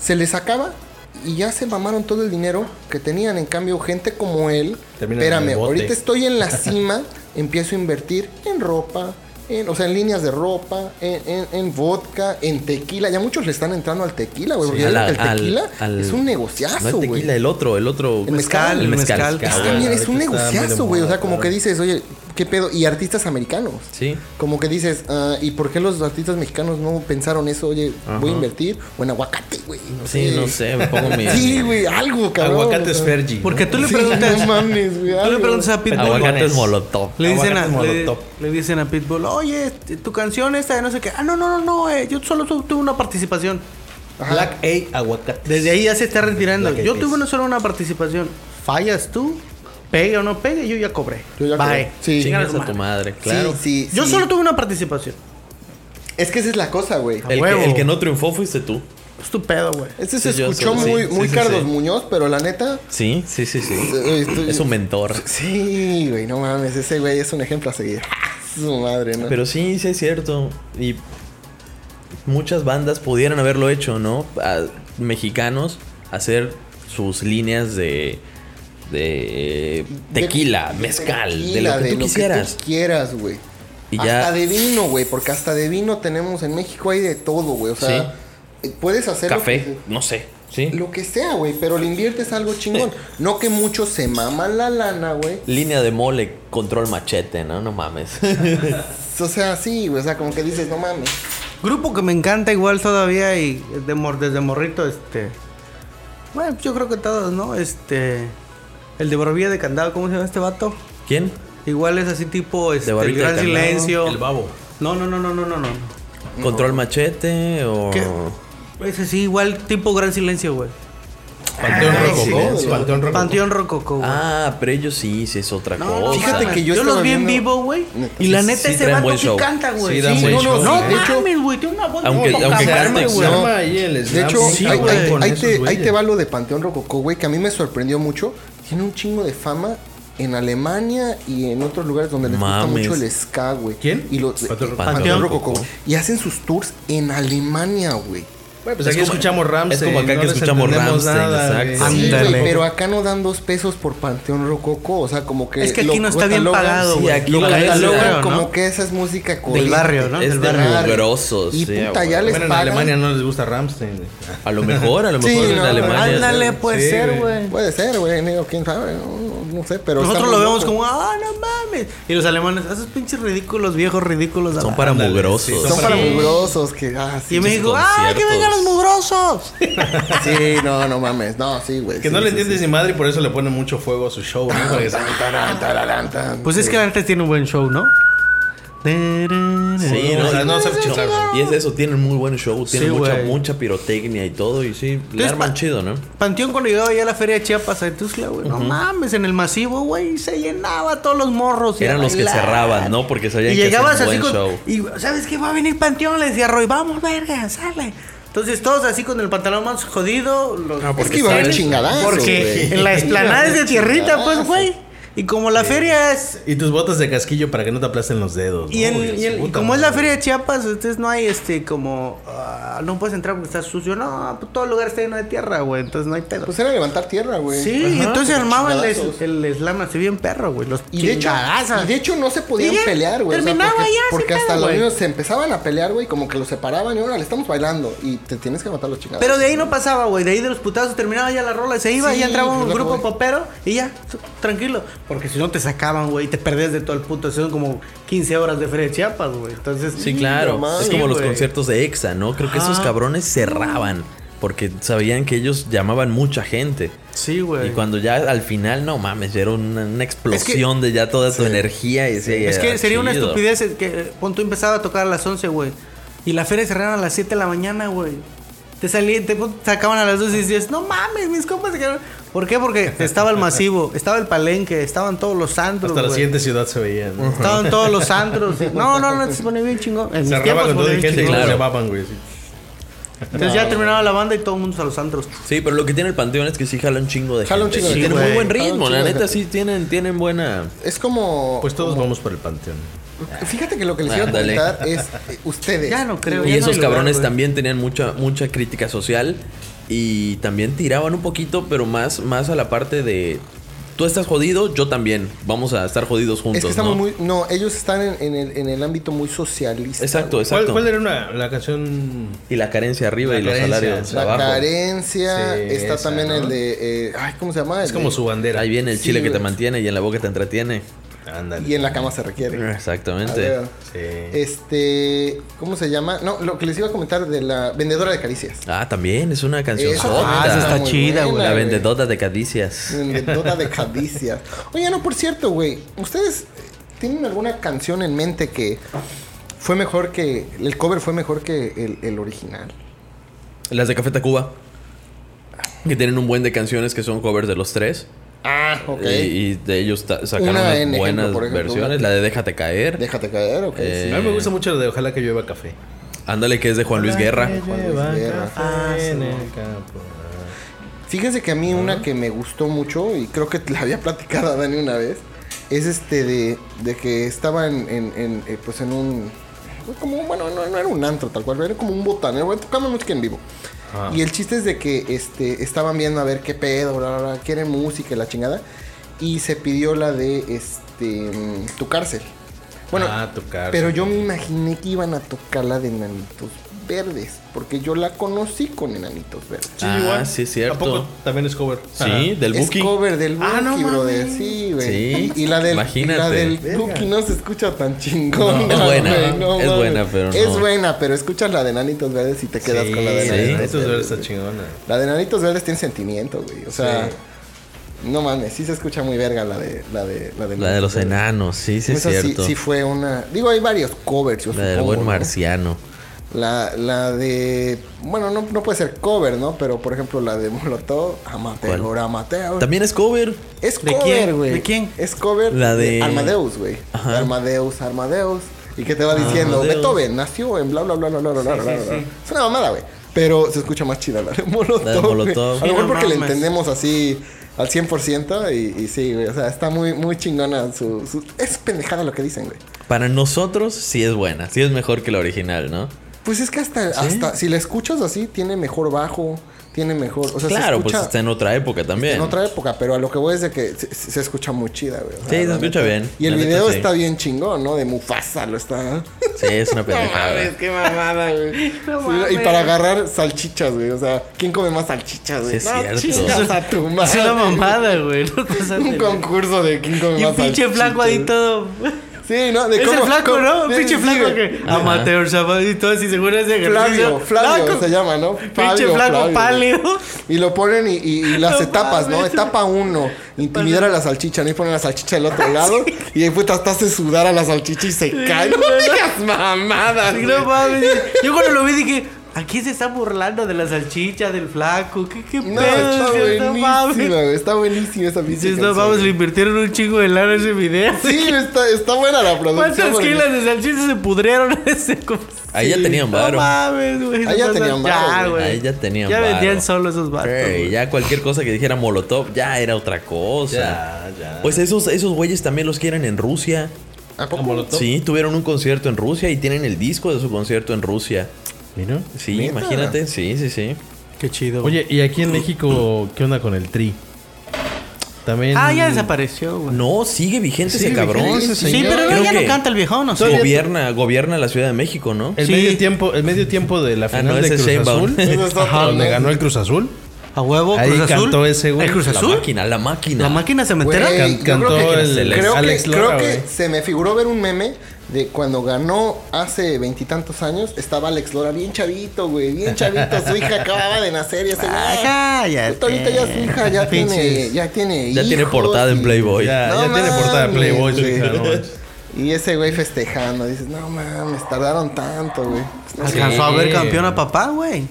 Speaker 2: se les acaba y ya se mamaron todo el dinero que tenían. En cambio, gente como él,
Speaker 4: Terminan en
Speaker 2: espérame,
Speaker 4: el bote.
Speaker 2: ahorita estoy en
Speaker 3: [LAUGHS]
Speaker 2: la cima, empiezo a invertir en ropa. En, o sea, en líneas de ropa, en, en- en vodka, en tequila. Ya muchos le están entrando al tequila, güey. porque
Speaker 3: A
Speaker 2: ya
Speaker 3: la-
Speaker 2: ven que el
Speaker 3: al-
Speaker 2: tequila
Speaker 3: al-
Speaker 2: es un
Speaker 3: No,
Speaker 2: negociazo,
Speaker 3: el
Speaker 2: güey.
Speaker 3: tequila, el otro, el otro.
Speaker 2: El mezcal,
Speaker 3: El
Speaker 2: el
Speaker 3: mezcal.
Speaker 5: mezcal.
Speaker 3: Ah,
Speaker 5: Ah,
Speaker 3: güey.
Speaker 2: También es un
Speaker 4: ahorita está muy de
Speaker 2: negociazo, güey. O sea,
Speaker 4: moda,
Speaker 2: como que
Speaker 4: claro.
Speaker 2: dices, oye, ¿qué pedo? Y artistas americanos.
Speaker 3: Sí.
Speaker 2: Como que dices, ah, ¿y por qué los artistas mexicanos no pensaron eso? Oye, voy a invertir o en aguacate, güey. No
Speaker 3: Sí, no sé, me pongo mi.
Speaker 2: [LAUGHS] Sí,
Speaker 3: [LAUGHS]
Speaker 2: güey, algo, cabrón.
Speaker 4: Aguacate es
Speaker 2: o sea.
Speaker 4: Fergie.
Speaker 5: Porque tú le
Speaker 2: Sí,
Speaker 5: preguntas,
Speaker 2: no mames, güey,
Speaker 5: tú le
Speaker 2: algo.
Speaker 5: preguntas a Pitbull.
Speaker 3: Aguacates molotov.
Speaker 5: Le dicen, a,
Speaker 4: Aguacate
Speaker 5: le,
Speaker 4: molotov.
Speaker 5: le dicen a Pitbull, oye, este, tu canción esta de no sé qué. Ah, no, no, no, no, eh, yo solo tu- tuve una participación.
Speaker 2: Ajá.
Speaker 4: Black A aguacate.
Speaker 5: Desde ahí ya se está retirando.
Speaker 4: Black Eyed
Speaker 5: Yo
Speaker 4: Peas.
Speaker 5: tuve una, solo una participación. Fallas tú, pegue o no pegue, yo ya cobré.
Speaker 2: Yo ya
Speaker 5: Bye.
Speaker 2: creo. Sí.
Speaker 3: Chingas
Speaker 5: Chinga
Speaker 3: a tu madre, claro.
Speaker 2: Sí, sí,
Speaker 5: Yo
Speaker 2: sí.
Speaker 5: solo tuve una participación.
Speaker 2: Es que esa es la cosa, güey.
Speaker 3: El que,
Speaker 5: huevo.
Speaker 3: el que no triunfó fuiste tú.
Speaker 5: Estupendo, Pues güey.
Speaker 2: Este se
Speaker 3: Sí, yo
Speaker 2: escuchó
Speaker 3: solo- sí,
Speaker 2: muy,
Speaker 3: sí,
Speaker 2: muy
Speaker 3: sí,
Speaker 2: Carlos
Speaker 3: sí.
Speaker 2: Muñoz, pero la neta.
Speaker 3: Sí, sí, sí, sí.
Speaker 2: eh, estoy-
Speaker 3: Es un mentor.
Speaker 2: Sí, güey, no mames. Ese güey es un ejemplo a seguir. [LAUGHS] Su madre, ¿no?
Speaker 3: Pero sí, sí es cierto. Y muchas bandas pudieran haberlo hecho, ¿no? A- mexicanos hacer sus líneas de, de eh, tequila,
Speaker 2: de
Speaker 3: mezcal, de
Speaker 2: tequila,
Speaker 3: lo que tú quisieras.
Speaker 2: quieras, güey.
Speaker 3: Y ya-
Speaker 2: Hasta de vino, güey, porque hasta de vino tenemos en México hay de todo, güey. O sea, eh, puedes hacer lo
Speaker 3: Café,
Speaker 2: que-
Speaker 3: no sé. Sí.
Speaker 2: lo que sea, güey, pero le inviertes algo chingón. No que muchos se maman la lana, güey.
Speaker 3: Línea de mole, control machete, ¿no? No mames. [LAUGHS]
Speaker 2: O sea, sí, güey, o sea, como que dices, no mames.
Speaker 5: Grupo que me encanta igual todavía y de mor- desde morrito, este. Bueno, yo creo que todos, ¿no? Este. El de Barbilla de Candado, ¿cómo se llama este vato?
Speaker 3: ¿Quién?
Speaker 5: Igual es así tipo este, el
Speaker 3: Barbilla de
Speaker 5: Gran
Speaker 3: Candado,
Speaker 5: Silencio.
Speaker 4: El babo.
Speaker 5: No, no, no, no, no, no, no.
Speaker 3: ¿Control machete o...?
Speaker 5: ¿Qué? Ese sí, igual tipo Gran Silencio, güey.
Speaker 4: Panteón
Speaker 2: Ay,
Speaker 4: Rococó.
Speaker 2: silencio.
Speaker 4: Panteón Rococó.
Speaker 5: Panteón Rococó, güey.
Speaker 3: Ah, oh, pero ellos sí, sí es otra
Speaker 5: No,
Speaker 3: cosa.
Speaker 5: no,
Speaker 2: Fíjate
Speaker 5: mames.
Speaker 2: que yo
Speaker 5: yo
Speaker 2: estaba
Speaker 5: los vi en
Speaker 2: viendo-
Speaker 5: vivo, güey.
Speaker 2: Neta.
Speaker 5: Y la
Speaker 3: Sí,
Speaker 5: neta,
Speaker 3: sí,
Speaker 5: ese
Speaker 3: traen
Speaker 5: vato
Speaker 3: buen
Speaker 5: sí
Speaker 3: show.
Speaker 5: canta, güey.
Speaker 4: Sí, dan
Speaker 5: Sí,
Speaker 4: buen
Speaker 5: no,
Speaker 4: show,
Speaker 5: no, no
Speaker 4: güey.
Speaker 5: mames, güey. Tiene una voz
Speaker 3: Aunque-
Speaker 5: poca
Speaker 3: aunque
Speaker 5: madre,
Speaker 3: cante,
Speaker 5: güey.
Speaker 2: no.
Speaker 4: ahí el
Speaker 2: De
Speaker 4: slam,
Speaker 2: hecho,
Speaker 4: sí,
Speaker 2: ahí,
Speaker 4: güey,
Speaker 2: ahí-
Speaker 4: con
Speaker 2: ahí
Speaker 4: esos
Speaker 2: te, ahí
Speaker 4: güeyes.
Speaker 2: te va lo de Panteón Rococó, güey, que a mí me sorprendió mucho. Tiene un chingo de fama en Alemania y en otros lugares donde les
Speaker 3: Mames.
Speaker 2: gusta mucho el ska, güey.
Speaker 4: ¿Quién?
Speaker 2: Y los,
Speaker 4: Panteón
Speaker 2: eh,
Speaker 4: Rococó.
Speaker 2: Panteón
Speaker 3: Rococó.
Speaker 2: Rococó. güey. Y hacen sus tours en Alemania, güey.
Speaker 4: Bueno, pues
Speaker 3: Es
Speaker 4: aquí
Speaker 3: como-
Speaker 4: escuchamos Ramsey.
Speaker 3: es como acá que
Speaker 4: les
Speaker 3: escuchamos
Speaker 4: entendemos
Speaker 3: Rammstein,
Speaker 4: nada,
Speaker 3: exacto.
Speaker 4: güey.
Speaker 5: Sí.
Speaker 2: Sí,
Speaker 5: Ándale.
Speaker 2: güey, pero acá no dan dos pesos por Panteón Rococó. O sea, como que.
Speaker 5: Es que aquí no está bien
Speaker 2: catalogan-
Speaker 5: pagado,
Speaker 3: sí,
Speaker 5: güey.
Speaker 3: aquí
Speaker 2: Lo
Speaker 3: lo
Speaker 5: catalogan
Speaker 2: catalogan
Speaker 5: ¿no?
Speaker 2: como que esa es música corriente.
Speaker 5: barrio, ¿no?
Speaker 3: Es
Speaker 5: Del
Speaker 3: de
Speaker 2: barrio.
Speaker 3: mugrosos.
Speaker 2: Y
Speaker 3: sí,
Speaker 2: puta,
Speaker 3: güey.
Speaker 2: ya les
Speaker 4: Bueno, en
Speaker 2: pagan.
Speaker 4: Alemania no les gusta Ramstein.
Speaker 3: A lo mejor, a lo
Speaker 2: Sí,
Speaker 3: mejor en
Speaker 2: no,
Speaker 3: Alemania.
Speaker 5: Ándale, puede
Speaker 4: Sí,
Speaker 5: ser,
Speaker 4: güey.
Speaker 5: güey.
Speaker 2: Puede ser, güey, negro, quién sabe, no, no sé, pero.
Speaker 5: Nosotros
Speaker 2: está
Speaker 5: lo
Speaker 2: muy
Speaker 5: vemos
Speaker 2: loco.
Speaker 5: como, ah, no mames. Y los alemanes, esos pinches ridículos, viejos ridículos.
Speaker 3: Son
Speaker 5: ah".
Speaker 3: para
Speaker 4: Ándale,
Speaker 3: mugrosos.
Speaker 4: sí,
Speaker 2: Son para
Speaker 5: Sí.
Speaker 2: mugrosos que. Ah,
Speaker 5: Y
Speaker 2: sí,
Speaker 5: en México,
Speaker 3: pinches
Speaker 5: ¡ay, que
Speaker 3: conciertos.
Speaker 5: vengan los mugrosos!
Speaker 2: sí, no, no mames. No, sí, güey.
Speaker 4: Que
Speaker 2: sí,
Speaker 4: no le
Speaker 2: sí,
Speaker 4: entiendes ni madre y por eso le ponen mucho fuego a su show.
Speaker 3: [LAUGHS]
Speaker 4: ¿no? Para que se-
Speaker 2: sí. Tarán, tararán, tarán.
Speaker 5: Pues es
Speaker 2: Sí.
Speaker 5: que antes tiene un buen show, ¿no?
Speaker 3: Sí,
Speaker 4: O sea,
Speaker 3: no,
Speaker 4: no sabe chiflar, güey.
Speaker 3: Y es eso, tienen muy buen show, tienen
Speaker 5: Sí,
Speaker 3: mucha,
Speaker 5: güey.
Speaker 3: mucha pirotecnia y todo, y sí, le
Speaker 5: Es
Speaker 3: arman
Speaker 5: pa-
Speaker 3: chido, ¿no?
Speaker 5: Panteón cuando llegaba ya a la feria de Chiapas a Tusla, güey. No mames, en el masivo, güey, se llenaba todos los morros. y a
Speaker 3: Eran los que
Speaker 5: bailar.
Speaker 3: cerraban, ¿no? Porque sabían
Speaker 5: Y
Speaker 3: que hacían
Speaker 5: llegabas
Speaker 3: un
Speaker 5: así
Speaker 3: buen
Speaker 5: con...
Speaker 3: show.
Speaker 5: Y, ¿sabes qué? Va a venir Panteón, le decía Roy, vamos, verga, sale. Entonces todos así con el pantalón más jodido.
Speaker 3: Ah,
Speaker 5: Los...
Speaker 3: pues
Speaker 4: No,
Speaker 2: Es que iba a haber
Speaker 4: sabes-
Speaker 2: chingadazos.
Speaker 5: Porque
Speaker 2: güey.
Speaker 5: en la
Speaker 2: Iba a
Speaker 5: esplanada es
Speaker 2: haber
Speaker 5: de tierrita, pues,
Speaker 2: chingadazos.
Speaker 5: güey. Y como la feria es...
Speaker 4: Y tus botas de casquillo para que no te aplasten los dedos.
Speaker 5: Y,
Speaker 4: ¿no?
Speaker 5: en-
Speaker 4: Güey,
Speaker 5: y en- y
Speaker 4: puta
Speaker 5: como es la
Speaker 4: madre.
Speaker 5: feria de Chiapas, entonces no hay este como... ah, no puedes entrar porque está sucio. No, pues, todo lugar está lleno de tierra, güey. Entonces no hay pedo.
Speaker 2: Pues era levantar tierra, güey.
Speaker 5: sí, y entonces
Speaker 2: Pero
Speaker 5: armaban el,
Speaker 2: chingadazos.
Speaker 5: el slam así bien perro, güey. Los
Speaker 2: Y de, hecho,
Speaker 5: chingadazos.
Speaker 2: y de hecho no se podían
Speaker 5: Y ya,
Speaker 2: pelear, güey.
Speaker 5: terminaba
Speaker 2: porque
Speaker 5: ya,
Speaker 2: porque
Speaker 5: sin
Speaker 2: hasta
Speaker 5: pedo,
Speaker 2: los
Speaker 5: güey.
Speaker 2: niños se empezaban a pelear, güey, como que los separaban y ahora le estamos bailando. Y te tienes que matar los chingados.
Speaker 5: Pero de ahí no pasaba, güey. De ahí de los putazos terminaba ya la rola y se iba
Speaker 2: Sí,
Speaker 5: y ya entraba
Speaker 2: pues, lo
Speaker 5: un
Speaker 2: que
Speaker 5: grupo
Speaker 2: voy.
Speaker 5: popero y ya, tú, tranquilo. Porque si no te sacaban, güey, y te perdías de todo el puto. Son como 15 horas de Feria de Chiapas, güey. Entonces,
Speaker 3: Sí, claro.
Speaker 2: mames.
Speaker 3: es como los
Speaker 5: güey.
Speaker 3: conciertos de EXA, ¿no? Creo que esos
Speaker 5: Ajá.
Speaker 3: cabrones cerraban porque sabían que ellos llamaban mucha gente.
Speaker 5: Sí, güey.
Speaker 3: Y cuando ya al final, no mames, ya era una, una explosión de ya toda tu energía. Y decía,
Speaker 5: Es
Speaker 3: "Ah,
Speaker 5: que sería una
Speaker 3: chido".
Speaker 5: estupidez que eh, pon tú empezaba a tocar a las 11, güey. Y la feria cerraba a las 7 de la mañana, güey. Te salían, te pon- sacaban a las 2 y dices, no mames, mis compas se quedaron. ¿Por
Speaker 4: [LAUGHS]
Speaker 5: qué? Porque estaba el masivo, estaba el palenque, estaban todos los santos.
Speaker 4: Hasta la siguiente ciudad se veían. ¿no?
Speaker 5: Estaban todos los antros.
Speaker 4: [LAUGHS]
Speaker 5: No, no, no, se ponía bien chingón. En mis
Speaker 4: Cerraba
Speaker 5: tiempos
Speaker 4: con
Speaker 5: se
Speaker 4: todo
Speaker 5: ponía
Speaker 4: y
Speaker 5: bien
Speaker 4: gente y
Speaker 5: chingón.
Speaker 4: luego se
Speaker 3: Claro.
Speaker 4: vapan, güey. sí.
Speaker 5: Entonces ya terminaba la banda y todo el mundo a los
Speaker 4: [LAUGHS]
Speaker 5: antros.
Speaker 3: Sí, pero lo que tiene el Panteón es que sí jala un chingo de
Speaker 2: Jala un
Speaker 3: gente.
Speaker 2: chingo de
Speaker 3: Sí,
Speaker 2: gente,
Speaker 3: tienen muy
Speaker 5: güey.
Speaker 3: buen
Speaker 2: Jala un
Speaker 3: ritmo, la
Speaker 2: chingo de
Speaker 3: neta
Speaker 2: gente.
Speaker 3: sí tienen, tienen buena...
Speaker 2: Es como.
Speaker 4: Pues todos vamos por el panteón.
Speaker 2: Fíjate que lo que les iba a
Speaker 3: Ándale.
Speaker 2: comentar es eh, ustedes.
Speaker 5: Ya no creo.
Speaker 3: Y
Speaker 5: ya no
Speaker 3: esos
Speaker 5: hay lugar,
Speaker 3: cabrones
Speaker 5: güey.
Speaker 3: también tenían mucha, mucha crítica social y también tiraban un poquito, pero más, más a la parte de tú estás jodido, yo también. Vamos a estar jodidos juntos.
Speaker 2: es que estamos
Speaker 3: ¿no?
Speaker 2: muy. No, ellos están en, en el, en el ámbito muy socialista.
Speaker 3: Exacto,
Speaker 2: güey.
Speaker 4: ¿Cuál,
Speaker 3: exacto.
Speaker 4: cuál era una- la canción?
Speaker 3: Y la carencia arriba
Speaker 4: La
Speaker 3: y
Speaker 4: carencia,
Speaker 3: los salarios
Speaker 4: la
Speaker 2: La
Speaker 3: abajo.
Speaker 2: carencia.
Speaker 4: Sí,
Speaker 2: está
Speaker 4: esa,
Speaker 2: también
Speaker 4: ¿no?
Speaker 2: el de. eh, ay, ¿cómo se llama?
Speaker 4: Es
Speaker 2: El
Speaker 4: como
Speaker 2: de-
Speaker 4: su bandera.
Speaker 3: Ahí viene el
Speaker 2: Sí,
Speaker 3: chile que te
Speaker 2: güey.
Speaker 3: mantiene y en la boca te entretiene.
Speaker 4: Ándale.
Speaker 2: Y en la cama se requiere. A
Speaker 3: Exactamente.
Speaker 2: ver,
Speaker 4: Sí.
Speaker 2: Este. ¿Cómo se llama? No, lo que les iba a comentar de la vendedora de caricias.
Speaker 3: Ah, también es una canción.
Speaker 2: Esa
Speaker 5: Ah,
Speaker 2: Está
Speaker 5: esa está
Speaker 2: muy
Speaker 5: chida, güey.
Speaker 2: buena,
Speaker 3: la
Speaker 2: güey.
Speaker 3: vendedora de cadicias.
Speaker 2: Vendedora de caricias. Oye, no, por cierto, güey. ¿Ustedes tienen alguna canción en mente que fue mejor que. El cover fue mejor que el, el original?
Speaker 3: Las de Café Tacuba. Que tienen un buen de canciones que son covers de los tres.
Speaker 2: Ah, ok.
Speaker 3: Y, y de ellos ta- sacaron
Speaker 2: Una
Speaker 3: unas
Speaker 2: en ejemplo,
Speaker 3: buenas
Speaker 2: por ejemplo,
Speaker 3: versiones.
Speaker 2: una-
Speaker 3: La de Déjate Caer.
Speaker 2: Déjate caer, ok.
Speaker 3: Eh,
Speaker 2: sí.
Speaker 4: A mí me gusta mucho la de Ojalá que llueva café.
Speaker 3: Ándale, que es de Juan
Speaker 2: Ah,
Speaker 3: Luis Guerra.
Speaker 2: Juan Luis Guerra.
Speaker 4: Ah, en
Speaker 5: Ah, sí.
Speaker 4: el campo.
Speaker 2: Fíjense que a mí una que me gustó mucho, y creo que te la había platicado a Dani una vez, es este de, de que estaba en, en- en, eh, pues en un como, bueno, no, no era un antro tal cual, era como un botanero, güey, tocando música en vivo.
Speaker 4: Ah,
Speaker 3: Ah.
Speaker 2: Y el chiste es de que este, estaban viendo a ver qué pedo, bla, bla, bla, quieren música, y la chingada. Y se pidió la de este, mm, tu cárcel. Bueno,
Speaker 4: Ah, tu cárcel.
Speaker 2: pero yo me imaginé que iban a tocar la de Enanitos Verdes, porque yo la conocí con Enanitos Verdes.
Speaker 3: Sí, Ah, igual. sí, es cierto.
Speaker 4: ¿A poco también es cover?
Speaker 3: Sí, del
Speaker 2: es
Speaker 3: Buki.
Speaker 2: cover del Buki,
Speaker 5: Ah, no
Speaker 2: brother.
Speaker 5: mames.
Speaker 2: Sí, güey.
Speaker 3: Sí,
Speaker 2: Y la del,
Speaker 3: imagínate.
Speaker 2: y la del
Speaker 4: Verga.
Speaker 2: Buki no se escucha tan chingón.
Speaker 3: No, es buena,
Speaker 2: [LAUGHS] güey, no
Speaker 3: es
Speaker 2: mames.
Speaker 3: buena, pero
Speaker 2: Es
Speaker 3: no.
Speaker 2: buena, pero escuchas la de Nanitos Verdes y te quedas con la de
Speaker 3: sí.
Speaker 2: Nanitos
Speaker 4: Estos
Speaker 2: Verdes.
Speaker 4: verdes están chingona.
Speaker 2: La de Nanitos Verdes tiene sentimiento, güey. O sea, no mames, sí se escucha muy verga la de la de la de,
Speaker 3: La de los
Speaker 2: Verdes.
Speaker 3: enanos, sí, sí es
Speaker 2: Esa
Speaker 3: cierto.
Speaker 2: sí fue una. Digo, hay varios covers, yo
Speaker 3: la del
Speaker 2: supongo,
Speaker 3: buen
Speaker 2: ¿no?
Speaker 3: marciano.
Speaker 2: La, la de. Bueno, no, no puede ser cover, ¿no? Pero por ejemplo, la de Molotov, Amateur,
Speaker 3: ¿Cuál?
Speaker 2: Amateur.
Speaker 3: También es cover.
Speaker 2: Es
Speaker 5: ¿De
Speaker 2: cover,
Speaker 5: quién?
Speaker 2: güey.
Speaker 5: ¿De quién?
Speaker 2: Es cover
Speaker 3: La de-
Speaker 2: Armadeus, güey.
Speaker 3: Ajá.
Speaker 2: Armadeus, Armadeus. ¿Y qué te va diciendo?
Speaker 3: Amadeus.
Speaker 2: Beethoven nació en bla, bla, bla, bla, bla, bla, bla, bla, bla. Es una mamada, güey. Pero se escucha más chida la de Molotov.
Speaker 3: La de
Speaker 2: güey.
Speaker 3: Molotov.
Speaker 2: A lo
Speaker 5: Sí,
Speaker 2: mejor
Speaker 5: no
Speaker 2: porque le
Speaker 5: mames.
Speaker 2: entendemos así al 100% y, y sí, güey. O sea, está muy, muy chingona su, su- Es pendejada lo que dicen, güey.
Speaker 3: Para nosotros sí es buena, sí es mejor que la original, ¿no?
Speaker 2: Pues es que hasta, hasta si la escuchas así, tiene mejor bajo, tiene mejor... O sea, se
Speaker 3: claro, pues
Speaker 2: escucha
Speaker 3: está en otra época también.
Speaker 2: en otra época, pero a lo que voy es de que se, se- se escucha muy chida, güey. O sea,
Speaker 3: Sí, se
Speaker 2: la
Speaker 3: escucha
Speaker 2: neta.
Speaker 3: bien.
Speaker 2: Y el
Speaker 3: La neta,
Speaker 2: video
Speaker 3: sí.
Speaker 2: está bien chingón, ¿no? De Mufasa lo [LAUGHS] está.
Speaker 3: Sí, es una pendejada.
Speaker 2: mames, qué mamada, güey.
Speaker 5: [LAUGHS] No
Speaker 2: Sí,
Speaker 5: mames.
Speaker 2: y para agarrar salchichas, güey. O sea, ¿quién come más salchichas, güey?
Speaker 3: Sí, es cierto.
Speaker 2: chingas a tu
Speaker 5: Es
Speaker 2: madre.
Speaker 5: una mamada, güey. No pasa
Speaker 2: [LAUGHS] Un concurso de quién come
Speaker 5: Y
Speaker 2: más
Speaker 5: un pinche
Speaker 2: salchichas.
Speaker 5: flaco ahí todo.
Speaker 2: Sí, ¿no? De
Speaker 5: Es el
Speaker 2: cómo-
Speaker 5: flaco,
Speaker 2: cómo-
Speaker 5: ¿no? Un
Speaker 2: sí,
Speaker 5: pinche
Speaker 2: sí,
Speaker 5: flaco
Speaker 2: güey.
Speaker 5: que. Amateur, chaval, y todo así, seguro ese
Speaker 2: Flavio,
Speaker 5: ejercicio.
Speaker 2: Flavio
Speaker 5: Flaco.
Speaker 2: se llama, ¿no?
Speaker 5: Pinche flaco
Speaker 2: Flavio. [LAUGHS]
Speaker 5: pálido.
Speaker 2: Y lo ponen y, y- y las
Speaker 5: No
Speaker 2: etapas, ¿no?
Speaker 5: mames.
Speaker 2: Etapa 1, intimidar a la salchicha, ¿no? Y ponen la salchicha del otro
Speaker 5: [LAUGHS]
Speaker 2: lado. Y ahí puta hasta hace sudar a la salchicha y se cae. No digas mamadas.
Speaker 5: Ay,
Speaker 2: güey.
Speaker 5: No mames. Yo cuando lo vi dije, aquí se está burlando de la salchicha, del flaco. ¿Qué, qué
Speaker 2: No, está
Speaker 5: pedo? tío? No
Speaker 2: buenísima,
Speaker 5: mames.
Speaker 2: güey. Está buenísima esa pinche
Speaker 5: Dices, no
Speaker 2: canción,
Speaker 5: mames, le
Speaker 2: güey.
Speaker 5: invirtieron un chingo de lana a ese video.
Speaker 2: Sí, está, está buena la producción.
Speaker 5: ¿Cuántas
Speaker 2: porque
Speaker 5: kilos de salchicha se pudrieron? Ese, como-
Speaker 3: Ahí ya tenían
Speaker 5: No
Speaker 3: varo.
Speaker 5: mames, güey.
Speaker 2: Ahí
Speaker 5: no
Speaker 2: Ah, ya
Speaker 5: pasa-
Speaker 2: tenían
Speaker 5: Ya,
Speaker 2: varo,
Speaker 5: güey.
Speaker 3: Ahí ya tenían
Speaker 5: Ya
Speaker 3: varo.
Speaker 5: vendían solo esos vatos.
Speaker 3: Sí,
Speaker 5: güey.
Speaker 3: ya cualquier cosa que dijera Molotov ya era otra cosa.
Speaker 4: Ya, ya.
Speaker 3: Pues esos esos güeyes también los quieren en Rusia.
Speaker 2: ¿A
Speaker 4: ¿A
Speaker 2: poco?
Speaker 4: Molotov?
Speaker 3: Sí, tuvieron un concierto en Rusia y tienen el disco de su concierto en Rusia.
Speaker 4: Mira.
Speaker 3: Sí,
Speaker 2: ¿Neta?
Speaker 3: imagínate, sí, sí, sí.
Speaker 5: Qué chido. güey.
Speaker 4: Oye, ¿y aquí en México qué onda con el tri? También.
Speaker 5: Ah, ya desapareció, güey.
Speaker 3: No, sigue vigente ese
Speaker 4: Sigue
Speaker 3: cabrón.
Speaker 4: vigente
Speaker 2: ese
Speaker 3: ese
Speaker 5: sí,
Speaker 3: señor.
Speaker 5: pero no,
Speaker 3: Creo
Speaker 5: ya no
Speaker 3: que
Speaker 5: canta el viejón, ¿no? sé.
Speaker 3: Gobierna, gobierna la Ciudad de México, ¿no?
Speaker 4: El
Speaker 5: Sí.
Speaker 4: medio tiempo, el medio tiempo de la
Speaker 3: Ah,
Speaker 4: final
Speaker 3: no,
Speaker 4: de
Speaker 3: ese es
Speaker 4: Cruz
Speaker 3: Sheinbaum.
Speaker 4: Azul,
Speaker 2: [LAUGHS] Ese es otro,
Speaker 4: Ajá, donde
Speaker 2: ¿no?
Speaker 4: ganó el Cruz Azul.
Speaker 5: A huevo,
Speaker 4: Ahí
Speaker 5: Cruz Azul.
Speaker 4: cantó ese, güey.
Speaker 5: El Cruz
Speaker 3: La
Speaker 5: Azul.
Speaker 3: máquina, la máquina.
Speaker 5: La máquina se
Speaker 2: Güey,
Speaker 5: meterá.
Speaker 4: Can-
Speaker 2: yo
Speaker 4: cantó
Speaker 2: creo que,
Speaker 4: el
Speaker 2: creo que-
Speaker 4: Alex Lora,
Speaker 2: creo que
Speaker 4: güey.
Speaker 2: se me figuró ver un meme de cuando ganó hace veintitantos años, estaba Alex Lora bien chavito, güey, bien chavito, su hija acababa de nacer y ese güey.
Speaker 5: Ajá, Ah, ya
Speaker 2: puta, ahorita ya su hija ya tiene,
Speaker 5: Pinches.
Speaker 2: ya tiene
Speaker 3: ya tiene
Speaker 2: hijos
Speaker 3: portada en
Speaker 2: y-
Speaker 3: Playboy.
Speaker 4: Ya,
Speaker 2: No
Speaker 4: ya tiene portada de
Speaker 2: mames,
Speaker 4: Playboy. su
Speaker 2: güey.
Speaker 4: hija, no manches.
Speaker 2: Y ese güey festejando, dices, no mames, tardaron tanto, güey.
Speaker 3: Ah,
Speaker 5: Alcanzó a ver campeón a papá, güey.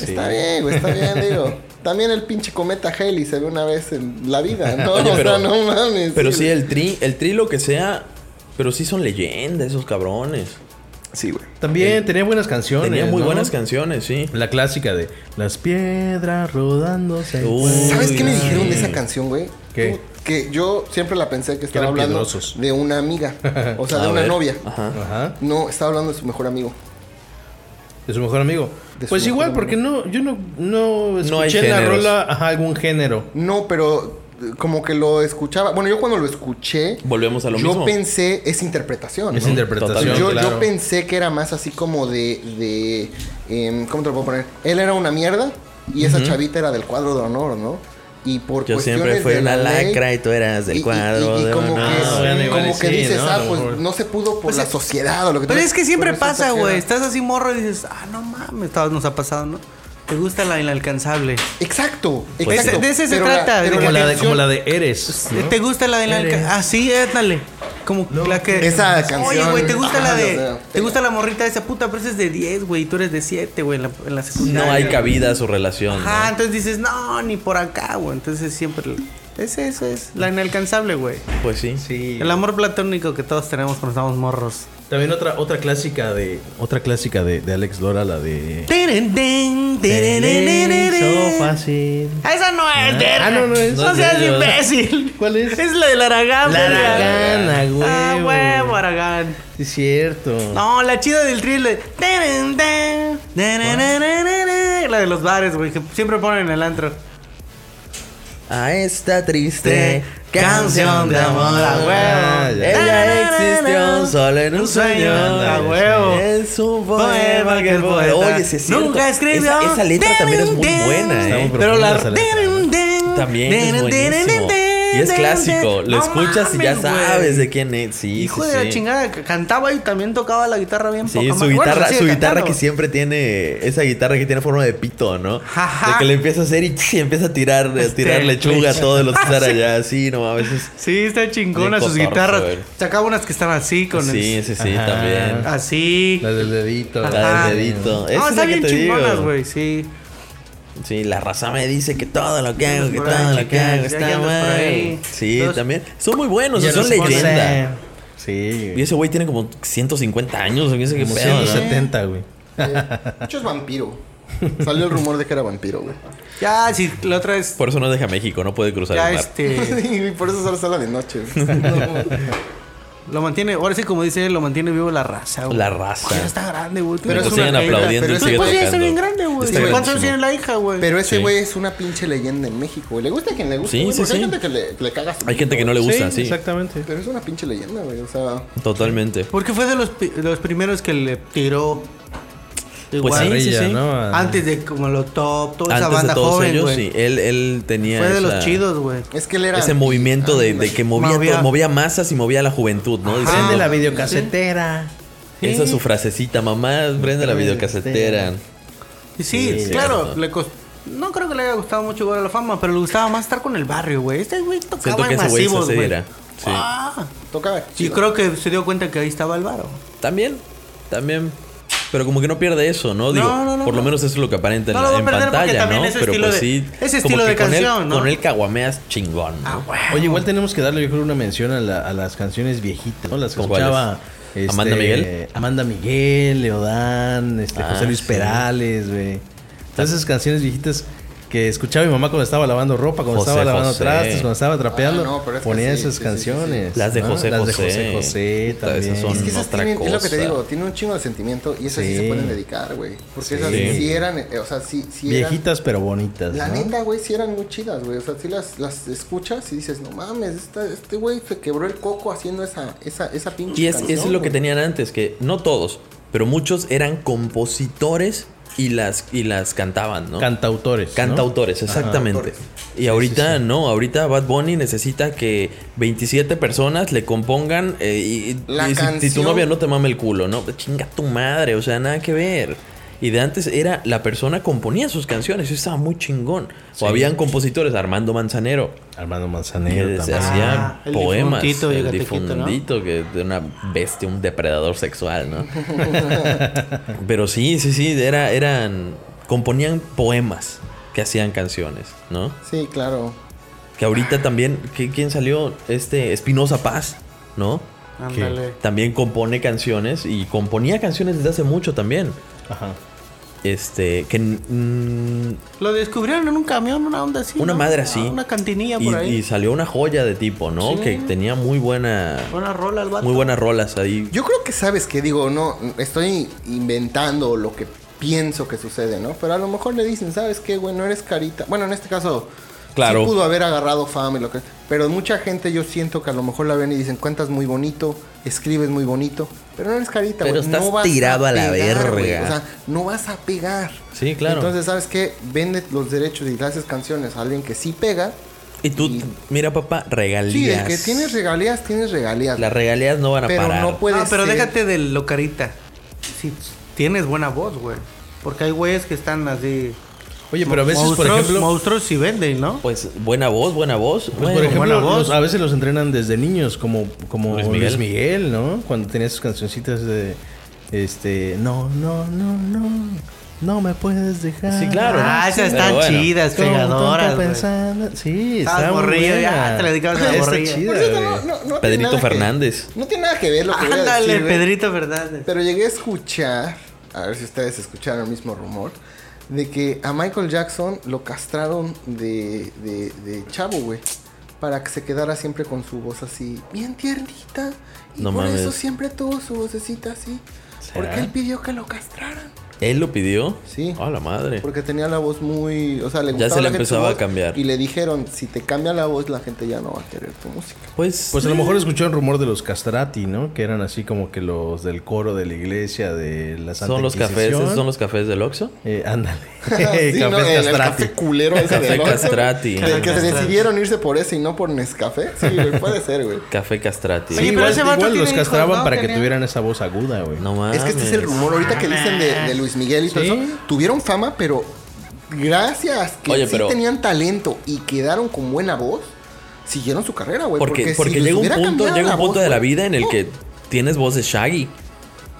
Speaker 2: Está bien, güey, está bien,
Speaker 3: [LAUGHS]
Speaker 2: digo. También el pinche cometa Haley se ve una vez en la vida, ¿no?
Speaker 3: Oye,
Speaker 2: O
Speaker 3: pero-
Speaker 2: sea, no mames.
Speaker 3: Pero sí,
Speaker 2: güey.
Speaker 3: el tri, el tri lo que sea, pero sí son leyendas esos cabrones.
Speaker 2: Sí, güey.
Speaker 4: También tenía buenas canciones.
Speaker 3: Tenía muy
Speaker 4: ¿no?
Speaker 3: buenas canciones, sí.
Speaker 4: La clásica de las piedras rodándose.
Speaker 3: Uh,
Speaker 2: ¿Sabes
Speaker 3: Uy,
Speaker 2: qué me dijeron de
Speaker 3: güey.
Speaker 2: esa canción, güey?
Speaker 4: ¿Qué?
Speaker 2: Tú- Que yo siempre la pensé que estaba
Speaker 4: eran
Speaker 2: hablando
Speaker 4: piedrosos.
Speaker 2: de una amiga, o
Speaker 3: [LAUGHS]
Speaker 2: sea, de
Speaker 3: A
Speaker 2: una
Speaker 3: ver.
Speaker 2: novia.
Speaker 3: Ajá. ¿Ah?
Speaker 4: Ajá.
Speaker 2: No, estaba hablando de su mejor amigo.
Speaker 4: De su mejor amigo.
Speaker 2: De su
Speaker 4: Pues
Speaker 2: mejor
Speaker 4: igual,
Speaker 2: amigo.
Speaker 4: porque no, yo no, no
Speaker 3: hay
Speaker 4: escuché en la
Speaker 3: géneros.
Speaker 4: rola ajá, algún género.
Speaker 2: No, pero eh, como que lo escuchaba. Bueno, yo cuando lo escuché,
Speaker 3: Volvemos a lo
Speaker 2: yo
Speaker 3: mismo.
Speaker 2: pensé, es interpretación.
Speaker 4: Es
Speaker 2: ¿no?
Speaker 4: interpretación.
Speaker 3: Totalmente.
Speaker 2: Yo, yo
Speaker 4: claro.
Speaker 2: pensé que era más así como de. de em, ¿Cómo te lo puedo poner? Él era una mierda y esa chavita era del cuadro de honor, ¿no? Y por
Speaker 3: Yo siempre
Speaker 2: cuestiones
Speaker 3: fui
Speaker 2: de
Speaker 3: una
Speaker 2: la ley-
Speaker 3: lacra y tú eras del
Speaker 2: y- y-
Speaker 3: cuadro.
Speaker 2: Y, y
Speaker 3: de
Speaker 2: como
Speaker 3: honor.
Speaker 2: que,
Speaker 4: bueno, igual
Speaker 2: como
Speaker 4: y
Speaker 2: que
Speaker 4: sí,
Speaker 2: dices,
Speaker 4: ¿no? A
Speaker 2: ah,
Speaker 4: lo
Speaker 2: pues
Speaker 4: mejor.
Speaker 2: no se pudo por
Speaker 5: O
Speaker 2: la
Speaker 5: sea,
Speaker 2: sociedad o lo que tú
Speaker 5: Pero es que siempre
Speaker 2: por eso
Speaker 5: pasa,
Speaker 2: exagera.
Speaker 5: güey. Estás así morro y dices, ah, no mames, esta nos ha pasado, ¿no? Te gusta la inalcanzable.
Speaker 2: Exacto,
Speaker 5: Pues
Speaker 2: exacto.
Speaker 5: sí. De ese se
Speaker 2: Pero
Speaker 5: trata,
Speaker 2: pero
Speaker 4: Como la, de,
Speaker 2: canción-
Speaker 4: como la de Eres. ¿no?
Speaker 5: ¿Te gusta la de la
Speaker 4: Eres.
Speaker 5: Ah, sí, étale. Como la que.
Speaker 2: Esa canción.
Speaker 5: Oye, güey, ¿te gusta
Speaker 2: Ajá,
Speaker 5: la de.
Speaker 2: o sea,
Speaker 5: ¿Te gusta la morrita de esa puta? Pero esa es de 10, güey, y tú eres de 7, güey, en la, en la secundaria.
Speaker 3: No hay cabida a su relación. ¿no?
Speaker 5: Ajá, entonces dices, no, ni por acá, güey. Entonces siempre. Es eso, es la inalcanzable, güey.
Speaker 3: Pues sí.
Speaker 4: Sí.
Speaker 5: El amor platónico que todos tenemos cuando estamos morros.
Speaker 4: También otra, otra clásica de. Otra clásica de, de Alex Dora, la de. oh,
Speaker 5: Teren, ten, teren, teren, teren.
Speaker 4: fácil.
Speaker 5: Esa no es, verga.
Speaker 4: Ah, no, no es.
Speaker 5: No,
Speaker 4: No es
Speaker 5: seas
Speaker 4: de ellos.
Speaker 5: imbécil.
Speaker 4: ¿Cuál es?
Speaker 5: Es la del Aragán,
Speaker 4: La
Speaker 5: verga.
Speaker 4: Aragán, a
Speaker 5: Ah,
Speaker 4: huevo.
Speaker 5: huevo, Aragán.
Speaker 4: Sí, Sí, es cierto.
Speaker 5: No, la chida del tri es la de... tarán, tarán, tararararara, La de los bares, güey, que siempre ponen en el antro.
Speaker 3: A esta triste canción de amor
Speaker 5: A huevo.
Speaker 3: a huevo. Ella existió solo en un sueño.
Speaker 5: A huevo.
Speaker 3: Es un poema que el poeta Oye, sí es cierto.
Speaker 5: Nunca escribió.
Speaker 3: Esa, esa letra también es muy buena,
Speaker 4: Está
Speaker 3: eh.
Speaker 4: muy
Speaker 5: Pero la
Speaker 4: profunda esa
Speaker 3: También es buenísimo. Y es clásico. Lo
Speaker 5: No
Speaker 3: escuchas y ya
Speaker 5: mames, güey.
Speaker 3: sabes de quién es. Sí,
Speaker 5: Hijo
Speaker 3: sí,
Speaker 5: de la
Speaker 3: sí.
Speaker 5: chingada, que cantaba y también tocaba la guitarra bien
Speaker 3: Sí,
Speaker 5: poca
Speaker 3: su
Speaker 5: madre. Bueno,
Speaker 3: guitarra,
Speaker 5: sigue
Speaker 3: su guitarra
Speaker 5: cantando.
Speaker 3: que siempre tiene, esa guitarra que tiene forma de pito, ¿no?
Speaker 5: Ajá.
Speaker 3: De que le empieza a hacer y, [LAUGHS] y empieza a tirar, a
Speaker 5: Este, Ah,
Speaker 3: tirar lechuga a
Speaker 5: leche.
Speaker 3: todos
Speaker 5: [LAUGHS]
Speaker 3: los que están allá, así, no a veces.
Speaker 5: Sí, está chingona
Speaker 3: Bien
Speaker 5: sus
Speaker 3: cotorro,
Speaker 5: guitarras.
Speaker 3: güey.
Speaker 5: Sacaba unas que estaban así con
Speaker 3: Sí,
Speaker 5: el...
Speaker 3: sí, sí,
Speaker 4: Ajá.
Speaker 3: también.
Speaker 5: Así.
Speaker 4: La del dedito.
Speaker 5: Ajá.
Speaker 3: La del dedito. Esa
Speaker 5: No,
Speaker 3: es la
Speaker 5: está
Speaker 3: que
Speaker 5: bien
Speaker 3: te
Speaker 5: chingonas,
Speaker 3: digo.
Speaker 5: güey, sí.
Speaker 3: Sí, la raza me dice que todo lo que hago, que
Speaker 5: Por ahí,
Speaker 3: todo lo que
Speaker 5: chicas,
Speaker 3: hago
Speaker 5: ya
Speaker 3: está
Speaker 5: andas por
Speaker 3: mal.
Speaker 5: ahí.
Speaker 3: Sí,
Speaker 5: Todos-
Speaker 3: también. Son muy buenos,
Speaker 4: Ya
Speaker 3: son
Speaker 4: los conoce.
Speaker 3: leyenda.
Speaker 4: Sí,
Speaker 3: Y ese güey tiene como 150 años, o qué sé qué
Speaker 4: Como
Speaker 3: pedo, ¿no?
Speaker 4: 170, güey.
Speaker 2: [LAUGHS] De hecho es vampiro. Salió el rumor de que era vampiro, güey.
Speaker 5: Ya, sí, la otra es...
Speaker 3: Por eso no deja México, no puede cruzar
Speaker 5: Ya,
Speaker 3: el mar.
Speaker 5: este...
Speaker 2: [LAUGHS] y por eso solo sale de noche. güey.
Speaker 5: Lo mantiene, ahora sí como dice, él, lo mantiene vivo la raza, güey.
Speaker 3: La raza.
Speaker 5: Ya está grande, güey.
Speaker 2: Pero
Speaker 5: es
Speaker 2: es
Speaker 5: una
Speaker 2: siguen
Speaker 5: caída.
Speaker 3: aplaudiendo
Speaker 5: Pero
Speaker 2: y
Speaker 5: es-
Speaker 2: sigue
Speaker 5: pues ya está
Speaker 3: tocando.
Speaker 5: bien grande, güey.
Speaker 3: Está
Speaker 5: ¿Cuántos años
Speaker 3: grandísimo.
Speaker 5: tiene la hija, güey?
Speaker 2: Pero ese
Speaker 3: Sí.
Speaker 2: güey es una pinche leyenda en México, güey. Le gusta a quien le gusta,
Speaker 3: Sí,
Speaker 2: güey,
Speaker 3: sí,
Speaker 2: porque hay
Speaker 3: sí.
Speaker 2: gente que le, que le caga.
Speaker 3: Hay gente que no le gusta, sí.
Speaker 4: Exactamente.
Speaker 2: Pero es una pinche leyenda, güey. O sea,
Speaker 3: Totalmente.
Speaker 5: Porque fue de los, pi- los primeros que le tiró.
Speaker 3: Pues sí, sí,
Speaker 4: Parrilla,
Speaker 3: sí.
Speaker 4: ¿no? A-
Speaker 5: Antes de como lo top, toda esa
Speaker 3: Antes
Speaker 5: banda
Speaker 3: de todos
Speaker 5: joven,
Speaker 3: ellos,
Speaker 5: güey.
Speaker 3: sí. Él, él tenía.
Speaker 5: Fue de los
Speaker 3: esa-
Speaker 5: chidos, güey.
Speaker 2: es que él era.
Speaker 3: Ese movimiento de, de que movía,
Speaker 5: Movía.
Speaker 3: todo- movía masas y movía la juventud, ¿no?
Speaker 5: Ajá.
Speaker 3: Diciendo,
Speaker 4: Prende la videocasetera.
Speaker 3: esa es su frasecita, mamá, prende
Speaker 5: Este.
Speaker 3: la videocasetera.
Speaker 5: Y sí,
Speaker 3: Sí,
Speaker 5: claro,
Speaker 3: cierto.
Speaker 5: le costó. No creo que le haya gustado mucho jugar a la fama, pero le gustaba más estar con el barrio, güey. Este güey
Speaker 3: Siento
Speaker 5: tocaba
Speaker 3: que
Speaker 5: en
Speaker 3: ese güey se
Speaker 5: masivos, güey.
Speaker 3: cediera. Sí.
Speaker 5: Ah,
Speaker 2: Tocaba.
Speaker 5: y
Speaker 2: chido.
Speaker 5: creo que se dio cuenta que ahí estaba el varo.
Speaker 3: También, también. Pero como que no pierde eso, ¿no? Digo,
Speaker 5: No, no, no,
Speaker 3: por lo
Speaker 5: no.
Speaker 3: menos eso es lo que aparenta en,
Speaker 5: No
Speaker 3: la-
Speaker 5: lo va a
Speaker 3: en
Speaker 5: perder porque
Speaker 3: pantalla,
Speaker 5: también
Speaker 3: ¿no?
Speaker 5: ese
Speaker 3: Pero
Speaker 5: estilo
Speaker 3: pues
Speaker 5: de-
Speaker 3: sí.
Speaker 5: ese
Speaker 3: como
Speaker 5: estilo
Speaker 3: que
Speaker 5: de
Speaker 3: con él-
Speaker 5: canción, ¿no?
Speaker 3: Con el caguameas chingón. ¿no?
Speaker 5: Ah, güey.
Speaker 4: Oye, igual tenemos que darle, yo creo, una mención a, la- a las canciones viejitas, ¿no? Las que
Speaker 3: ¿Con cuáles?
Speaker 4: escuchaba. este,
Speaker 3: ¿Amanda Miguel?
Speaker 4: Amanda Miguel, Leodán, este,
Speaker 3: Ah,
Speaker 4: José Luis
Speaker 3: sí.
Speaker 4: Perales, güey. Todas esas canciones viejitas que escuchaba mi mamá cuando estaba lavando ropa, cuando
Speaker 3: José
Speaker 4: estaba lavando
Speaker 3: José.
Speaker 4: trastes, cuando estaba trapeando.
Speaker 2: Ah, no, pero es que
Speaker 4: ponía
Speaker 2: sí,
Speaker 4: esas
Speaker 2: sí, sí,
Speaker 4: canciones.
Speaker 3: Las de
Speaker 4: ¿no?
Speaker 3: José
Speaker 4: Las de
Speaker 3: José.
Speaker 4: José José
Speaker 3: Puta,
Speaker 4: también.
Speaker 3: esas son-
Speaker 2: Es que esas
Speaker 3: otra
Speaker 2: tienen, es lo que te
Speaker 3: cosa.
Speaker 2: digo, tienen un chingo de sentimiento y esas sí,
Speaker 4: Sí.
Speaker 2: se pueden dedicar, güey. Porque esas
Speaker 3: Sí.
Speaker 2: sí eran, eh, o sea, sí, sí eran.
Speaker 4: Viejitas pero bonitas.
Speaker 2: La
Speaker 4: ¿no?
Speaker 2: neta, güey, sí eran muy chidas, güey. O sea, sí las, las escuchas y dices, no mames, esta- este güey se quebró el coco haciendo esa, esa, esa pinche
Speaker 3: Y es,
Speaker 2: canción,
Speaker 3: es lo que
Speaker 2: güey.
Speaker 3: tenían antes, que no todos, pero muchos eran compositores y las, y las cantaban, ¿no?
Speaker 4: Cantautores. ¿no?
Speaker 3: Cantautores, exactamente. Y ahorita no, ahorita Bad Bunny necesita que 27 personas le compongan eh, y,
Speaker 2: La
Speaker 3: y si- si, tu
Speaker 2: canción.
Speaker 3: novia no te mame el culo, ¿no? Chinga tu madre, o sea, nada que ver. Y de antes era la persona componía sus canciones, eso estaba muy chingón.
Speaker 4: Sí.
Speaker 3: O habían compositores, Armando Manzanero,
Speaker 4: Armando
Speaker 3: que
Speaker 4: Manzanero
Speaker 3: des-
Speaker 4: también.
Speaker 3: hacía
Speaker 5: Ah, el
Speaker 3: poemas.
Speaker 5: difuntito,
Speaker 3: el
Speaker 5: llegatequito, ¿no?
Speaker 3: difundito, que de una bestia, un depredador sexual,
Speaker 5: [LAUGHS]
Speaker 3: ¿no? Pero sí, sí, sí, era, eran. Componían poemas que hacían canciones, ¿no?
Speaker 2: Sí, claro.
Speaker 3: Que ahorita también, ¿qui- ¿quién salió? Este, Espinosa Paz, ¿no?
Speaker 5: Ándale.
Speaker 3: También compone canciones y componía canciones desde hace mucho también.
Speaker 4: Ajá.
Speaker 3: Este, que mm,
Speaker 5: Lo descubrieron en un camión, una onda así.
Speaker 3: una
Speaker 5: ¿no?
Speaker 3: madre
Speaker 5: Ah,
Speaker 3: así.
Speaker 5: Una cantinilla
Speaker 3: y,
Speaker 5: por ahí.
Speaker 3: y salió una joya de tipo, ¿no?
Speaker 5: Sí.
Speaker 3: Que tenía muy buena,
Speaker 5: Una rola al vato. Ah,
Speaker 3: muy buenas rolas ahí.
Speaker 2: Yo creo que sabes que digo, no, estoy inventando lo que pienso que sucede, ¿no? Pero a lo mejor le dicen, ¿sabes qué, güey? No eres carita. Bueno, en este caso,
Speaker 3: Claro.
Speaker 2: sí pudo haber agarrado fama y lo que. Pero mucha gente yo siento que a lo mejor la ven y dicen, cuentas muy bonito, escribes muy bonito, pero no eres carita,
Speaker 3: Pero
Speaker 2: güey.
Speaker 3: estás
Speaker 2: no vas
Speaker 3: tirado a la
Speaker 2: pegar, güey.
Speaker 3: verga.
Speaker 2: O sea, no vas a pegar.
Speaker 3: Sí, claro.
Speaker 2: Entonces, ¿sabes qué? Vende los derechos y le haces canciones a alguien que sí pega.
Speaker 3: y tú,
Speaker 2: y-
Speaker 3: mira papá, regalías.
Speaker 2: Sí, el que tienes regalías, tienes regalías.
Speaker 3: Las regalías no van a
Speaker 2: pero
Speaker 3: parar.
Speaker 2: no puedes.
Speaker 5: ah, pero
Speaker 2: ser-
Speaker 5: déjate de lo carita. Si tienes buena voz, güey. Porque hay güeyes que están así.
Speaker 4: Oye, pero a veces,
Speaker 5: monstruos,
Speaker 4: por ejemplo.
Speaker 5: Monstruos sí venden, ¿no?
Speaker 3: Pues buena voz, buena voz.
Speaker 4: Pues,
Speaker 3: bueno,
Speaker 4: por ejemplo,
Speaker 5: buena voz.
Speaker 4: los- a veces los entrenan desde niños, como, como
Speaker 3: Luis
Speaker 4: Luis,
Speaker 3: Miguel.
Speaker 4: Miguel. ¿no? Cuando tenía sus cancioncitas de. Este. No, no, no, no. No me puedes dejar.
Speaker 3: Sí, claro.
Speaker 5: Ah,
Speaker 3: Sí,
Speaker 5: esas
Speaker 3: pero
Speaker 5: están
Speaker 3: bueno.
Speaker 5: chidas,
Speaker 4: Como
Speaker 5: pegadoras.
Speaker 4: tonta
Speaker 5: güey.
Speaker 4: pensando- Sí,
Speaker 5: Estabas
Speaker 4: está muy
Speaker 5: morrillo, ya,
Speaker 4: buena.
Speaker 5: te la dedicabas a la
Speaker 4: Está
Speaker 5: morrilla.
Speaker 4: chida,
Speaker 2: Por cierto, no-
Speaker 4: güey.
Speaker 2: no- no tiene
Speaker 3: Pedrito
Speaker 2: nada que-
Speaker 3: Fernández.
Speaker 2: no tiene nada que ver lo que voy a
Speaker 5: Ándale,
Speaker 2: decir, güey.
Speaker 5: Pedrito Fernández.
Speaker 2: Pero llegué a escuchar, a ver si ustedes escucharon el mismo rumor, de que a Michael Jackson lo castraron de, de, de chavo, güey. Para que se quedara siempre con su voz así, bien tiernita. Y
Speaker 3: No
Speaker 2: por
Speaker 3: mames.
Speaker 2: eso siempre tuvo su vocecita así. Porque
Speaker 3: ¿Será?
Speaker 2: él pidió que lo castraran.
Speaker 3: ¿Él lo pidió?
Speaker 2: Sí.
Speaker 3: A la madre.
Speaker 2: Porque tenía la voz muy. O sea, le
Speaker 3: Ya
Speaker 2: gustaba
Speaker 3: se le
Speaker 2: la gente su
Speaker 3: empezaba a
Speaker 2: voz,
Speaker 3: cambiar.
Speaker 2: Y le dijeron: si te cambia la voz, la gente ya no va a querer tu música.
Speaker 3: Pues.
Speaker 4: Pues a lo mejor escuchó el rumor de los castrati, ¿no? Que eran así como que los del coro de la iglesia de la Santa
Speaker 3: son los cafés,
Speaker 4: Inquisición.
Speaker 3: esos son los cafés del Oxxo.
Speaker 4: Eh, ándale.
Speaker 2: [LAUGHS]
Speaker 4: [LAUGHS]
Speaker 2: Sí,
Speaker 4: Cafés
Speaker 2: ¿no? El- el
Speaker 4: castrati.
Speaker 2: café culero ese
Speaker 3: Café
Speaker 2: del Oxxo.
Speaker 3: Castrati.
Speaker 2: Que, que se
Speaker 5: Castrati.
Speaker 2: decidieron irse por ese y no por Nescafé. Sí,
Speaker 3: [LAUGHS]
Speaker 2: güey, puede ser, güey.
Speaker 3: Café Castrati.
Speaker 5: Oye,
Speaker 4: Sí,
Speaker 5: pero
Speaker 4: igual,
Speaker 5: ese vato
Speaker 4: igual
Speaker 5: tiene
Speaker 4: los
Speaker 5: hijos,
Speaker 4: castraban
Speaker 5: ¿no?
Speaker 4: para que
Speaker 5: Tenía-
Speaker 4: tuviera esa voz aguda, güey.
Speaker 3: No mames.
Speaker 2: Es que este es el rumor ahorita que dicen de, de Luis Miguel y todo
Speaker 4: Sí.
Speaker 2: eso. Tuvieron fama, pero gracias que
Speaker 3: Oye,
Speaker 2: sí
Speaker 3: pero-
Speaker 2: tenían talento y quedaron con buena voz, siguieron su carrera, güey.
Speaker 3: Porque, porque,
Speaker 2: si les
Speaker 3: llega un
Speaker 2: hubiera
Speaker 3: punto,
Speaker 2: cambiado
Speaker 3: llega un punto
Speaker 2: voz,
Speaker 3: de la
Speaker 2: güey,
Speaker 3: vida en el
Speaker 2: no.
Speaker 3: que tienes voz de Shaggy.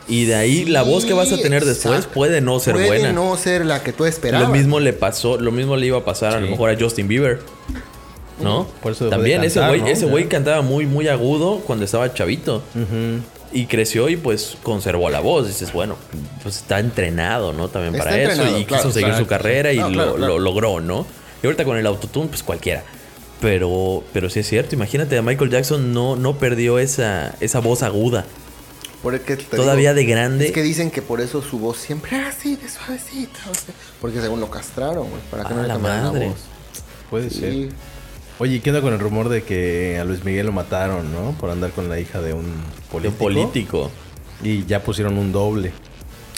Speaker 3: Y de ahí la voz que vas a
Speaker 2: Sí,
Speaker 3: tener después
Speaker 2: exacto.
Speaker 3: puede no ser
Speaker 2: puede
Speaker 3: buena.
Speaker 2: no ser la que tú esperabas.
Speaker 3: Lo mismo le pasó, lo mismo le iba a pasar a lo mejor a Justin Bieber. ¿No?
Speaker 4: Por eso dejó de
Speaker 3: También ese
Speaker 4: cantar,
Speaker 3: güey,
Speaker 4: ¿no?
Speaker 3: ese
Speaker 4: Ya.
Speaker 3: güey cantaba muy, muy agudo cuando estaba chavito. Y creció y pues conservó la voz. Dices, bueno, pues está entrenado, ¿no? También
Speaker 2: Está
Speaker 3: para eso.
Speaker 2: entrenado,
Speaker 3: Y
Speaker 2: claro,
Speaker 3: quiso seguir su
Speaker 2: exacto,
Speaker 3: carrera
Speaker 2: sí.
Speaker 3: y
Speaker 2: No,
Speaker 3: lo,
Speaker 2: claro, claro.
Speaker 3: lo logró, ¿no? Y ahorita con el autotune, pues cualquiera. Pero, pero sí es cierto, imagínate, Michael Jackson no, no perdió esa, esa voz aguda.
Speaker 2: Porque te
Speaker 3: Todavía
Speaker 2: digo,
Speaker 3: de grande.
Speaker 2: Es que dicen que por eso su voz siempre era así, de suavecita. o sea, porque según lo castraron, güey, para que
Speaker 3: A
Speaker 2: no le
Speaker 3: la
Speaker 2: cambiaran la
Speaker 3: madre.
Speaker 2: voz.
Speaker 4: Puede
Speaker 2: Sí.
Speaker 4: ser. Oye, ¿y ¿qué onda con el rumor de que a Luis Miguel lo mataron, no? Por andar con la hija de un
Speaker 3: de
Speaker 4: político.
Speaker 3: político.
Speaker 4: Y ya pusieron un doble.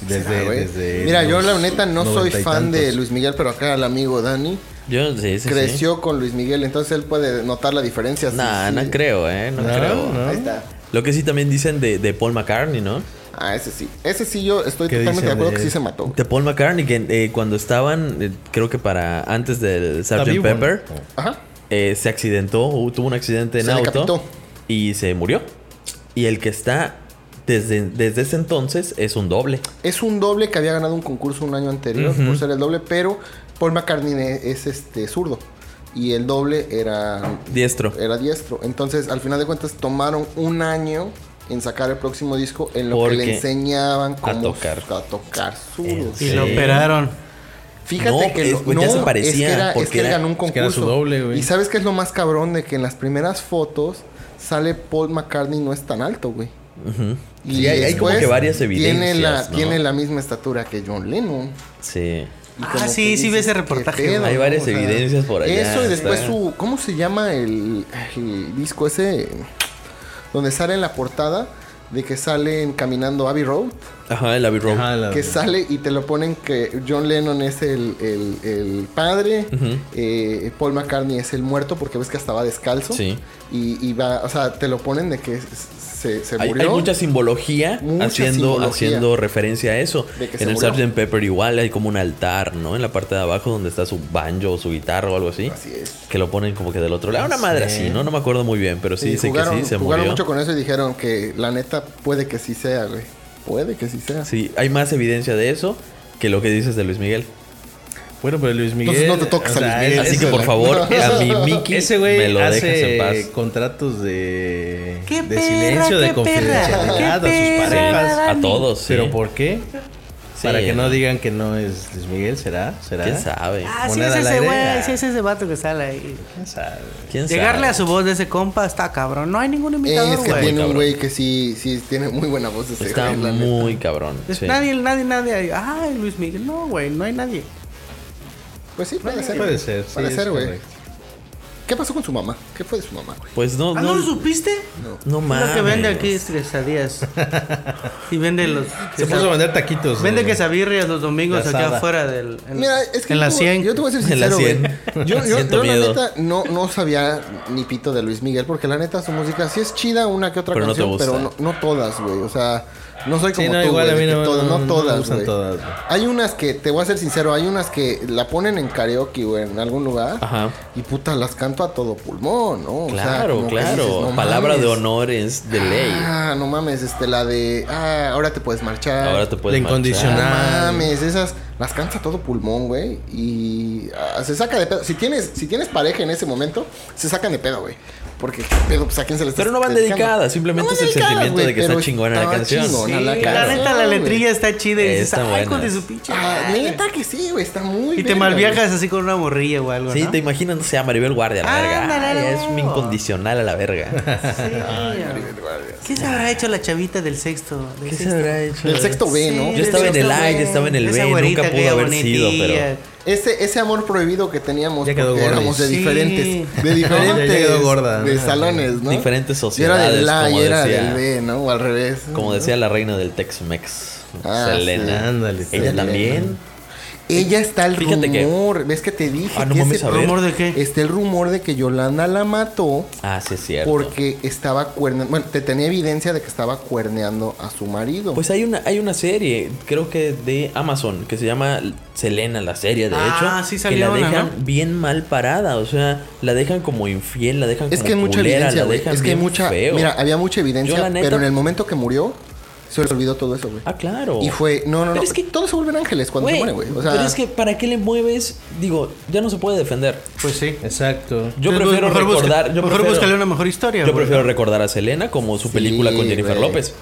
Speaker 2: Será,
Speaker 4: Desde,
Speaker 2: Ah, güey.
Speaker 4: desde
Speaker 2: Mira, yo
Speaker 4: los
Speaker 2: la neta no soy
Speaker 4: noventa y
Speaker 2: fan de
Speaker 4: tantos.
Speaker 2: Luis Miguel, pero acá el amigo Dani
Speaker 3: Yo no sé, sí, sí.
Speaker 2: creció con Luis Miguel, entonces él puede notar la diferencia. sí,
Speaker 3: Nah,
Speaker 2: sí.
Speaker 3: no creo, ¿eh? No,
Speaker 4: No,
Speaker 3: creo.
Speaker 4: no.
Speaker 2: Ahí está.
Speaker 3: Lo que sí también dicen de, de Paul McCartney, ¿no?
Speaker 2: Ah, ese sí. Ese sí yo estoy
Speaker 4: ¿Qué
Speaker 2: totalmente
Speaker 4: dicen
Speaker 2: de acuerdo
Speaker 4: de
Speaker 2: que sí
Speaker 4: él?
Speaker 2: se mató. güey.
Speaker 3: De Paul McCartney, que eh, cuando estaban, eh, creo que para antes del
Speaker 4: Está
Speaker 3: Sgt.
Speaker 4: vivo,
Speaker 3: Pepper,
Speaker 4: ¿no?
Speaker 2: Ajá.
Speaker 3: eh, se accidentó, o tuvo un accidente en
Speaker 2: Se
Speaker 3: auto
Speaker 2: decapitó.
Speaker 3: y se murió. Y el que está desde, desde ese entonces es un doble.
Speaker 2: Es un doble que había ganado un concurso un año anterior por ser el doble, pero Paul McCartney es, es, este zurdo y el doble era
Speaker 3: Diestro.
Speaker 2: era diestro. Entonces, al final de cuentas tomaron un año en sacar el próximo disco en lo
Speaker 3: Porque
Speaker 2: que le enseñaban cómo
Speaker 3: tocar.
Speaker 2: a tocar zurdo.
Speaker 3: En
Speaker 5: Y lo
Speaker 3: Sí.
Speaker 5: operaron.
Speaker 2: Fíjate
Speaker 3: No,
Speaker 2: que lo-
Speaker 3: es- pues ya se parecía,
Speaker 2: Es que, era, es
Speaker 3: porque
Speaker 2: que él
Speaker 3: era-
Speaker 2: ganó un
Speaker 4: es
Speaker 2: concurso.
Speaker 4: que era su doble, güey.
Speaker 2: Y sabes qué es lo más cabrón de que en las primeras fotos sale Paul McCartney no es tan alto, güey. Eh, Y
Speaker 3: Sí, hay- hay como
Speaker 2: después
Speaker 3: que varias evidencias,
Speaker 2: Tiene la,
Speaker 3: ¿no?
Speaker 2: tiene la misma estatura que John Lennon.
Speaker 3: Sí.
Speaker 2: Y
Speaker 5: Ah,
Speaker 2: como
Speaker 5: sí,
Speaker 2: que
Speaker 5: sí vi ese
Speaker 2: "¿Qué
Speaker 5: reportaje,
Speaker 2: pedo,
Speaker 3: Hay varias evidencias por allá,
Speaker 2: Eso y después
Speaker 3: está.
Speaker 2: su. ¿Cómo se llama el, el disco ese? Donde sale en la portada de que salen caminando Abbey Road.
Speaker 3: Ajá, el Abbey Road.
Speaker 4: Ajá, la-
Speaker 2: Que sale y te lo ponen que John Lennon es el, el- el padre, eh, Paul McCartney es el muerto porque ves que hasta va descalzo.
Speaker 3: Sí.
Speaker 2: Y, y va, o sea, te lo ponen de que se, se
Speaker 3: Hay,
Speaker 2: murió.
Speaker 3: hay mucha simbología
Speaker 2: Mucha
Speaker 3: haciendo,
Speaker 2: simbología.
Speaker 3: haciendo referencia a eso.
Speaker 2: De que se
Speaker 3: En el
Speaker 2: murió.
Speaker 3: Sgt. Pepper igual hay como un altar, ¿no? En la parte de abajo donde está su banjo o su guitarra o algo así.
Speaker 2: Así es.
Speaker 3: Que lo ponen como que del otro lado. Una madre así, ¿no? No me acuerdo muy bien, pero sí,
Speaker 2: Y
Speaker 3: dicen
Speaker 2: jugaron,
Speaker 3: que sí, se
Speaker 2: jugaron
Speaker 3: murió.
Speaker 2: mucho con eso y dijeron que la neta puede que sí sea, güey. Puede que sí sea.
Speaker 3: Sí, hay más evidencia de eso que lo que dices de Luis Miguel.
Speaker 4: Bueno, pero Luis Miguel.
Speaker 2: Entonces no te toques a Luis Miguel.
Speaker 4: [LAUGHS]
Speaker 3: Así
Speaker 4: ese-
Speaker 3: que por
Speaker 2: la-
Speaker 3: favor, a mi Mickey
Speaker 4: Ese
Speaker 3: me
Speaker 4: güey
Speaker 3: lo dejas en
Speaker 4: hace
Speaker 3: paz.
Speaker 4: contratos de,
Speaker 5: ¡Qué
Speaker 4: de
Speaker 5: perra,
Speaker 4: silencio, de
Speaker 5: qué perra,
Speaker 4: confidencialidad
Speaker 5: qué
Speaker 4: a sus
Speaker 3: Sí,
Speaker 4: parejas.
Speaker 3: a todos. sí.
Speaker 4: ¿Pero por qué?
Speaker 3: Sí,
Speaker 4: Para que no digan que no es Luis Miguel, ¿será? ¿Será?
Speaker 3: ¿Quién sabe?
Speaker 5: Ah, sí
Speaker 4: Moneda
Speaker 5: es
Speaker 4: al
Speaker 5: ese
Speaker 4: aire.
Speaker 5: güey, sí es ese vato que sale ahí.
Speaker 4: ¿Quién sabe?
Speaker 3: ¿Quién
Speaker 5: Llegarle
Speaker 3: sabe?
Speaker 5: a su voz de ese compa está cabrón. No hay ningún
Speaker 2: Es
Speaker 5: imitador,
Speaker 2: que
Speaker 5: güey.
Speaker 2: tiene
Speaker 3: Cabrón.
Speaker 2: un güey que sí, sí tiene muy buena voz ese
Speaker 3: Está
Speaker 2: güey, la neta.
Speaker 3: muy cabrón.
Speaker 5: Es-
Speaker 3: sí.
Speaker 5: Nadie, nadie, nadie. Ay, Luis Miguel. No, güey, no hay nadie.
Speaker 2: Pues sí, puede ser.
Speaker 4: Puede ser, sí,
Speaker 2: Puede
Speaker 4: es
Speaker 2: ser, güey.
Speaker 4: correcto.
Speaker 2: ¿Qué pasó con su mamá? ¿Qué fue de su mamá, güey?
Speaker 3: Pues no,
Speaker 5: ¿Ah,
Speaker 3: no,
Speaker 5: no lo supiste?
Speaker 3: no mames.
Speaker 5: Lo que vende aquí es quesadillas. y vende los.
Speaker 4: Se puso a vender taquitos.
Speaker 5: Vende
Speaker 4: eh,
Speaker 5: quesabirrias los domingos
Speaker 4: de
Speaker 5: acá
Speaker 4: asada.
Speaker 5: afuera del. En,
Speaker 2: Mira, es que
Speaker 5: en la
Speaker 2: yo,
Speaker 5: 100.
Speaker 2: yo te voy a ser
Speaker 3: En la
Speaker 2: sincero, güey.
Speaker 3: 100.
Speaker 2: Yo, yo,
Speaker 3: Siento
Speaker 2: yo la
Speaker 3: miedo.
Speaker 2: neta no, no sabía ni pito de Luis Miguel porque la neta su música sí es chida una que otra
Speaker 3: Pero no te
Speaker 2: canción,
Speaker 3: gusta.
Speaker 2: pero no, no todas, güey. O sea, no soy como
Speaker 4: Sí, no,
Speaker 2: tú,
Speaker 4: igual
Speaker 2: güey,
Speaker 4: a mí
Speaker 2: de que
Speaker 4: no,
Speaker 2: todas, no,
Speaker 4: no me
Speaker 2: todas,
Speaker 4: gustan
Speaker 2: güey.
Speaker 4: todas, güey.
Speaker 2: Hay unas que te voy a ser sincero, hay unas que la ponen en karaoke, güey, en algún lugar.
Speaker 3: Ajá.
Speaker 2: Y puta, las canto a todo pulmón, ¿no? O sea,
Speaker 3: Claro,
Speaker 2: como que
Speaker 3: claro.
Speaker 2: dices, "No
Speaker 3: Palabra de
Speaker 2: mames".
Speaker 3: honor es de ley.
Speaker 2: Ah, no mames, este, la de. Ah, ahora te puedes marchar.
Speaker 3: Ahora te puedes
Speaker 4: La incondicional.
Speaker 2: No
Speaker 3: marchar.
Speaker 4: Ah.
Speaker 2: mames, esas las canta todo pulmón, güey. Y ah, se saca de pedo. Si tienes, si tienes pareja en ese momento, se sacan de pedo, güey. Porque, qué pedo, pues a quién se le está
Speaker 3: Pero no van dedicadas, simplemente es el sentimiento de que está chingona la canción.
Speaker 5: Sí, la neta, la letrilla está chida. Y
Speaker 3: Está
Speaker 5: dices, "Ay,
Speaker 3: buena.
Speaker 5: hijo de su pinche
Speaker 2: Ah,
Speaker 5: madre".
Speaker 2: neta que sí, güey, está muy
Speaker 5: Y te
Speaker 2: verga,
Speaker 5: malviajas así con una morrilla o algo,
Speaker 3: Sí,
Speaker 5: ¿no? Ah,
Speaker 3: te imaginas, no sé, a Maribel Guardia, a la verga.
Speaker 5: Ándale,
Speaker 3: Ay,
Speaker 5: no.
Speaker 3: es un incondicional a la verga.
Speaker 5: [LAUGHS]
Speaker 2: Ah,
Speaker 5: Sí, güey. ¿Qué se habrá hecho la chavita del sexto? Del
Speaker 3: ¿Qué se
Speaker 5: sexto?
Speaker 3: habrá hecho?
Speaker 2: Del sexto B,
Speaker 5: Sí,
Speaker 2: ¿no?
Speaker 3: Yo estaba en el A, yo estaba en el
Speaker 5: Esa
Speaker 3: B,
Speaker 5: güerita
Speaker 3: nunca
Speaker 5: que
Speaker 3: pudo haber
Speaker 5: bonitilla.
Speaker 3: sido, pero.
Speaker 2: Ese, ese amor prohibido que teníamos
Speaker 4: Ya quedó
Speaker 2: porque
Speaker 4: gordo.
Speaker 2: éramos de
Speaker 3: [LAUGHS]
Speaker 5: Sí.
Speaker 2: diferentes,
Speaker 5: Ya-
Speaker 2: de
Speaker 5: ya
Speaker 2: diferentes
Speaker 4: quedó gorda,
Speaker 2: de
Speaker 4: ¿no?
Speaker 2: salones, ¿no?
Speaker 3: Diferentes
Speaker 2: Yo era del
Speaker 3: sociedades,
Speaker 2: A y
Speaker 3: como
Speaker 2: era
Speaker 3: decía-
Speaker 2: del B, ¿no? O al revés.
Speaker 3: Como decía la reina del Tex-Mex,
Speaker 2: Ah, sí.
Speaker 3: Selena.
Speaker 4: Ándale,
Speaker 3: Ella
Speaker 2: Selena.
Speaker 3: también.
Speaker 2: Ella está el
Speaker 3: Fíjate que-
Speaker 2: rumor, ves que te dije
Speaker 3: Ah, no
Speaker 2: que
Speaker 3: mames,
Speaker 2: ese
Speaker 3: a ver.
Speaker 5: ¿Rumor de qué?
Speaker 2: está el rumor de que Yolanda la mató
Speaker 3: Ah, sí, es cierto.
Speaker 2: porque estaba cuerneando, bueno, te tenía evidencia de que estaba cuerneando a su marido.
Speaker 3: Pues hay una, hay una serie, creo que de Amazon, que se llama Selena, la serie, de hecho.
Speaker 5: Ah, sí salió
Speaker 3: Que la
Speaker 5: una,
Speaker 3: dejan
Speaker 5: ¿no?
Speaker 3: bien mal parada, o sea, la dejan como infiel, la dejan
Speaker 2: es
Speaker 3: como
Speaker 2: que hay mucha
Speaker 3: culera,
Speaker 2: evidencia,
Speaker 3: la
Speaker 2: güey.
Speaker 3: dejan
Speaker 2: Es que hay
Speaker 3: bien
Speaker 2: mucha,
Speaker 3: feo.
Speaker 2: mira, había mucha
Speaker 3: Yo, la
Speaker 2: evidencia,
Speaker 3: neta-
Speaker 2: pero en el momento que murió se les olvidó todo eso, güey.
Speaker 3: Ah, claro.
Speaker 2: Y fue, no, no,
Speaker 3: Pero
Speaker 2: no.
Speaker 3: es que-
Speaker 2: todos se vuelven ángeles cuando
Speaker 3: Güey,
Speaker 2: se mueren, güey. O sea,
Speaker 3: pero es que, ¿para qué le mueves? Digo, ya no se puede defender.
Speaker 5: Pues sí.
Speaker 4: Exacto.
Speaker 3: Yo
Speaker 5: Entonces,
Speaker 3: prefiero
Speaker 5: mejor busca-
Speaker 3: recordar. yo
Speaker 5: mejor
Speaker 3: prefiero-
Speaker 5: búscale una mejor historia,
Speaker 3: Yo
Speaker 5: güey.
Speaker 3: prefiero recordar a Selena como su película con Jennifer
Speaker 2: güey.
Speaker 3: López.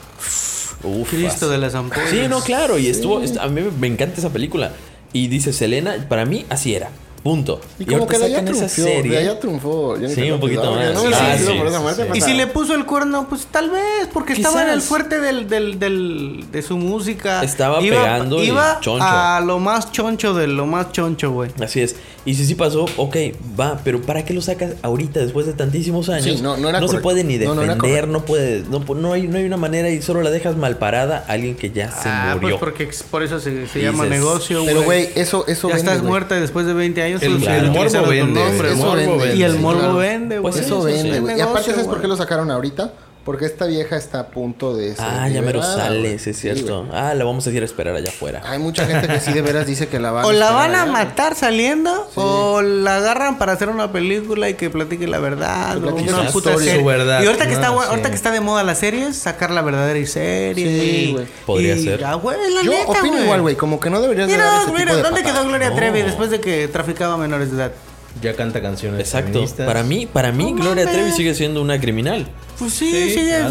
Speaker 3: Uf,
Speaker 5: Cristo de las ampollas.
Speaker 3: Sí, no, claro. Y estuvo. est- A mí me encanta esa película. Y dice Selena, para mí así era. Punto.
Speaker 2: y como que de allá
Speaker 3: esa
Speaker 2: triunfó, de allá triunfó. Jennifer
Speaker 3: Sí,
Speaker 2: López,
Speaker 3: un poquito
Speaker 2: ¿no?
Speaker 3: más.
Speaker 2: No, no,
Speaker 5: Ah,
Speaker 2: sí,
Speaker 5: sí,
Speaker 2: por esa
Speaker 3: sí,
Speaker 2: muerte
Speaker 3: sí.
Speaker 5: Y
Speaker 2: pasada.
Speaker 5: si le puso el cuerno, pues tal vez, porque estaba en el
Speaker 3: Quizás.
Speaker 5: fuerte del, del, del- de su música.
Speaker 3: Estaba pegando y
Speaker 5: iba
Speaker 3: choncho.
Speaker 5: a lo más choncho de lo más choncho, güey.
Speaker 3: Así es. Y si sí pasó, ok, va, pero ¿para qué lo sacas ahorita después de tantísimos años?
Speaker 2: Sí, no, no era
Speaker 3: se
Speaker 2: correcto.
Speaker 3: puede ni
Speaker 2: No, no era
Speaker 3: defender, no, puede, no, pu- no hay, no hay una manera y solo la dejas mal parada a alguien que ya se
Speaker 5: ah,
Speaker 3: murió.
Speaker 5: pues porque ex- por eso se, se
Speaker 3: Dices,
Speaker 5: llama negocio, güey.
Speaker 2: Pero, güey, eso, eso
Speaker 5: ya
Speaker 2: vende,
Speaker 5: estás
Speaker 2: güey.
Speaker 5: muerta después de 20 años.
Speaker 4: El-
Speaker 5: pues,
Speaker 3: el
Speaker 5: utilizan
Speaker 4: morbo
Speaker 5: tu
Speaker 4: vende,
Speaker 5: nombre,
Speaker 4: el
Speaker 5: güey.
Speaker 4: morbo vende,
Speaker 5: Y el
Speaker 4: sí,
Speaker 5: morbo
Speaker 2: claro.
Speaker 5: vende, güey.
Speaker 3: Pues
Speaker 2: Eso
Speaker 3: Sí, sí,
Speaker 2: vende,
Speaker 3: sí.
Speaker 2: güey. Y
Speaker 5: Negocio,
Speaker 2: aparte, ¿sabes por
Speaker 5: güey.
Speaker 2: qué lo sacaron ahorita? Porque esta vieja está a punto de ser
Speaker 3: Ah, ya me lo
Speaker 2: liberada,
Speaker 3: sale,
Speaker 2: güey.
Speaker 3: sí es
Speaker 2: Sí,
Speaker 3: cierto.
Speaker 2: güey. Ah,
Speaker 3: ah, la vamos a ir a esperar allá afuera.
Speaker 2: Hay mucha gente que sí de veras dice que la van
Speaker 5: O la
Speaker 2: esperar
Speaker 5: van a
Speaker 2: allá, güey.
Speaker 5: matar saliendo, o la agarran para hacer una película y que platique la verdad.
Speaker 2: Que
Speaker 5: o
Speaker 2: platique
Speaker 5: una
Speaker 2: su Ah,
Speaker 5: puta
Speaker 4: historia.
Speaker 5: serie.
Speaker 4: Su verdad,
Speaker 5: Y ahorita que,
Speaker 4: ¿no?
Speaker 5: está,
Speaker 4: Sí.
Speaker 5: ahorita que está de moda las series, sacar la verdadera serie.
Speaker 2: Sí,
Speaker 5: y-
Speaker 2: güey.
Speaker 3: Podría
Speaker 5: y
Speaker 3: ser.
Speaker 5: ya, güey, la
Speaker 2: Yo
Speaker 5: neta,
Speaker 2: opino igual, güey. Como que no deberías de dar
Speaker 5: Mira,
Speaker 2: ese tipo
Speaker 5: mira,
Speaker 2: de
Speaker 5: ¿dónde
Speaker 2: patadas.
Speaker 5: quedó Gloria
Speaker 3: No.
Speaker 5: Trevi después de que traficaba menores de edad?
Speaker 4: Ya canta canciones.
Speaker 3: Exacto.
Speaker 4: feministas.
Speaker 3: Para mí, para mí,
Speaker 5: No
Speaker 3: Gloria
Speaker 5: mames.
Speaker 3: Trevi sigue siendo una criminal.
Speaker 5: Pues sí, sí, sí,
Speaker 4: claro.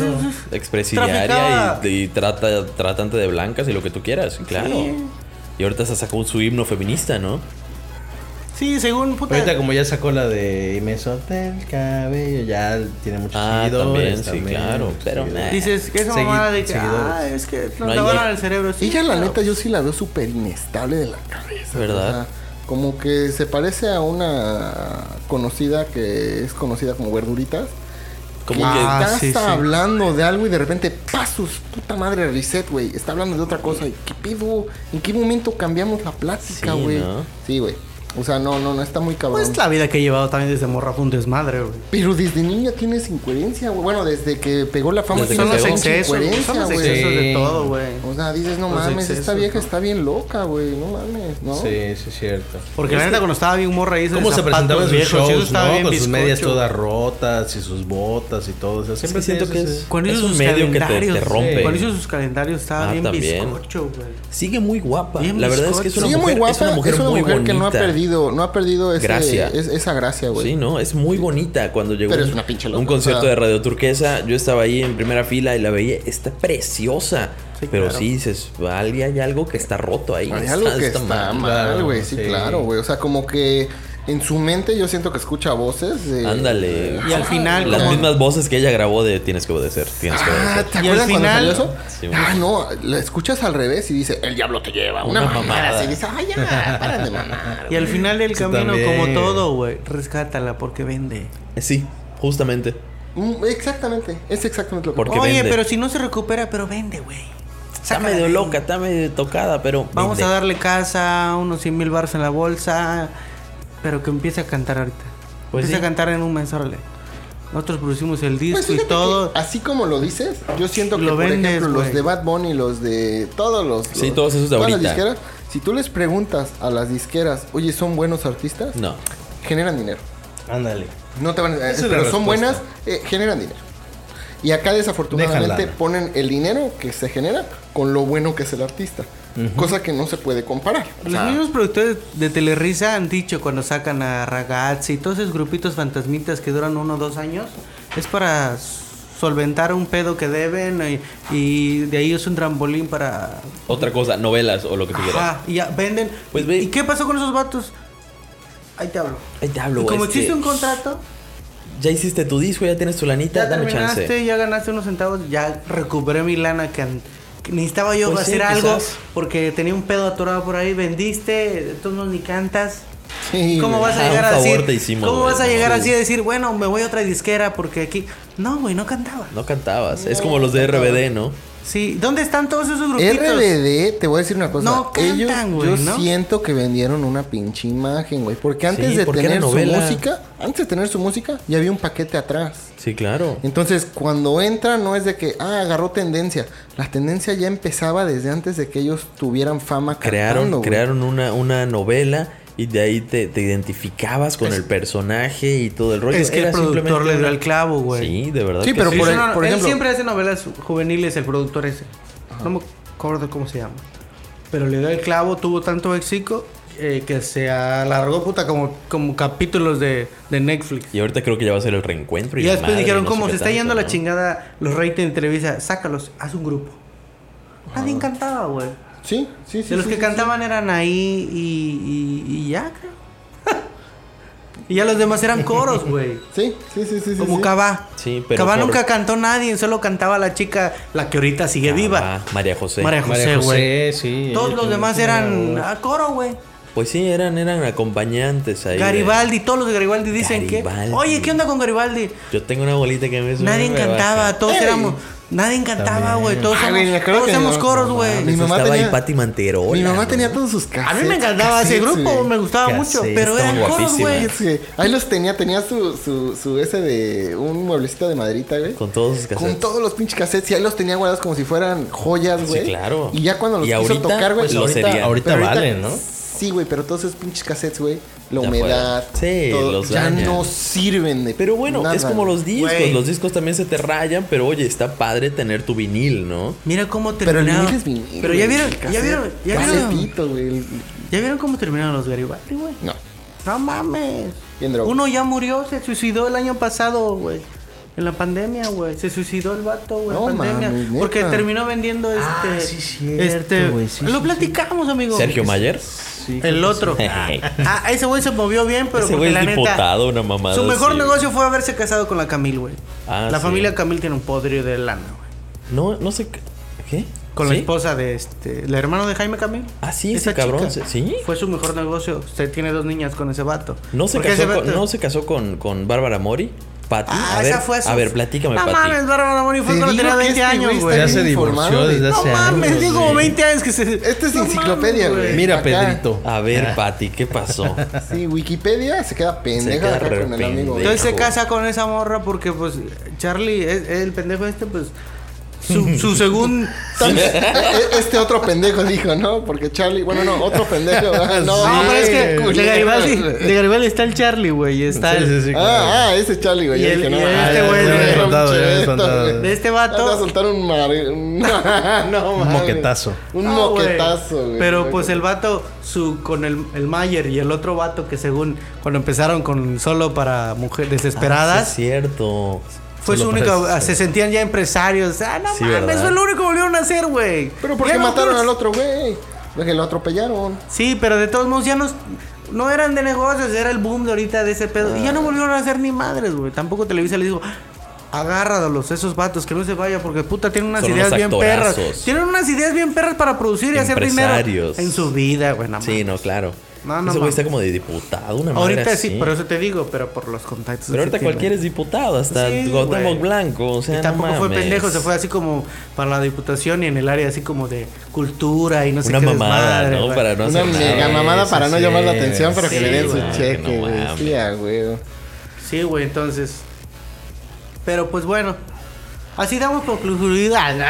Speaker 5: sí,
Speaker 3: Expresidiaria
Speaker 5: Traficaba.
Speaker 3: y, y trata, tratante de blancas y lo que tú quieras, claro. Y ahorita se sacó su himno feminista, ¿no?
Speaker 5: sí, según puta.
Speaker 4: Ahorita como ya sacó la de y me solté el cabello, ya tiene muchos
Speaker 3: Ah, también,
Speaker 4: seguidores.
Speaker 3: sí, claro, pero
Speaker 4: seguidores.
Speaker 3: me-
Speaker 5: Dices que esa
Speaker 4: Segui-
Speaker 5: mamada de que,
Speaker 4: seguidores.
Speaker 5: ah, es que
Speaker 3: No
Speaker 5: nos
Speaker 3: hay
Speaker 5: lavaron
Speaker 3: de-
Speaker 5: el cerebro. Sí,
Speaker 2: Ella, la
Speaker 5: claro.
Speaker 2: neta, yo sí la veo súper inestable de la cabeza.
Speaker 3: ¿Verdad?
Speaker 2: O sea, como que se parece a una conocida que es conocida como verduritas.
Speaker 3: Como
Speaker 2: que
Speaker 3: que
Speaker 5: Ah,
Speaker 2: está,
Speaker 5: sí,
Speaker 2: está
Speaker 5: sí.
Speaker 2: hablando de algo y de repente, pasos, puta madre, reset, güey. Está hablando de otra cosa. ¿Y qué pedo? ¿En qué momento cambiamos la plática,
Speaker 3: Sí,
Speaker 2: güey?
Speaker 3: ¿no?
Speaker 2: Sí, güey. O sea, no, no, no, está muy cabrón.
Speaker 5: Pues la vida que he llevado también desde morra fue un desmadre, güey.
Speaker 2: Pero desde niña tienes incoherencia, güey. Bueno, desde que pegó la fama
Speaker 3: Desde
Speaker 5: Son
Speaker 3: que
Speaker 5: los
Speaker 3: pegó.
Speaker 2: mucha
Speaker 5: excesos, güey, son los
Speaker 2: güey.
Speaker 5: excesos de
Speaker 4: Sí.
Speaker 5: todo, güey.
Speaker 2: O sea, dices, no
Speaker 5: Los
Speaker 2: mames, esta
Speaker 5: excesos,
Speaker 2: vieja
Speaker 5: ¿no?
Speaker 2: está bien loca, güey. No mames, ¿no?
Speaker 4: Sí, sí, es cierto.
Speaker 5: Porque la neta cuando estaba bien morra y esos
Speaker 4: ¿Cómo se
Speaker 5: zapatos
Speaker 4: presentaba en sus
Speaker 5: viejos, eso
Speaker 4: shows,
Speaker 5: estaba
Speaker 4: no?
Speaker 5: bien
Speaker 4: Con sus
Speaker 5: bizcocho.
Speaker 4: medias todas rotas y sus botas y todo. O sea, siempre
Speaker 3: siempre siento que
Speaker 4: tienes
Speaker 3: es,
Speaker 5: Cuando
Speaker 3: es
Speaker 5: hizo
Speaker 3: un
Speaker 5: sus
Speaker 3: medio que te- te,
Speaker 5: calendarios,
Speaker 3: rompe.
Speaker 5: Cuando hizo sus calendarios estaba
Speaker 3: Ah,
Speaker 5: bien
Speaker 3: también.
Speaker 5: bizcocho, güey.
Speaker 3: Sigue muy guapa.
Speaker 5: Bien
Speaker 3: la verdad es que es
Speaker 5: bizcocho.
Speaker 3: una,
Speaker 2: Sigue
Speaker 3: mujer,
Speaker 2: muy guapa,
Speaker 3: es una mujer muy bonita.
Speaker 2: que no ha perdido, no ha perdido ese-
Speaker 3: Gracia.
Speaker 2: es- esa gracia, güey.
Speaker 3: Sí, no, es muy bonita cuando llegó
Speaker 2: Pero
Speaker 3: un-
Speaker 2: es una pinche loca,
Speaker 3: un
Speaker 2: o sea.
Speaker 3: concierto de Radio Turquesa, yo estaba ahí en primera fila y la veía, está preciosa.
Speaker 5: Sí,
Speaker 3: pero
Speaker 5: claro.
Speaker 3: sí dices, "Vale, hay algo que está roto ahí.
Speaker 2: Hay
Speaker 3: [LAUGHS]
Speaker 2: algo que está, mal,
Speaker 4: claro,
Speaker 2: güey. Sí,
Speaker 4: sí.
Speaker 2: claro, güey. O sea, como que en su mente yo siento que escucha voces de...
Speaker 3: Ándale.
Speaker 5: Y al final
Speaker 3: Las
Speaker 5: como-
Speaker 3: mismas voces que ella grabó de tienes que obedecer, tienes que
Speaker 2: Ah,
Speaker 3: obedecer.
Speaker 2: ¿te
Speaker 5: Y
Speaker 2: acuerdas
Speaker 5: al
Speaker 2: cuando
Speaker 5: final-
Speaker 2: salió eso?
Speaker 3: Sí, güey.
Speaker 2: ah, no, la escuchas al revés y dice, el diablo te lleva, una,
Speaker 3: Una
Speaker 2: mamada.
Speaker 3: mamada.
Speaker 2: Así dice, ay, ya, para de mamar.
Speaker 5: Y al final del
Speaker 4: Sí,
Speaker 5: camino,
Speaker 4: también.
Speaker 5: como todo, güey, rescátala porque vende.
Speaker 3: Eh, Sí, justamente.
Speaker 2: Mm, Exactamente, es exactamente lo que
Speaker 3: Porque
Speaker 5: Oye,
Speaker 3: vende.
Speaker 5: pero si no se recupera, pero vende, güey.
Speaker 3: Está
Speaker 5: Sácala de
Speaker 3: medio
Speaker 5: ahí.
Speaker 3: loca, está medio tocada, pero
Speaker 5: Vamos
Speaker 3: vende.
Speaker 5: a darle casa, unos 100 mil bars en la bolsa, pero que empiece a cantar ahorita.
Speaker 3: Pues
Speaker 5: empiece
Speaker 3: sí.
Speaker 5: a cantar en un mes, órale. Nosotros producimos el disco
Speaker 2: Pues fíjate
Speaker 5: y todo.
Speaker 2: que así como lo dices, yo siento que,
Speaker 5: Lo
Speaker 2: por
Speaker 5: vendes,
Speaker 2: ejemplo,
Speaker 5: güey.
Speaker 2: los de Bad Bunny, los de todos los...
Speaker 3: Sí,
Speaker 2: los-
Speaker 3: todos esos de
Speaker 2: todas las
Speaker 3: ahorita.
Speaker 2: disqueras, si tú les preguntas a las disqueras, oye, ¿son buenos artistas?
Speaker 3: No.
Speaker 2: Generan dinero.
Speaker 4: Ándale.
Speaker 2: No te van a...
Speaker 4: Esa es la
Speaker 2: pero son
Speaker 4: respuesta.
Speaker 2: buenas, eh, generan dinero. Y acá desafortunadamente
Speaker 4: Déjala.
Speaker 2: ponen el dinero que se genera con lo bueno que es el artista. Cosa que no se puede comparar. O
Speaker 5: Los
Speaker 2: sea,
Speaker 5: mismos productores de Telerisa han dicho cuando sacan a Ragazzi y todos esos grupitos fantasmitas que duran uno o dos años, es para solventar un pedo que deben y, y de ahí es un trampolín para...
Speaker 3: Otra cosa, novelas o lo que tú quieras.
Speaker 5: Ajá, y ya venden.
Speaker 3: Pues ve-
Speaker 5: ¿Y qué pasó con esos vatos? Ahí te hablo.
Speaker 3: Ay, te hablo,
Speaker 5: Y como
Speaker 3: güey, es que
Speaker 5: existe un contrato,
Speaker 3: Ya hiciste tu disco, ya tienes tu lanita,
Speaker 5: ya
Speaker 3: dame
Speaker 5: terminaste,
Speaker 3: chance.
Speaker 5: ya ganaste unos centavos, ya recuperé mi lana que, an- que necesitaba yo
Speaker 3: Pues sí,
Speaker 5: hacer algo
Speaker 3: quizás.
Speaker 5: porque tenía un pedo atorado por ahí, vendiste, tú no ni cantas.
Speaker 2: Sí,
Speaker 5: ¿Cómo
Speaker 2: güey.
Speaker 5: vas a
Speaker 3: Ah,
Speaker 5: llegar
Speaker 3: un
Speaker 5: a
Speaker 3: favor
Speaker 5: decir?
Speaker 3: te hicimos,
Speaker 5: ¿Cómo
Speaker 3: güey,
Speaker 5: vas a
Speaker 3: no,
Speaker 5: llegar
Speaker 3: sí.
Speaker 5: así a decir, bueno, me voy a otra disquera porque aquí. No, güey, no cantaba.
Speaker 3: No cantabas. es como los de RBD, ¿no?
Speaker 5: Sí, ¿dónde están todos esos grupitos?
Speaker 2: RBD, te voy a decir una cosa.
Speaker 5: No cantan,
Speaker 2: Ellos,
Speaker 5: güey,
Speaker 2: yo
Speaker 5: ¿no?
Speaker 2: siento que vendieron una pinche imagen, güey. Porque antes
Speaker 3: Sí,
Speaker 2: de
Speaker 3: porque era
Speaker 2: tener su
Speaker 3: novela.
Speaker 2: música, antes de tener su música, ya había un paquete atrás.
Speaker 3: Sí, claro.
Speaker 2: Entonces, cuando entra, no es de que, ah, agarró tendencia. La tendencia ya empezaba desde antes de que ellos tuvieran fama
Speaker 3: Crearon,
Speaker 2: cantando, güey.
Speaker 3: crearon una, una novela y de ahí te, te identificabas con el personaje y todo el rollo.
Speaker 5: Es que
Speaker 3: Era
Speaker 5: el productor
Speaker 3: simplemente
Speaker 5: le dio
Speaker 3: una-
Speaker 5: el clavo, güey.
Speaker 3: Sí, de verdad.
Speaker 2: Sí,
Speaker 3: que
Speaker 2: pero
Speaker 5: Sí,
Speaker 2: por-
Speaker 5: sí, no, no,
Speaker 2: por
Speaker 5: él
Speaker 2: ejemplo-
Speaker 5: siempre hace novelas juveniles, el productor ese. No me acuerdo cómo se llama. Pero le dio el clavo, tuvo tanto éxito eh, que se alargó puta como, como capítulos de, de Netflix.
Speaker 3: Y ahorita creo que ya va a ser el reencuentro.
Speaker 5: Y
Speaker 3: la
Speaker 5: después
Speaker 3: madre,
Speaker 5: dijeron,
Speaker 3: no sé
Speaker 5: como
Speaker 3: qué
Speaker 5: se está
Speaker 3: tanto,
Speaker 5: yendo la
Speaker 3: ¿no?
Speaker 5: chingada los ratings de Televisa, sácalos, haz un grupo. Nadie cantaba, güey.
Speaker 2: Sí, sí, sí.
Speaker 5: De los
Speaker 2: sí,
Speaker 5: que
Speaker 2: sí,
Speaker 5: cantaban eran ahí y, y, y ya, creo. [LAUGHS] y ya los demás eran coros, güey.
Speaker 2: Sí, sí, sí, sí. sí,
Speaker 5: Como
Speaker 2: sí.
Speaker 5: Cabá.
Speaker 3: Sí, pero
Speaker 5: Cabá
Speaker 3: por-
Speaker 5: nunca cantó nadie, solo cantaba la chica, la que ahorita sigue viva.
Speaker 3: Ah, María José.
Speaker 5: María José,
Speaker 4: María
Speaker 5: güey.
Speaker 4: José, sí.
Speaker 5: Todos
Speaker 4: ella
Speaker 5: los
Speaker 4: tiene
Speaker 5: demás
Speaker 4: una
Speaker 5: eran
Speaker 4: voz.
Speaker 5: ah, coro, güey.
Speaker 3: Pues sí, eran, eran acompañantes ahí. de-
Speaker 5: Garibaldi, todos los de Garibaldi dicen
Speaker 3: Garibaldi.
Speaker 5: que. Oye, ¿qué onda con Garibaldi?
Speaker 3: Yo tengo una bolita que me sube,
Speaker 5: Nadie
Speaker 3: me
Speaker 5: cantaba,
Speaker 3: baja.
Speaker 5: todos
Speaker 2: ¡Ey!
Speaker 5: éramos. Nadie cantaba,
Speaker 4: También.
Speaker 5: güey. Todos
Speaker 2: Ay, güey, me
Speaker 5: éramos,
Speaker 2: acuerdo
Speaker 5: todos
Speaker 2: que
Speaker 5: éramos
Speaker 2: no-
Speaker 5: coros,
Speaker 2: no
Speaker 5: güey.
Speaker 2: mames. Mi mamá
Speaker 3: estaba
Speaker 2: tenía-
Speaker 3: ahí Pati Manterola.
Speaker 2: Mi mamá
Speaker 3: ¿no?
Speaker 2: tenía todos sus cassettes.
Speaker 5: A mí me encantaba ese
Speaker 2: cassettes,
Speaker 5: grupo,
Speaker 2: güey.
Speaker 5: me gustaba mucho,
Speaker 3: Cassettes,
Speaker 5: pero eran
Speaker 3: estaban
Speaker 5: coros, güey.
Speaker 3: guapísimas.
Speaker 2: Sí, ahí los tenía, tenía su, su, su ese de un mueblecito de maderita, güey.
Speaker 3: Con todos sus cassettes.
Speaker 2: Con todos los pinches cassettes y ahí los tenía guardados como si fueran joyas, güey.
Speaker 3: claro.
Speaker 2: Y ya cuando los
Speaker 3: Y
Speaker 2: quiso
Speaker 3: ahorita,
Speaker 2: tocar, güey,
Speaker 3: pues, lo serían.
Speaker 2: pero
Speaker 4: Ahorita valen, ¿no?
Speaker 2: Sí, güey, pero todos esos pinches cassettes, güey, la
Speaker 3: Ya
Speaker 2: humedad,
Speaker 3: fueron. Sí,
Speaker 2: todo,
Speaker 3: los
Speaker 2: ya
Speaker 3: dañan.
Speaker 2: no sirven de
Speaker 3: Pero bueno,
Speaker 2: nada,
Speaker 3: es como
Speaker 2: güey.
Speaker 3: los discos.
Speaker 5: Güey.
Speaker 3: Los discos también se te rayan, pero oye, está padre tener tu vinil, ¿no?
Speaker 5: Mira cómo
Speaker 2: Pero el
Speaker 5: terminaron.
Speaker 2: vinil es vinil,
Speaker 5: Pero ya
Speaker 2: güey,
Speaker 5: vieron,
Speaker 2: el
Speaker 5: ya
Speaker 2: cassette-
Speaker 5: vieron, ya vieron.
Speaker 2: cassetito, güey. el-
Speaker 5: Ya vieron cómo terminaron los Garibaldi, güey.
Speaker 2: No.
Speaker 5: No mames.
Speaker 2: Bien drogado.
Speaker 5: Uno ya murió, se suicidó el año pasado, güey. En la pandemia, güey. Se suicidó el vato, güey. en
Speaker 2: No
Speaker 5: pandemia.
Speaker 2: mames, neta.
Speaker 5: porque terminó vendiendo este.
Speaker 4: Ah, sí, cierto,
Speaker 5: este.
Speaker 4: güey, sí,
Speaker 5: lo
Speaker 4: sí,
Speaker 5: platicamos, amigo.
Speaker 3: Sergio Mayer.
Speaker 5: El otro.
Speaker 3: Ese
Speaker 5: Ah, ese güey se movió bien, pero porque
Speaker 3: güey es
Speaker 5: la neta.
Speaker 3: diputado, una mamada.
Speaker 5: Su mejor
Speaker 3: así.
Speaker 5: negocio fue haberse casado con la Camil, güey.
Speaker 3: Ah,
Speaker 5: la
Speaker 3: sí.
Speaker 5: familia Camil tiene un podrio de lana, güey.
Speaker 3: No, no sé. qué- ¿Qué?
Speaker 5: Con la
Speaker 3: ¿Sí?
Speaker 5: esposa de este. El hermano de Jaime Camil.
Speaker 3: Ah, sí,
Speaker 5: Esa
Speaker 3: ese cabrón.
Speaker 5: chica.
Speaker 3: Sí.
Speaker 5: Fue su mejor negocio. Usted tiene dos niñas con ese vato.
Speaker 3: No se
Speaker 5: Porque
Speaker 3: casó,
Speaker 5: ese
Speaker 3: con,
Speaker 5: vato-
Speaker 3: no se casó con, con Bárbara Mori. Pati. a
Speaker 5: Ah,
Speaker 3: ver,
Speaker 5: esa fue su...
Speaker 3: a ver, platícame,
Speaker 5: No
Speaker 3: Pati.
Speaker 5: mames, Bárbara Mamoni fue
Speaker 2: Te
Speaker 5: cuando
Speaker 2: digo
Speaker 5: tenía
Speaker 2: que
Speaker 5: 20
Speaker 2: este
Speaker 5: años,
Speaker 2: güey
Speaker 5: güey.
Speaker 4: Ya
Speaker 2: está
Speaker 4: se
Speaker 2: bien
Speaker 4: divorció
Speaker 2: informado,
Speaker 4: desde
Speaker 2: güey.
Speaker 5: No
Speaker 4: hace
Speaker 5: mames,
Speaker 4: años.
Speaker 5: tiene como
Speaker 4: güey.
Speaker 5: 20 años que se...
Speaker 2: Este es
Speaker 5: No
Speaker 2: enciclopedia,
Speaker 5: mames,
Speaker 2: güey.
Speaker 4: Mira,
Speaker 2: Acá.
Speaker 4: Pedrito.
Speaker 3: A
Speaker 5: Ah.
Speaker 3: ver, Pati, ¿qué
Speaker 5: [LAUGHS]
Speaker 3: pasó?
Speaker 2: Sí, Wikipedia se queda
Speaker 3: queda
Speaker 2: pendeja acá con el
Speaker 3: arrepentido.
Speaker 2: amigo. güey.
Speaker 5: Entonces se
Speaker 3: Hijo.
Speaker 5: casa con esa morra porque, pues, Charlie, es, es el pendejo este, pues...
Speaker 3: [LAUGHS]
Speaker 5: Su, su según...
Speaker 4: [LAUGHS]
Speaker 2: E- Este otro pendejo dijo, ¿no? Porque Charlie, bueno, no, otro pendejo. Ah, No,
Speaker 4: [LAUGHS]
Speaker 5: No,
Speaker 2: sí.
Speaker 5: pero es que de
Speaker 2: Culero. [LAUGHS]
Speaker 5: Garibaldi, de Garibaldi está el Charlie, güey. y Está
Speaker 4: Sí,
Speaker 5: el,
Speaker 4: sí, sí, claro.
Speaker 2: Ah, ah, ese Charlie, güey.
Speaker 5: Y
Speaker 2: Yo
Speaker 5: el-
Speaker 2: dije,
Speaker 5: y
Speaker 2: no,
Speaker 5: este
Speaker 2: ah,
Speaker 5: güey,
Speaker 2: era
Speaker 5: ya
Speaker 2: un
Speaker 5: había
Speaker 4: contado, ya había
Speaker 2: cheto,
Speaker 4: contado.
Speaker 2: güey.
Speaker 5: De este
Speaker 2: Te vas a
Speaker 5: vato...
Speaker 2: soltar un [LAUGHS] mar... no, mames.
Speaker 4: moquetazo.
Speaker 2: Un
Speaker 5: No, güey.
Speaker 2: moquetazo, güey.
Speaker 5: Pero pues el vato, su, con el, el Mayer y el otro vato que según cuando empezaron con solo para mujeres
Speaker 3: Ah, sí,
Speaker 5: desesperadas,
Speaker 3: es cierto.
Speaker 5: fue su
Speaker 4: Solo
Speaker 5: única,
Speaker 4: para-
Speaker 5: se sentían ya empresarios. Ah, no
Speaker 3: Sí,
Speaker 5: mames,
Speaker 3: ¿verdad?
Speaker 5: fue lo único que volvieron a hacer, güey.
Speaker 2: Pero ¿por
Speaker 5: Ya
Speaker 2: qué
Speaker 5: no- pues.
Speaker 2: mataron al otro güey? Porque lo atropellaron.
Speaker 5: Sí, pero de todos modos ya no, no eran de negocios, era el boom de ahorita de ese pedo. Y ya
Speaker 2: Ah.
Speaker 5: no volvieron a hacer ni madres, güey. Tampoco Televisa le dijo, agárralos, esos vatos, que no se vaya, porque puta, tienen unas
Speaker 3: Son
Speaker 5: ideas
Speaker 3: unos
Speaker 5: bien perras.
Speaker 3: actorazos.
Speaker 5: Tienen unas ideas bien perras para producir y hacer dinero
Speaker 3: Empresarios.
Speaker 5: en su vida, güey. no
Speaker 3: Sí, no, claro.
Speaker 5: No, no,
Speaker 3: Ese
Speaker 5: no.
Speaker 3: güey está como de diputado, una madre
Speaker 5: Ahorita
Speaker 3: así.
Speaker 5: sí, por eso te digo, pero por los contactos.
Speaker 3: Pero ahorita
Speaker 5: que tiene.
Speaker 3: cualquiera es diputado, hasta
Speaker 5: Sí,
Speaker 3: Cuauhtémoc
Speaker 5: güey.
Speaker 3: Blanco, o sea,
Speaker 5: Y tampoco
Speaker 3: no
Speaker 5: fue
Speaker 3: mames.
Speaker 5: pendejo, se fue así como para la diputación y en el área así como de cultura y no sé
Speaker 3: Una
Speaker 5: qué
Speaker 3: mamada,
Speaker 5: desmadre,
Speaker 3: ¿no?
Speaker 5: güey.
Speaker 3: Para no
Speaker 2: Una
Speaker 3: hacer
Speaker 2: mega
Speaker 3: nada.
Speaker 2: mamada
Speaker 4: sí,
Speaker 2: para no
Speaker 4: sí,
Speaker 2: llamar la atención, pero
Speaker 3: sí,
Speaker 2: que le den su
Speaker 3: güey, que
Speaker 2: cheque,
Speaker 3: no
Speaker 2: güey.
Speaker 3: mames.
Speaker 2: sí, ah, güey.
Speaker 5: Sí, güey, entonces. Pero pues bueno. Así damos por concluida. ¿no?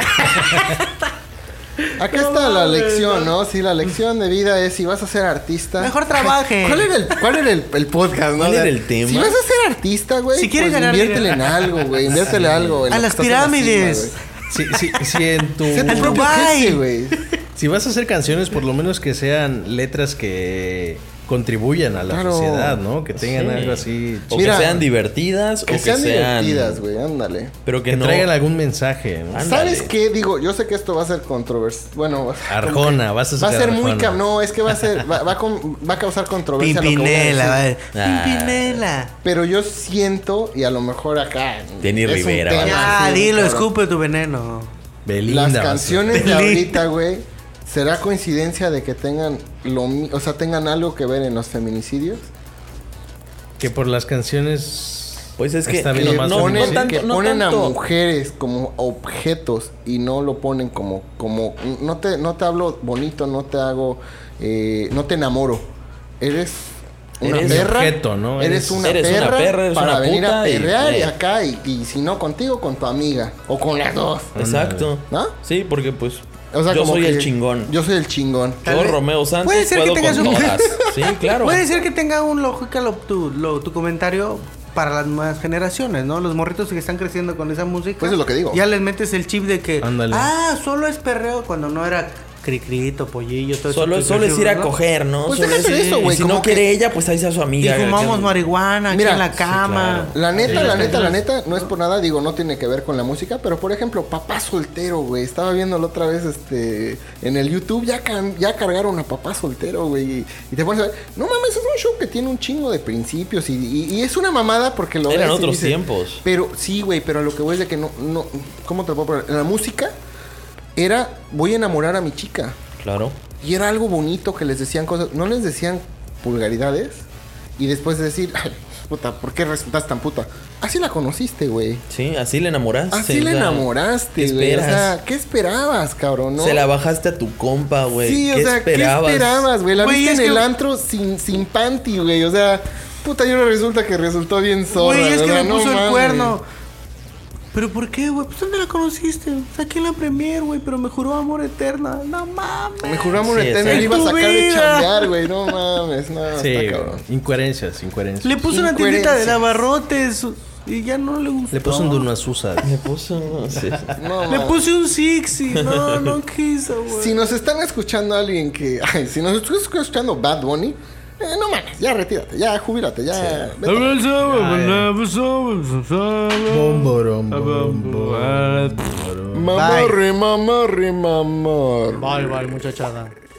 Speaker 2: Acá
Speaker 5: No
Speaker 2: está la
Speaker 5: mames,
Speaker 2: lección, ¿no? Sí, la lección de vida es si vas a ser artista. [LAUGHS]
Speaker 5: Mejor trabaje.
Speaker 2: ¿Cuál era el, cuál era el, el podcast, no?
Speaker 3: ¿Cuál
Speaker 2: O sea,
Speaker 3: era el tema?
Speaker 2: Si vas a ser artista, güey,
Speaker 5: Si quieres
Speaker 2: pues
Speaker 5: ganar
Speaker 2: inviértele
Speaker 5: dinero.
Speaker 2: en algo,
Speaker 3: [LAUGHS]
Speaker 2: güey. Inviértele algo. en
Speaker 5: A
Speaker 2: lo que
Speaker 5: las
Speaker 2: estás en la cima,
Speaker 5: pirámides.
Speaker 2: güey.
Speaker 4: Si, si, si en
Speaker 5: [LAUGHS]
Speaker 4: tu...
Speaker 2: Sé tu
Speaker 5: Al
Speaker 2: propio
Speaker 5: Dubái.
Speaker 2: jefe, güey.
Speaker 4: Si vas a hacer canciones, por lo menos que sean letras que contribuyan a la
Speaker 2: Claro.
Speaker 4: sociedad, ¿no? Que tengan
Speaker 3: Sí.
Speaker 4: algo así.
Speaker 3: O
Speaker 2: Mira,
Speaker 3: que sean divertidas,
Speaker 2: Que
Speaker 3: o
Speaker 2: sean
Speaker 3: que sean.
Speaker 2: divertidas, güey, ándale.
Speaker 3: Pero que,
Speaker 4: Que
Speaker 3: no.
Speaker 4: traigan algún mensaje, ¿no?
Speaker 3: Ah,
Speaker 2: ¿Sabes
Speaker 3: Ándale.
Speaker 2: qué? Digo, yo sé que esto va a ser controversia. Bueno, va
Speaker 3: Ah,
Speaker 4: Arjona, vas a
Speaker 2: va a ser muy
Speaker 4: Arjona.
Speaker 2: cab- No, es que va a ser. Va, va a con- va a causar controversia. lo que voy a
Speaker 5: Pimpinela,
Speaker 2: decir.
Speaker 5: vale.
Speaker 3: Ah.
Speaker 5: Pimpinela.
Speaker 2: Pero yo siento, y a lo mejor acá.
Speaker 3: Denny
Speaker 2: es un
Speaker 3: Rivera,
Speaker 2: tema
Speaker 3: vale.
Speaker 5: Ya,
Speaker 2: así,
Speaker 5: Ah, dilo,
Speaker 2: cabrón.
Speaker 5: escupe tu veneno.
Speaker 4: Belinda.
Speaker 2: Las
Speaker 4: vas a-
Speaker 3: [LAUGHS]
Speaker 2: canciones de
Speaker 5: Belinda.
Speaker 2: ahorita, güey. ¿Será coincidencia de que tengan lo mi- o sea, tengan algo que ver en los feminicidios?
Speaker 4: Que por las canciones.
Speaker 3: Pues es que-
Speaker 4: Está
Speaker 2: Que
Speaker 4: viendo más
Speaker 3: no,
Speaker 2: Eh, ponen,
Speaker 3: no
Speaker 2: que
Speaker 3: tanto.
Speaker 2: ponen a
Speaker 3: tanto.
Speaker 2: mujeres como objetos y no lo ponen como como no te no te hablo bonito, no te hago eh, no te enamoro. Eres una
Speaker 3: Eres
Speaker 2: perra,
Speaker 4: objeto, ¿no?
Speaker 2: Eres,
Speaker 4: Eres-
Speaker 2: una,
Speaker 3: eres una
Speaker 2: perra
Speaker 3: perra, eres
Speaker 2: para
Speaker 3: una
Speaker 2: venir a
Speaker 3: puta y-
Speaker 2: perrear y,
Speaker 3: eh.
Speaker 2: acá y, y si no contigo con tu amiga o con las dos.
Speaker 3: Exacto.
Speaker 2: ¿No?
Speaker 3: Sí, porque pues.
Speaker 2: O sea,
Speaker 3: yo
Speaker 2: como
Speaker 3: soy
Speaker 2: que-
Speaker 3: el chingón. Yo,
Speaker 2: Yo soy el chingón.
Speaker 5: Tal vez-
Speaker 3: Romeo Santos,
Speaker 5: Puede ser que
Speaker 3: puedo
Speaker 5: tengas
Speaker 3: con
Speaker 5: un-
Speaker 2: [LAUGHS]
Speaker 3: todas. Sí, claro.
Speaker 5: Puede ser que tenga un lógica lo- tu, lo- tu comentario para las nuevas generaciones, ¿no? Los morritos que están creciendo con esa música.
Speaker 2: Pues es lo que digo.
Speaker 5: Ya les metes el chip de que.
Speaker 4: Ándale.
Speaker 5: Ah, solo es perreo cuando no era cricrito, pollillo, todo eso
Speaker 3: Solo,
Speaker 5: que
Speaker 3: solo es ir a
Speaker 5: crecimos, ¿no?
Speaker 3: coger, ¿no?
Speaker 2: Pues
Speaker 3: Solo
Speaker 2: déjate
Speaker 3: es-
Speaker 2: de eso,
Speaker 3: y
Speaker 2: güey,
Speaker 3: Si
Speaker 2: como
Speaker 3: no
Speaker 2: que-
Speaker 3: quiere ella, pues ahí está su
Speaker 5: Y
Speaker 3: amiga.
Speaker 5: fumamos
Speaker 3: que-
Speaker 5: marihuana
Speaker 2: Mira,
Speaker 5: aquí en la
Speaker 2: sí,
Speaker 5: cama.
Speaker 2: La neta,
Speaker 5: Sí,
Speaker 2: la
Speaker 5: sí,
Speaker 2: neta,
Speaker 5: sí.
Speaker 2: la neta, no es por nada, digo, no tiene que ver con la música, pero por ejemplo, papá soltero, güey. Estaba viéndolo otra vez este en el YouTube, ya, can- ya cargaron a papá soltero, güey. Y, y te pones a ver, no mames, es un show que tiene un chingo de principios y, y- y es una mamada porque lo
Speaker 3: Eran
Speaker 2: ves y
Speaker 3: otros
Speaker 2: dices,
Speaker 3: tiempos.
Speaker 2: Pero sí, güey, pero lo que voy es de que no, no, ¿cómo te lo puedo poner? En la música era, voy a enamorar a mi chica.
Speaker 3: Claro.
Speaker 2: Y era algo bonito que les decían cosas. No les decían vulgaridades. Y después de decir, "Ay, puta, ¿por qué resultas tan puta? Así la conociste, güey.
Speaker 3: Sí, así le enamoraste.
Speaker 2: Así la
Speaker 3: o sea,
Speaker 2: enamoraste,
Speaker 3: ¿qué
Speaker 2: güey. O sea,
Speaker 3: esperas?
Speaker 2: ¿qué esperabas, cabrón? no?
Speaker 3: Se la bajaste a tu compa, güey.
Speaker 2: Sí, o
Speaker 3: ¿Qué
Speaker 2: sea,
Speaker 3: esperabas?
Speaker 2: ¿qué esperabas, güey? La
Speaker 5: Güey,
Speaker 2: viste
Speaker 5: es
Speaker 2: en el
Speaker 5: que-
Speaker 2: antro sin, sin panty, güey. O sea, puta, y ahora resulta que resultó bien zorra.
Speaker 5: Güey, es que
Speaker 2: ¿verdad?
Speaker 5: me
Speaker 2: No
Speaker 5: puso el
Speaker 2: mames.
Speaker 5: cuerno. ¿Pero por qué, güey? Pues ¿dónde la conociste? O sea, aquí en la premier, güey, pero me juró amor eterna. No mames.
Speaker 2: Me juramos
Speaker 3: Sí,
Speaker 2: que eterno
Speaker 3: exacto.
Speaker 2: iba a
Speaker 5: ¡Tu
Speaker 2: sacar de
Speaker 5: vida!
Speaker 2: chambear, güey. No mames, no,
Speaker 4: Sí,
Speaker 2: está cabrón.
Speaker 4: incoherencias, incoherencias.
Speaker 5: Le puso una tiendita de
Speaker 2: Incoherencias.
Speaker 5: navarrotes y ya no le gustó.
Speaker 4: Le puso un
Speaker 3: [LAUGHS]
Speaker 4: Dunasusa.
Speaker 3: Me puso. sí, sí.
Speaker 2: No,
Speaker 5: Le
Speaker 2: mames.
Speaker 5: puse un Sixi. No, no quiso, güey.
Speaker 2: Si nos están escuchando alguien que. [LAUGHS] Ay, si nos estás escuchando Bad Bunny, eh, no mames, ya retírate, ya jubílate, ya. vete.
Speaker 4: Bomborom, bomborom.
Speaker 2: Mamarre, mamarre, mamarre.
Speaker 5: bye, muchachada.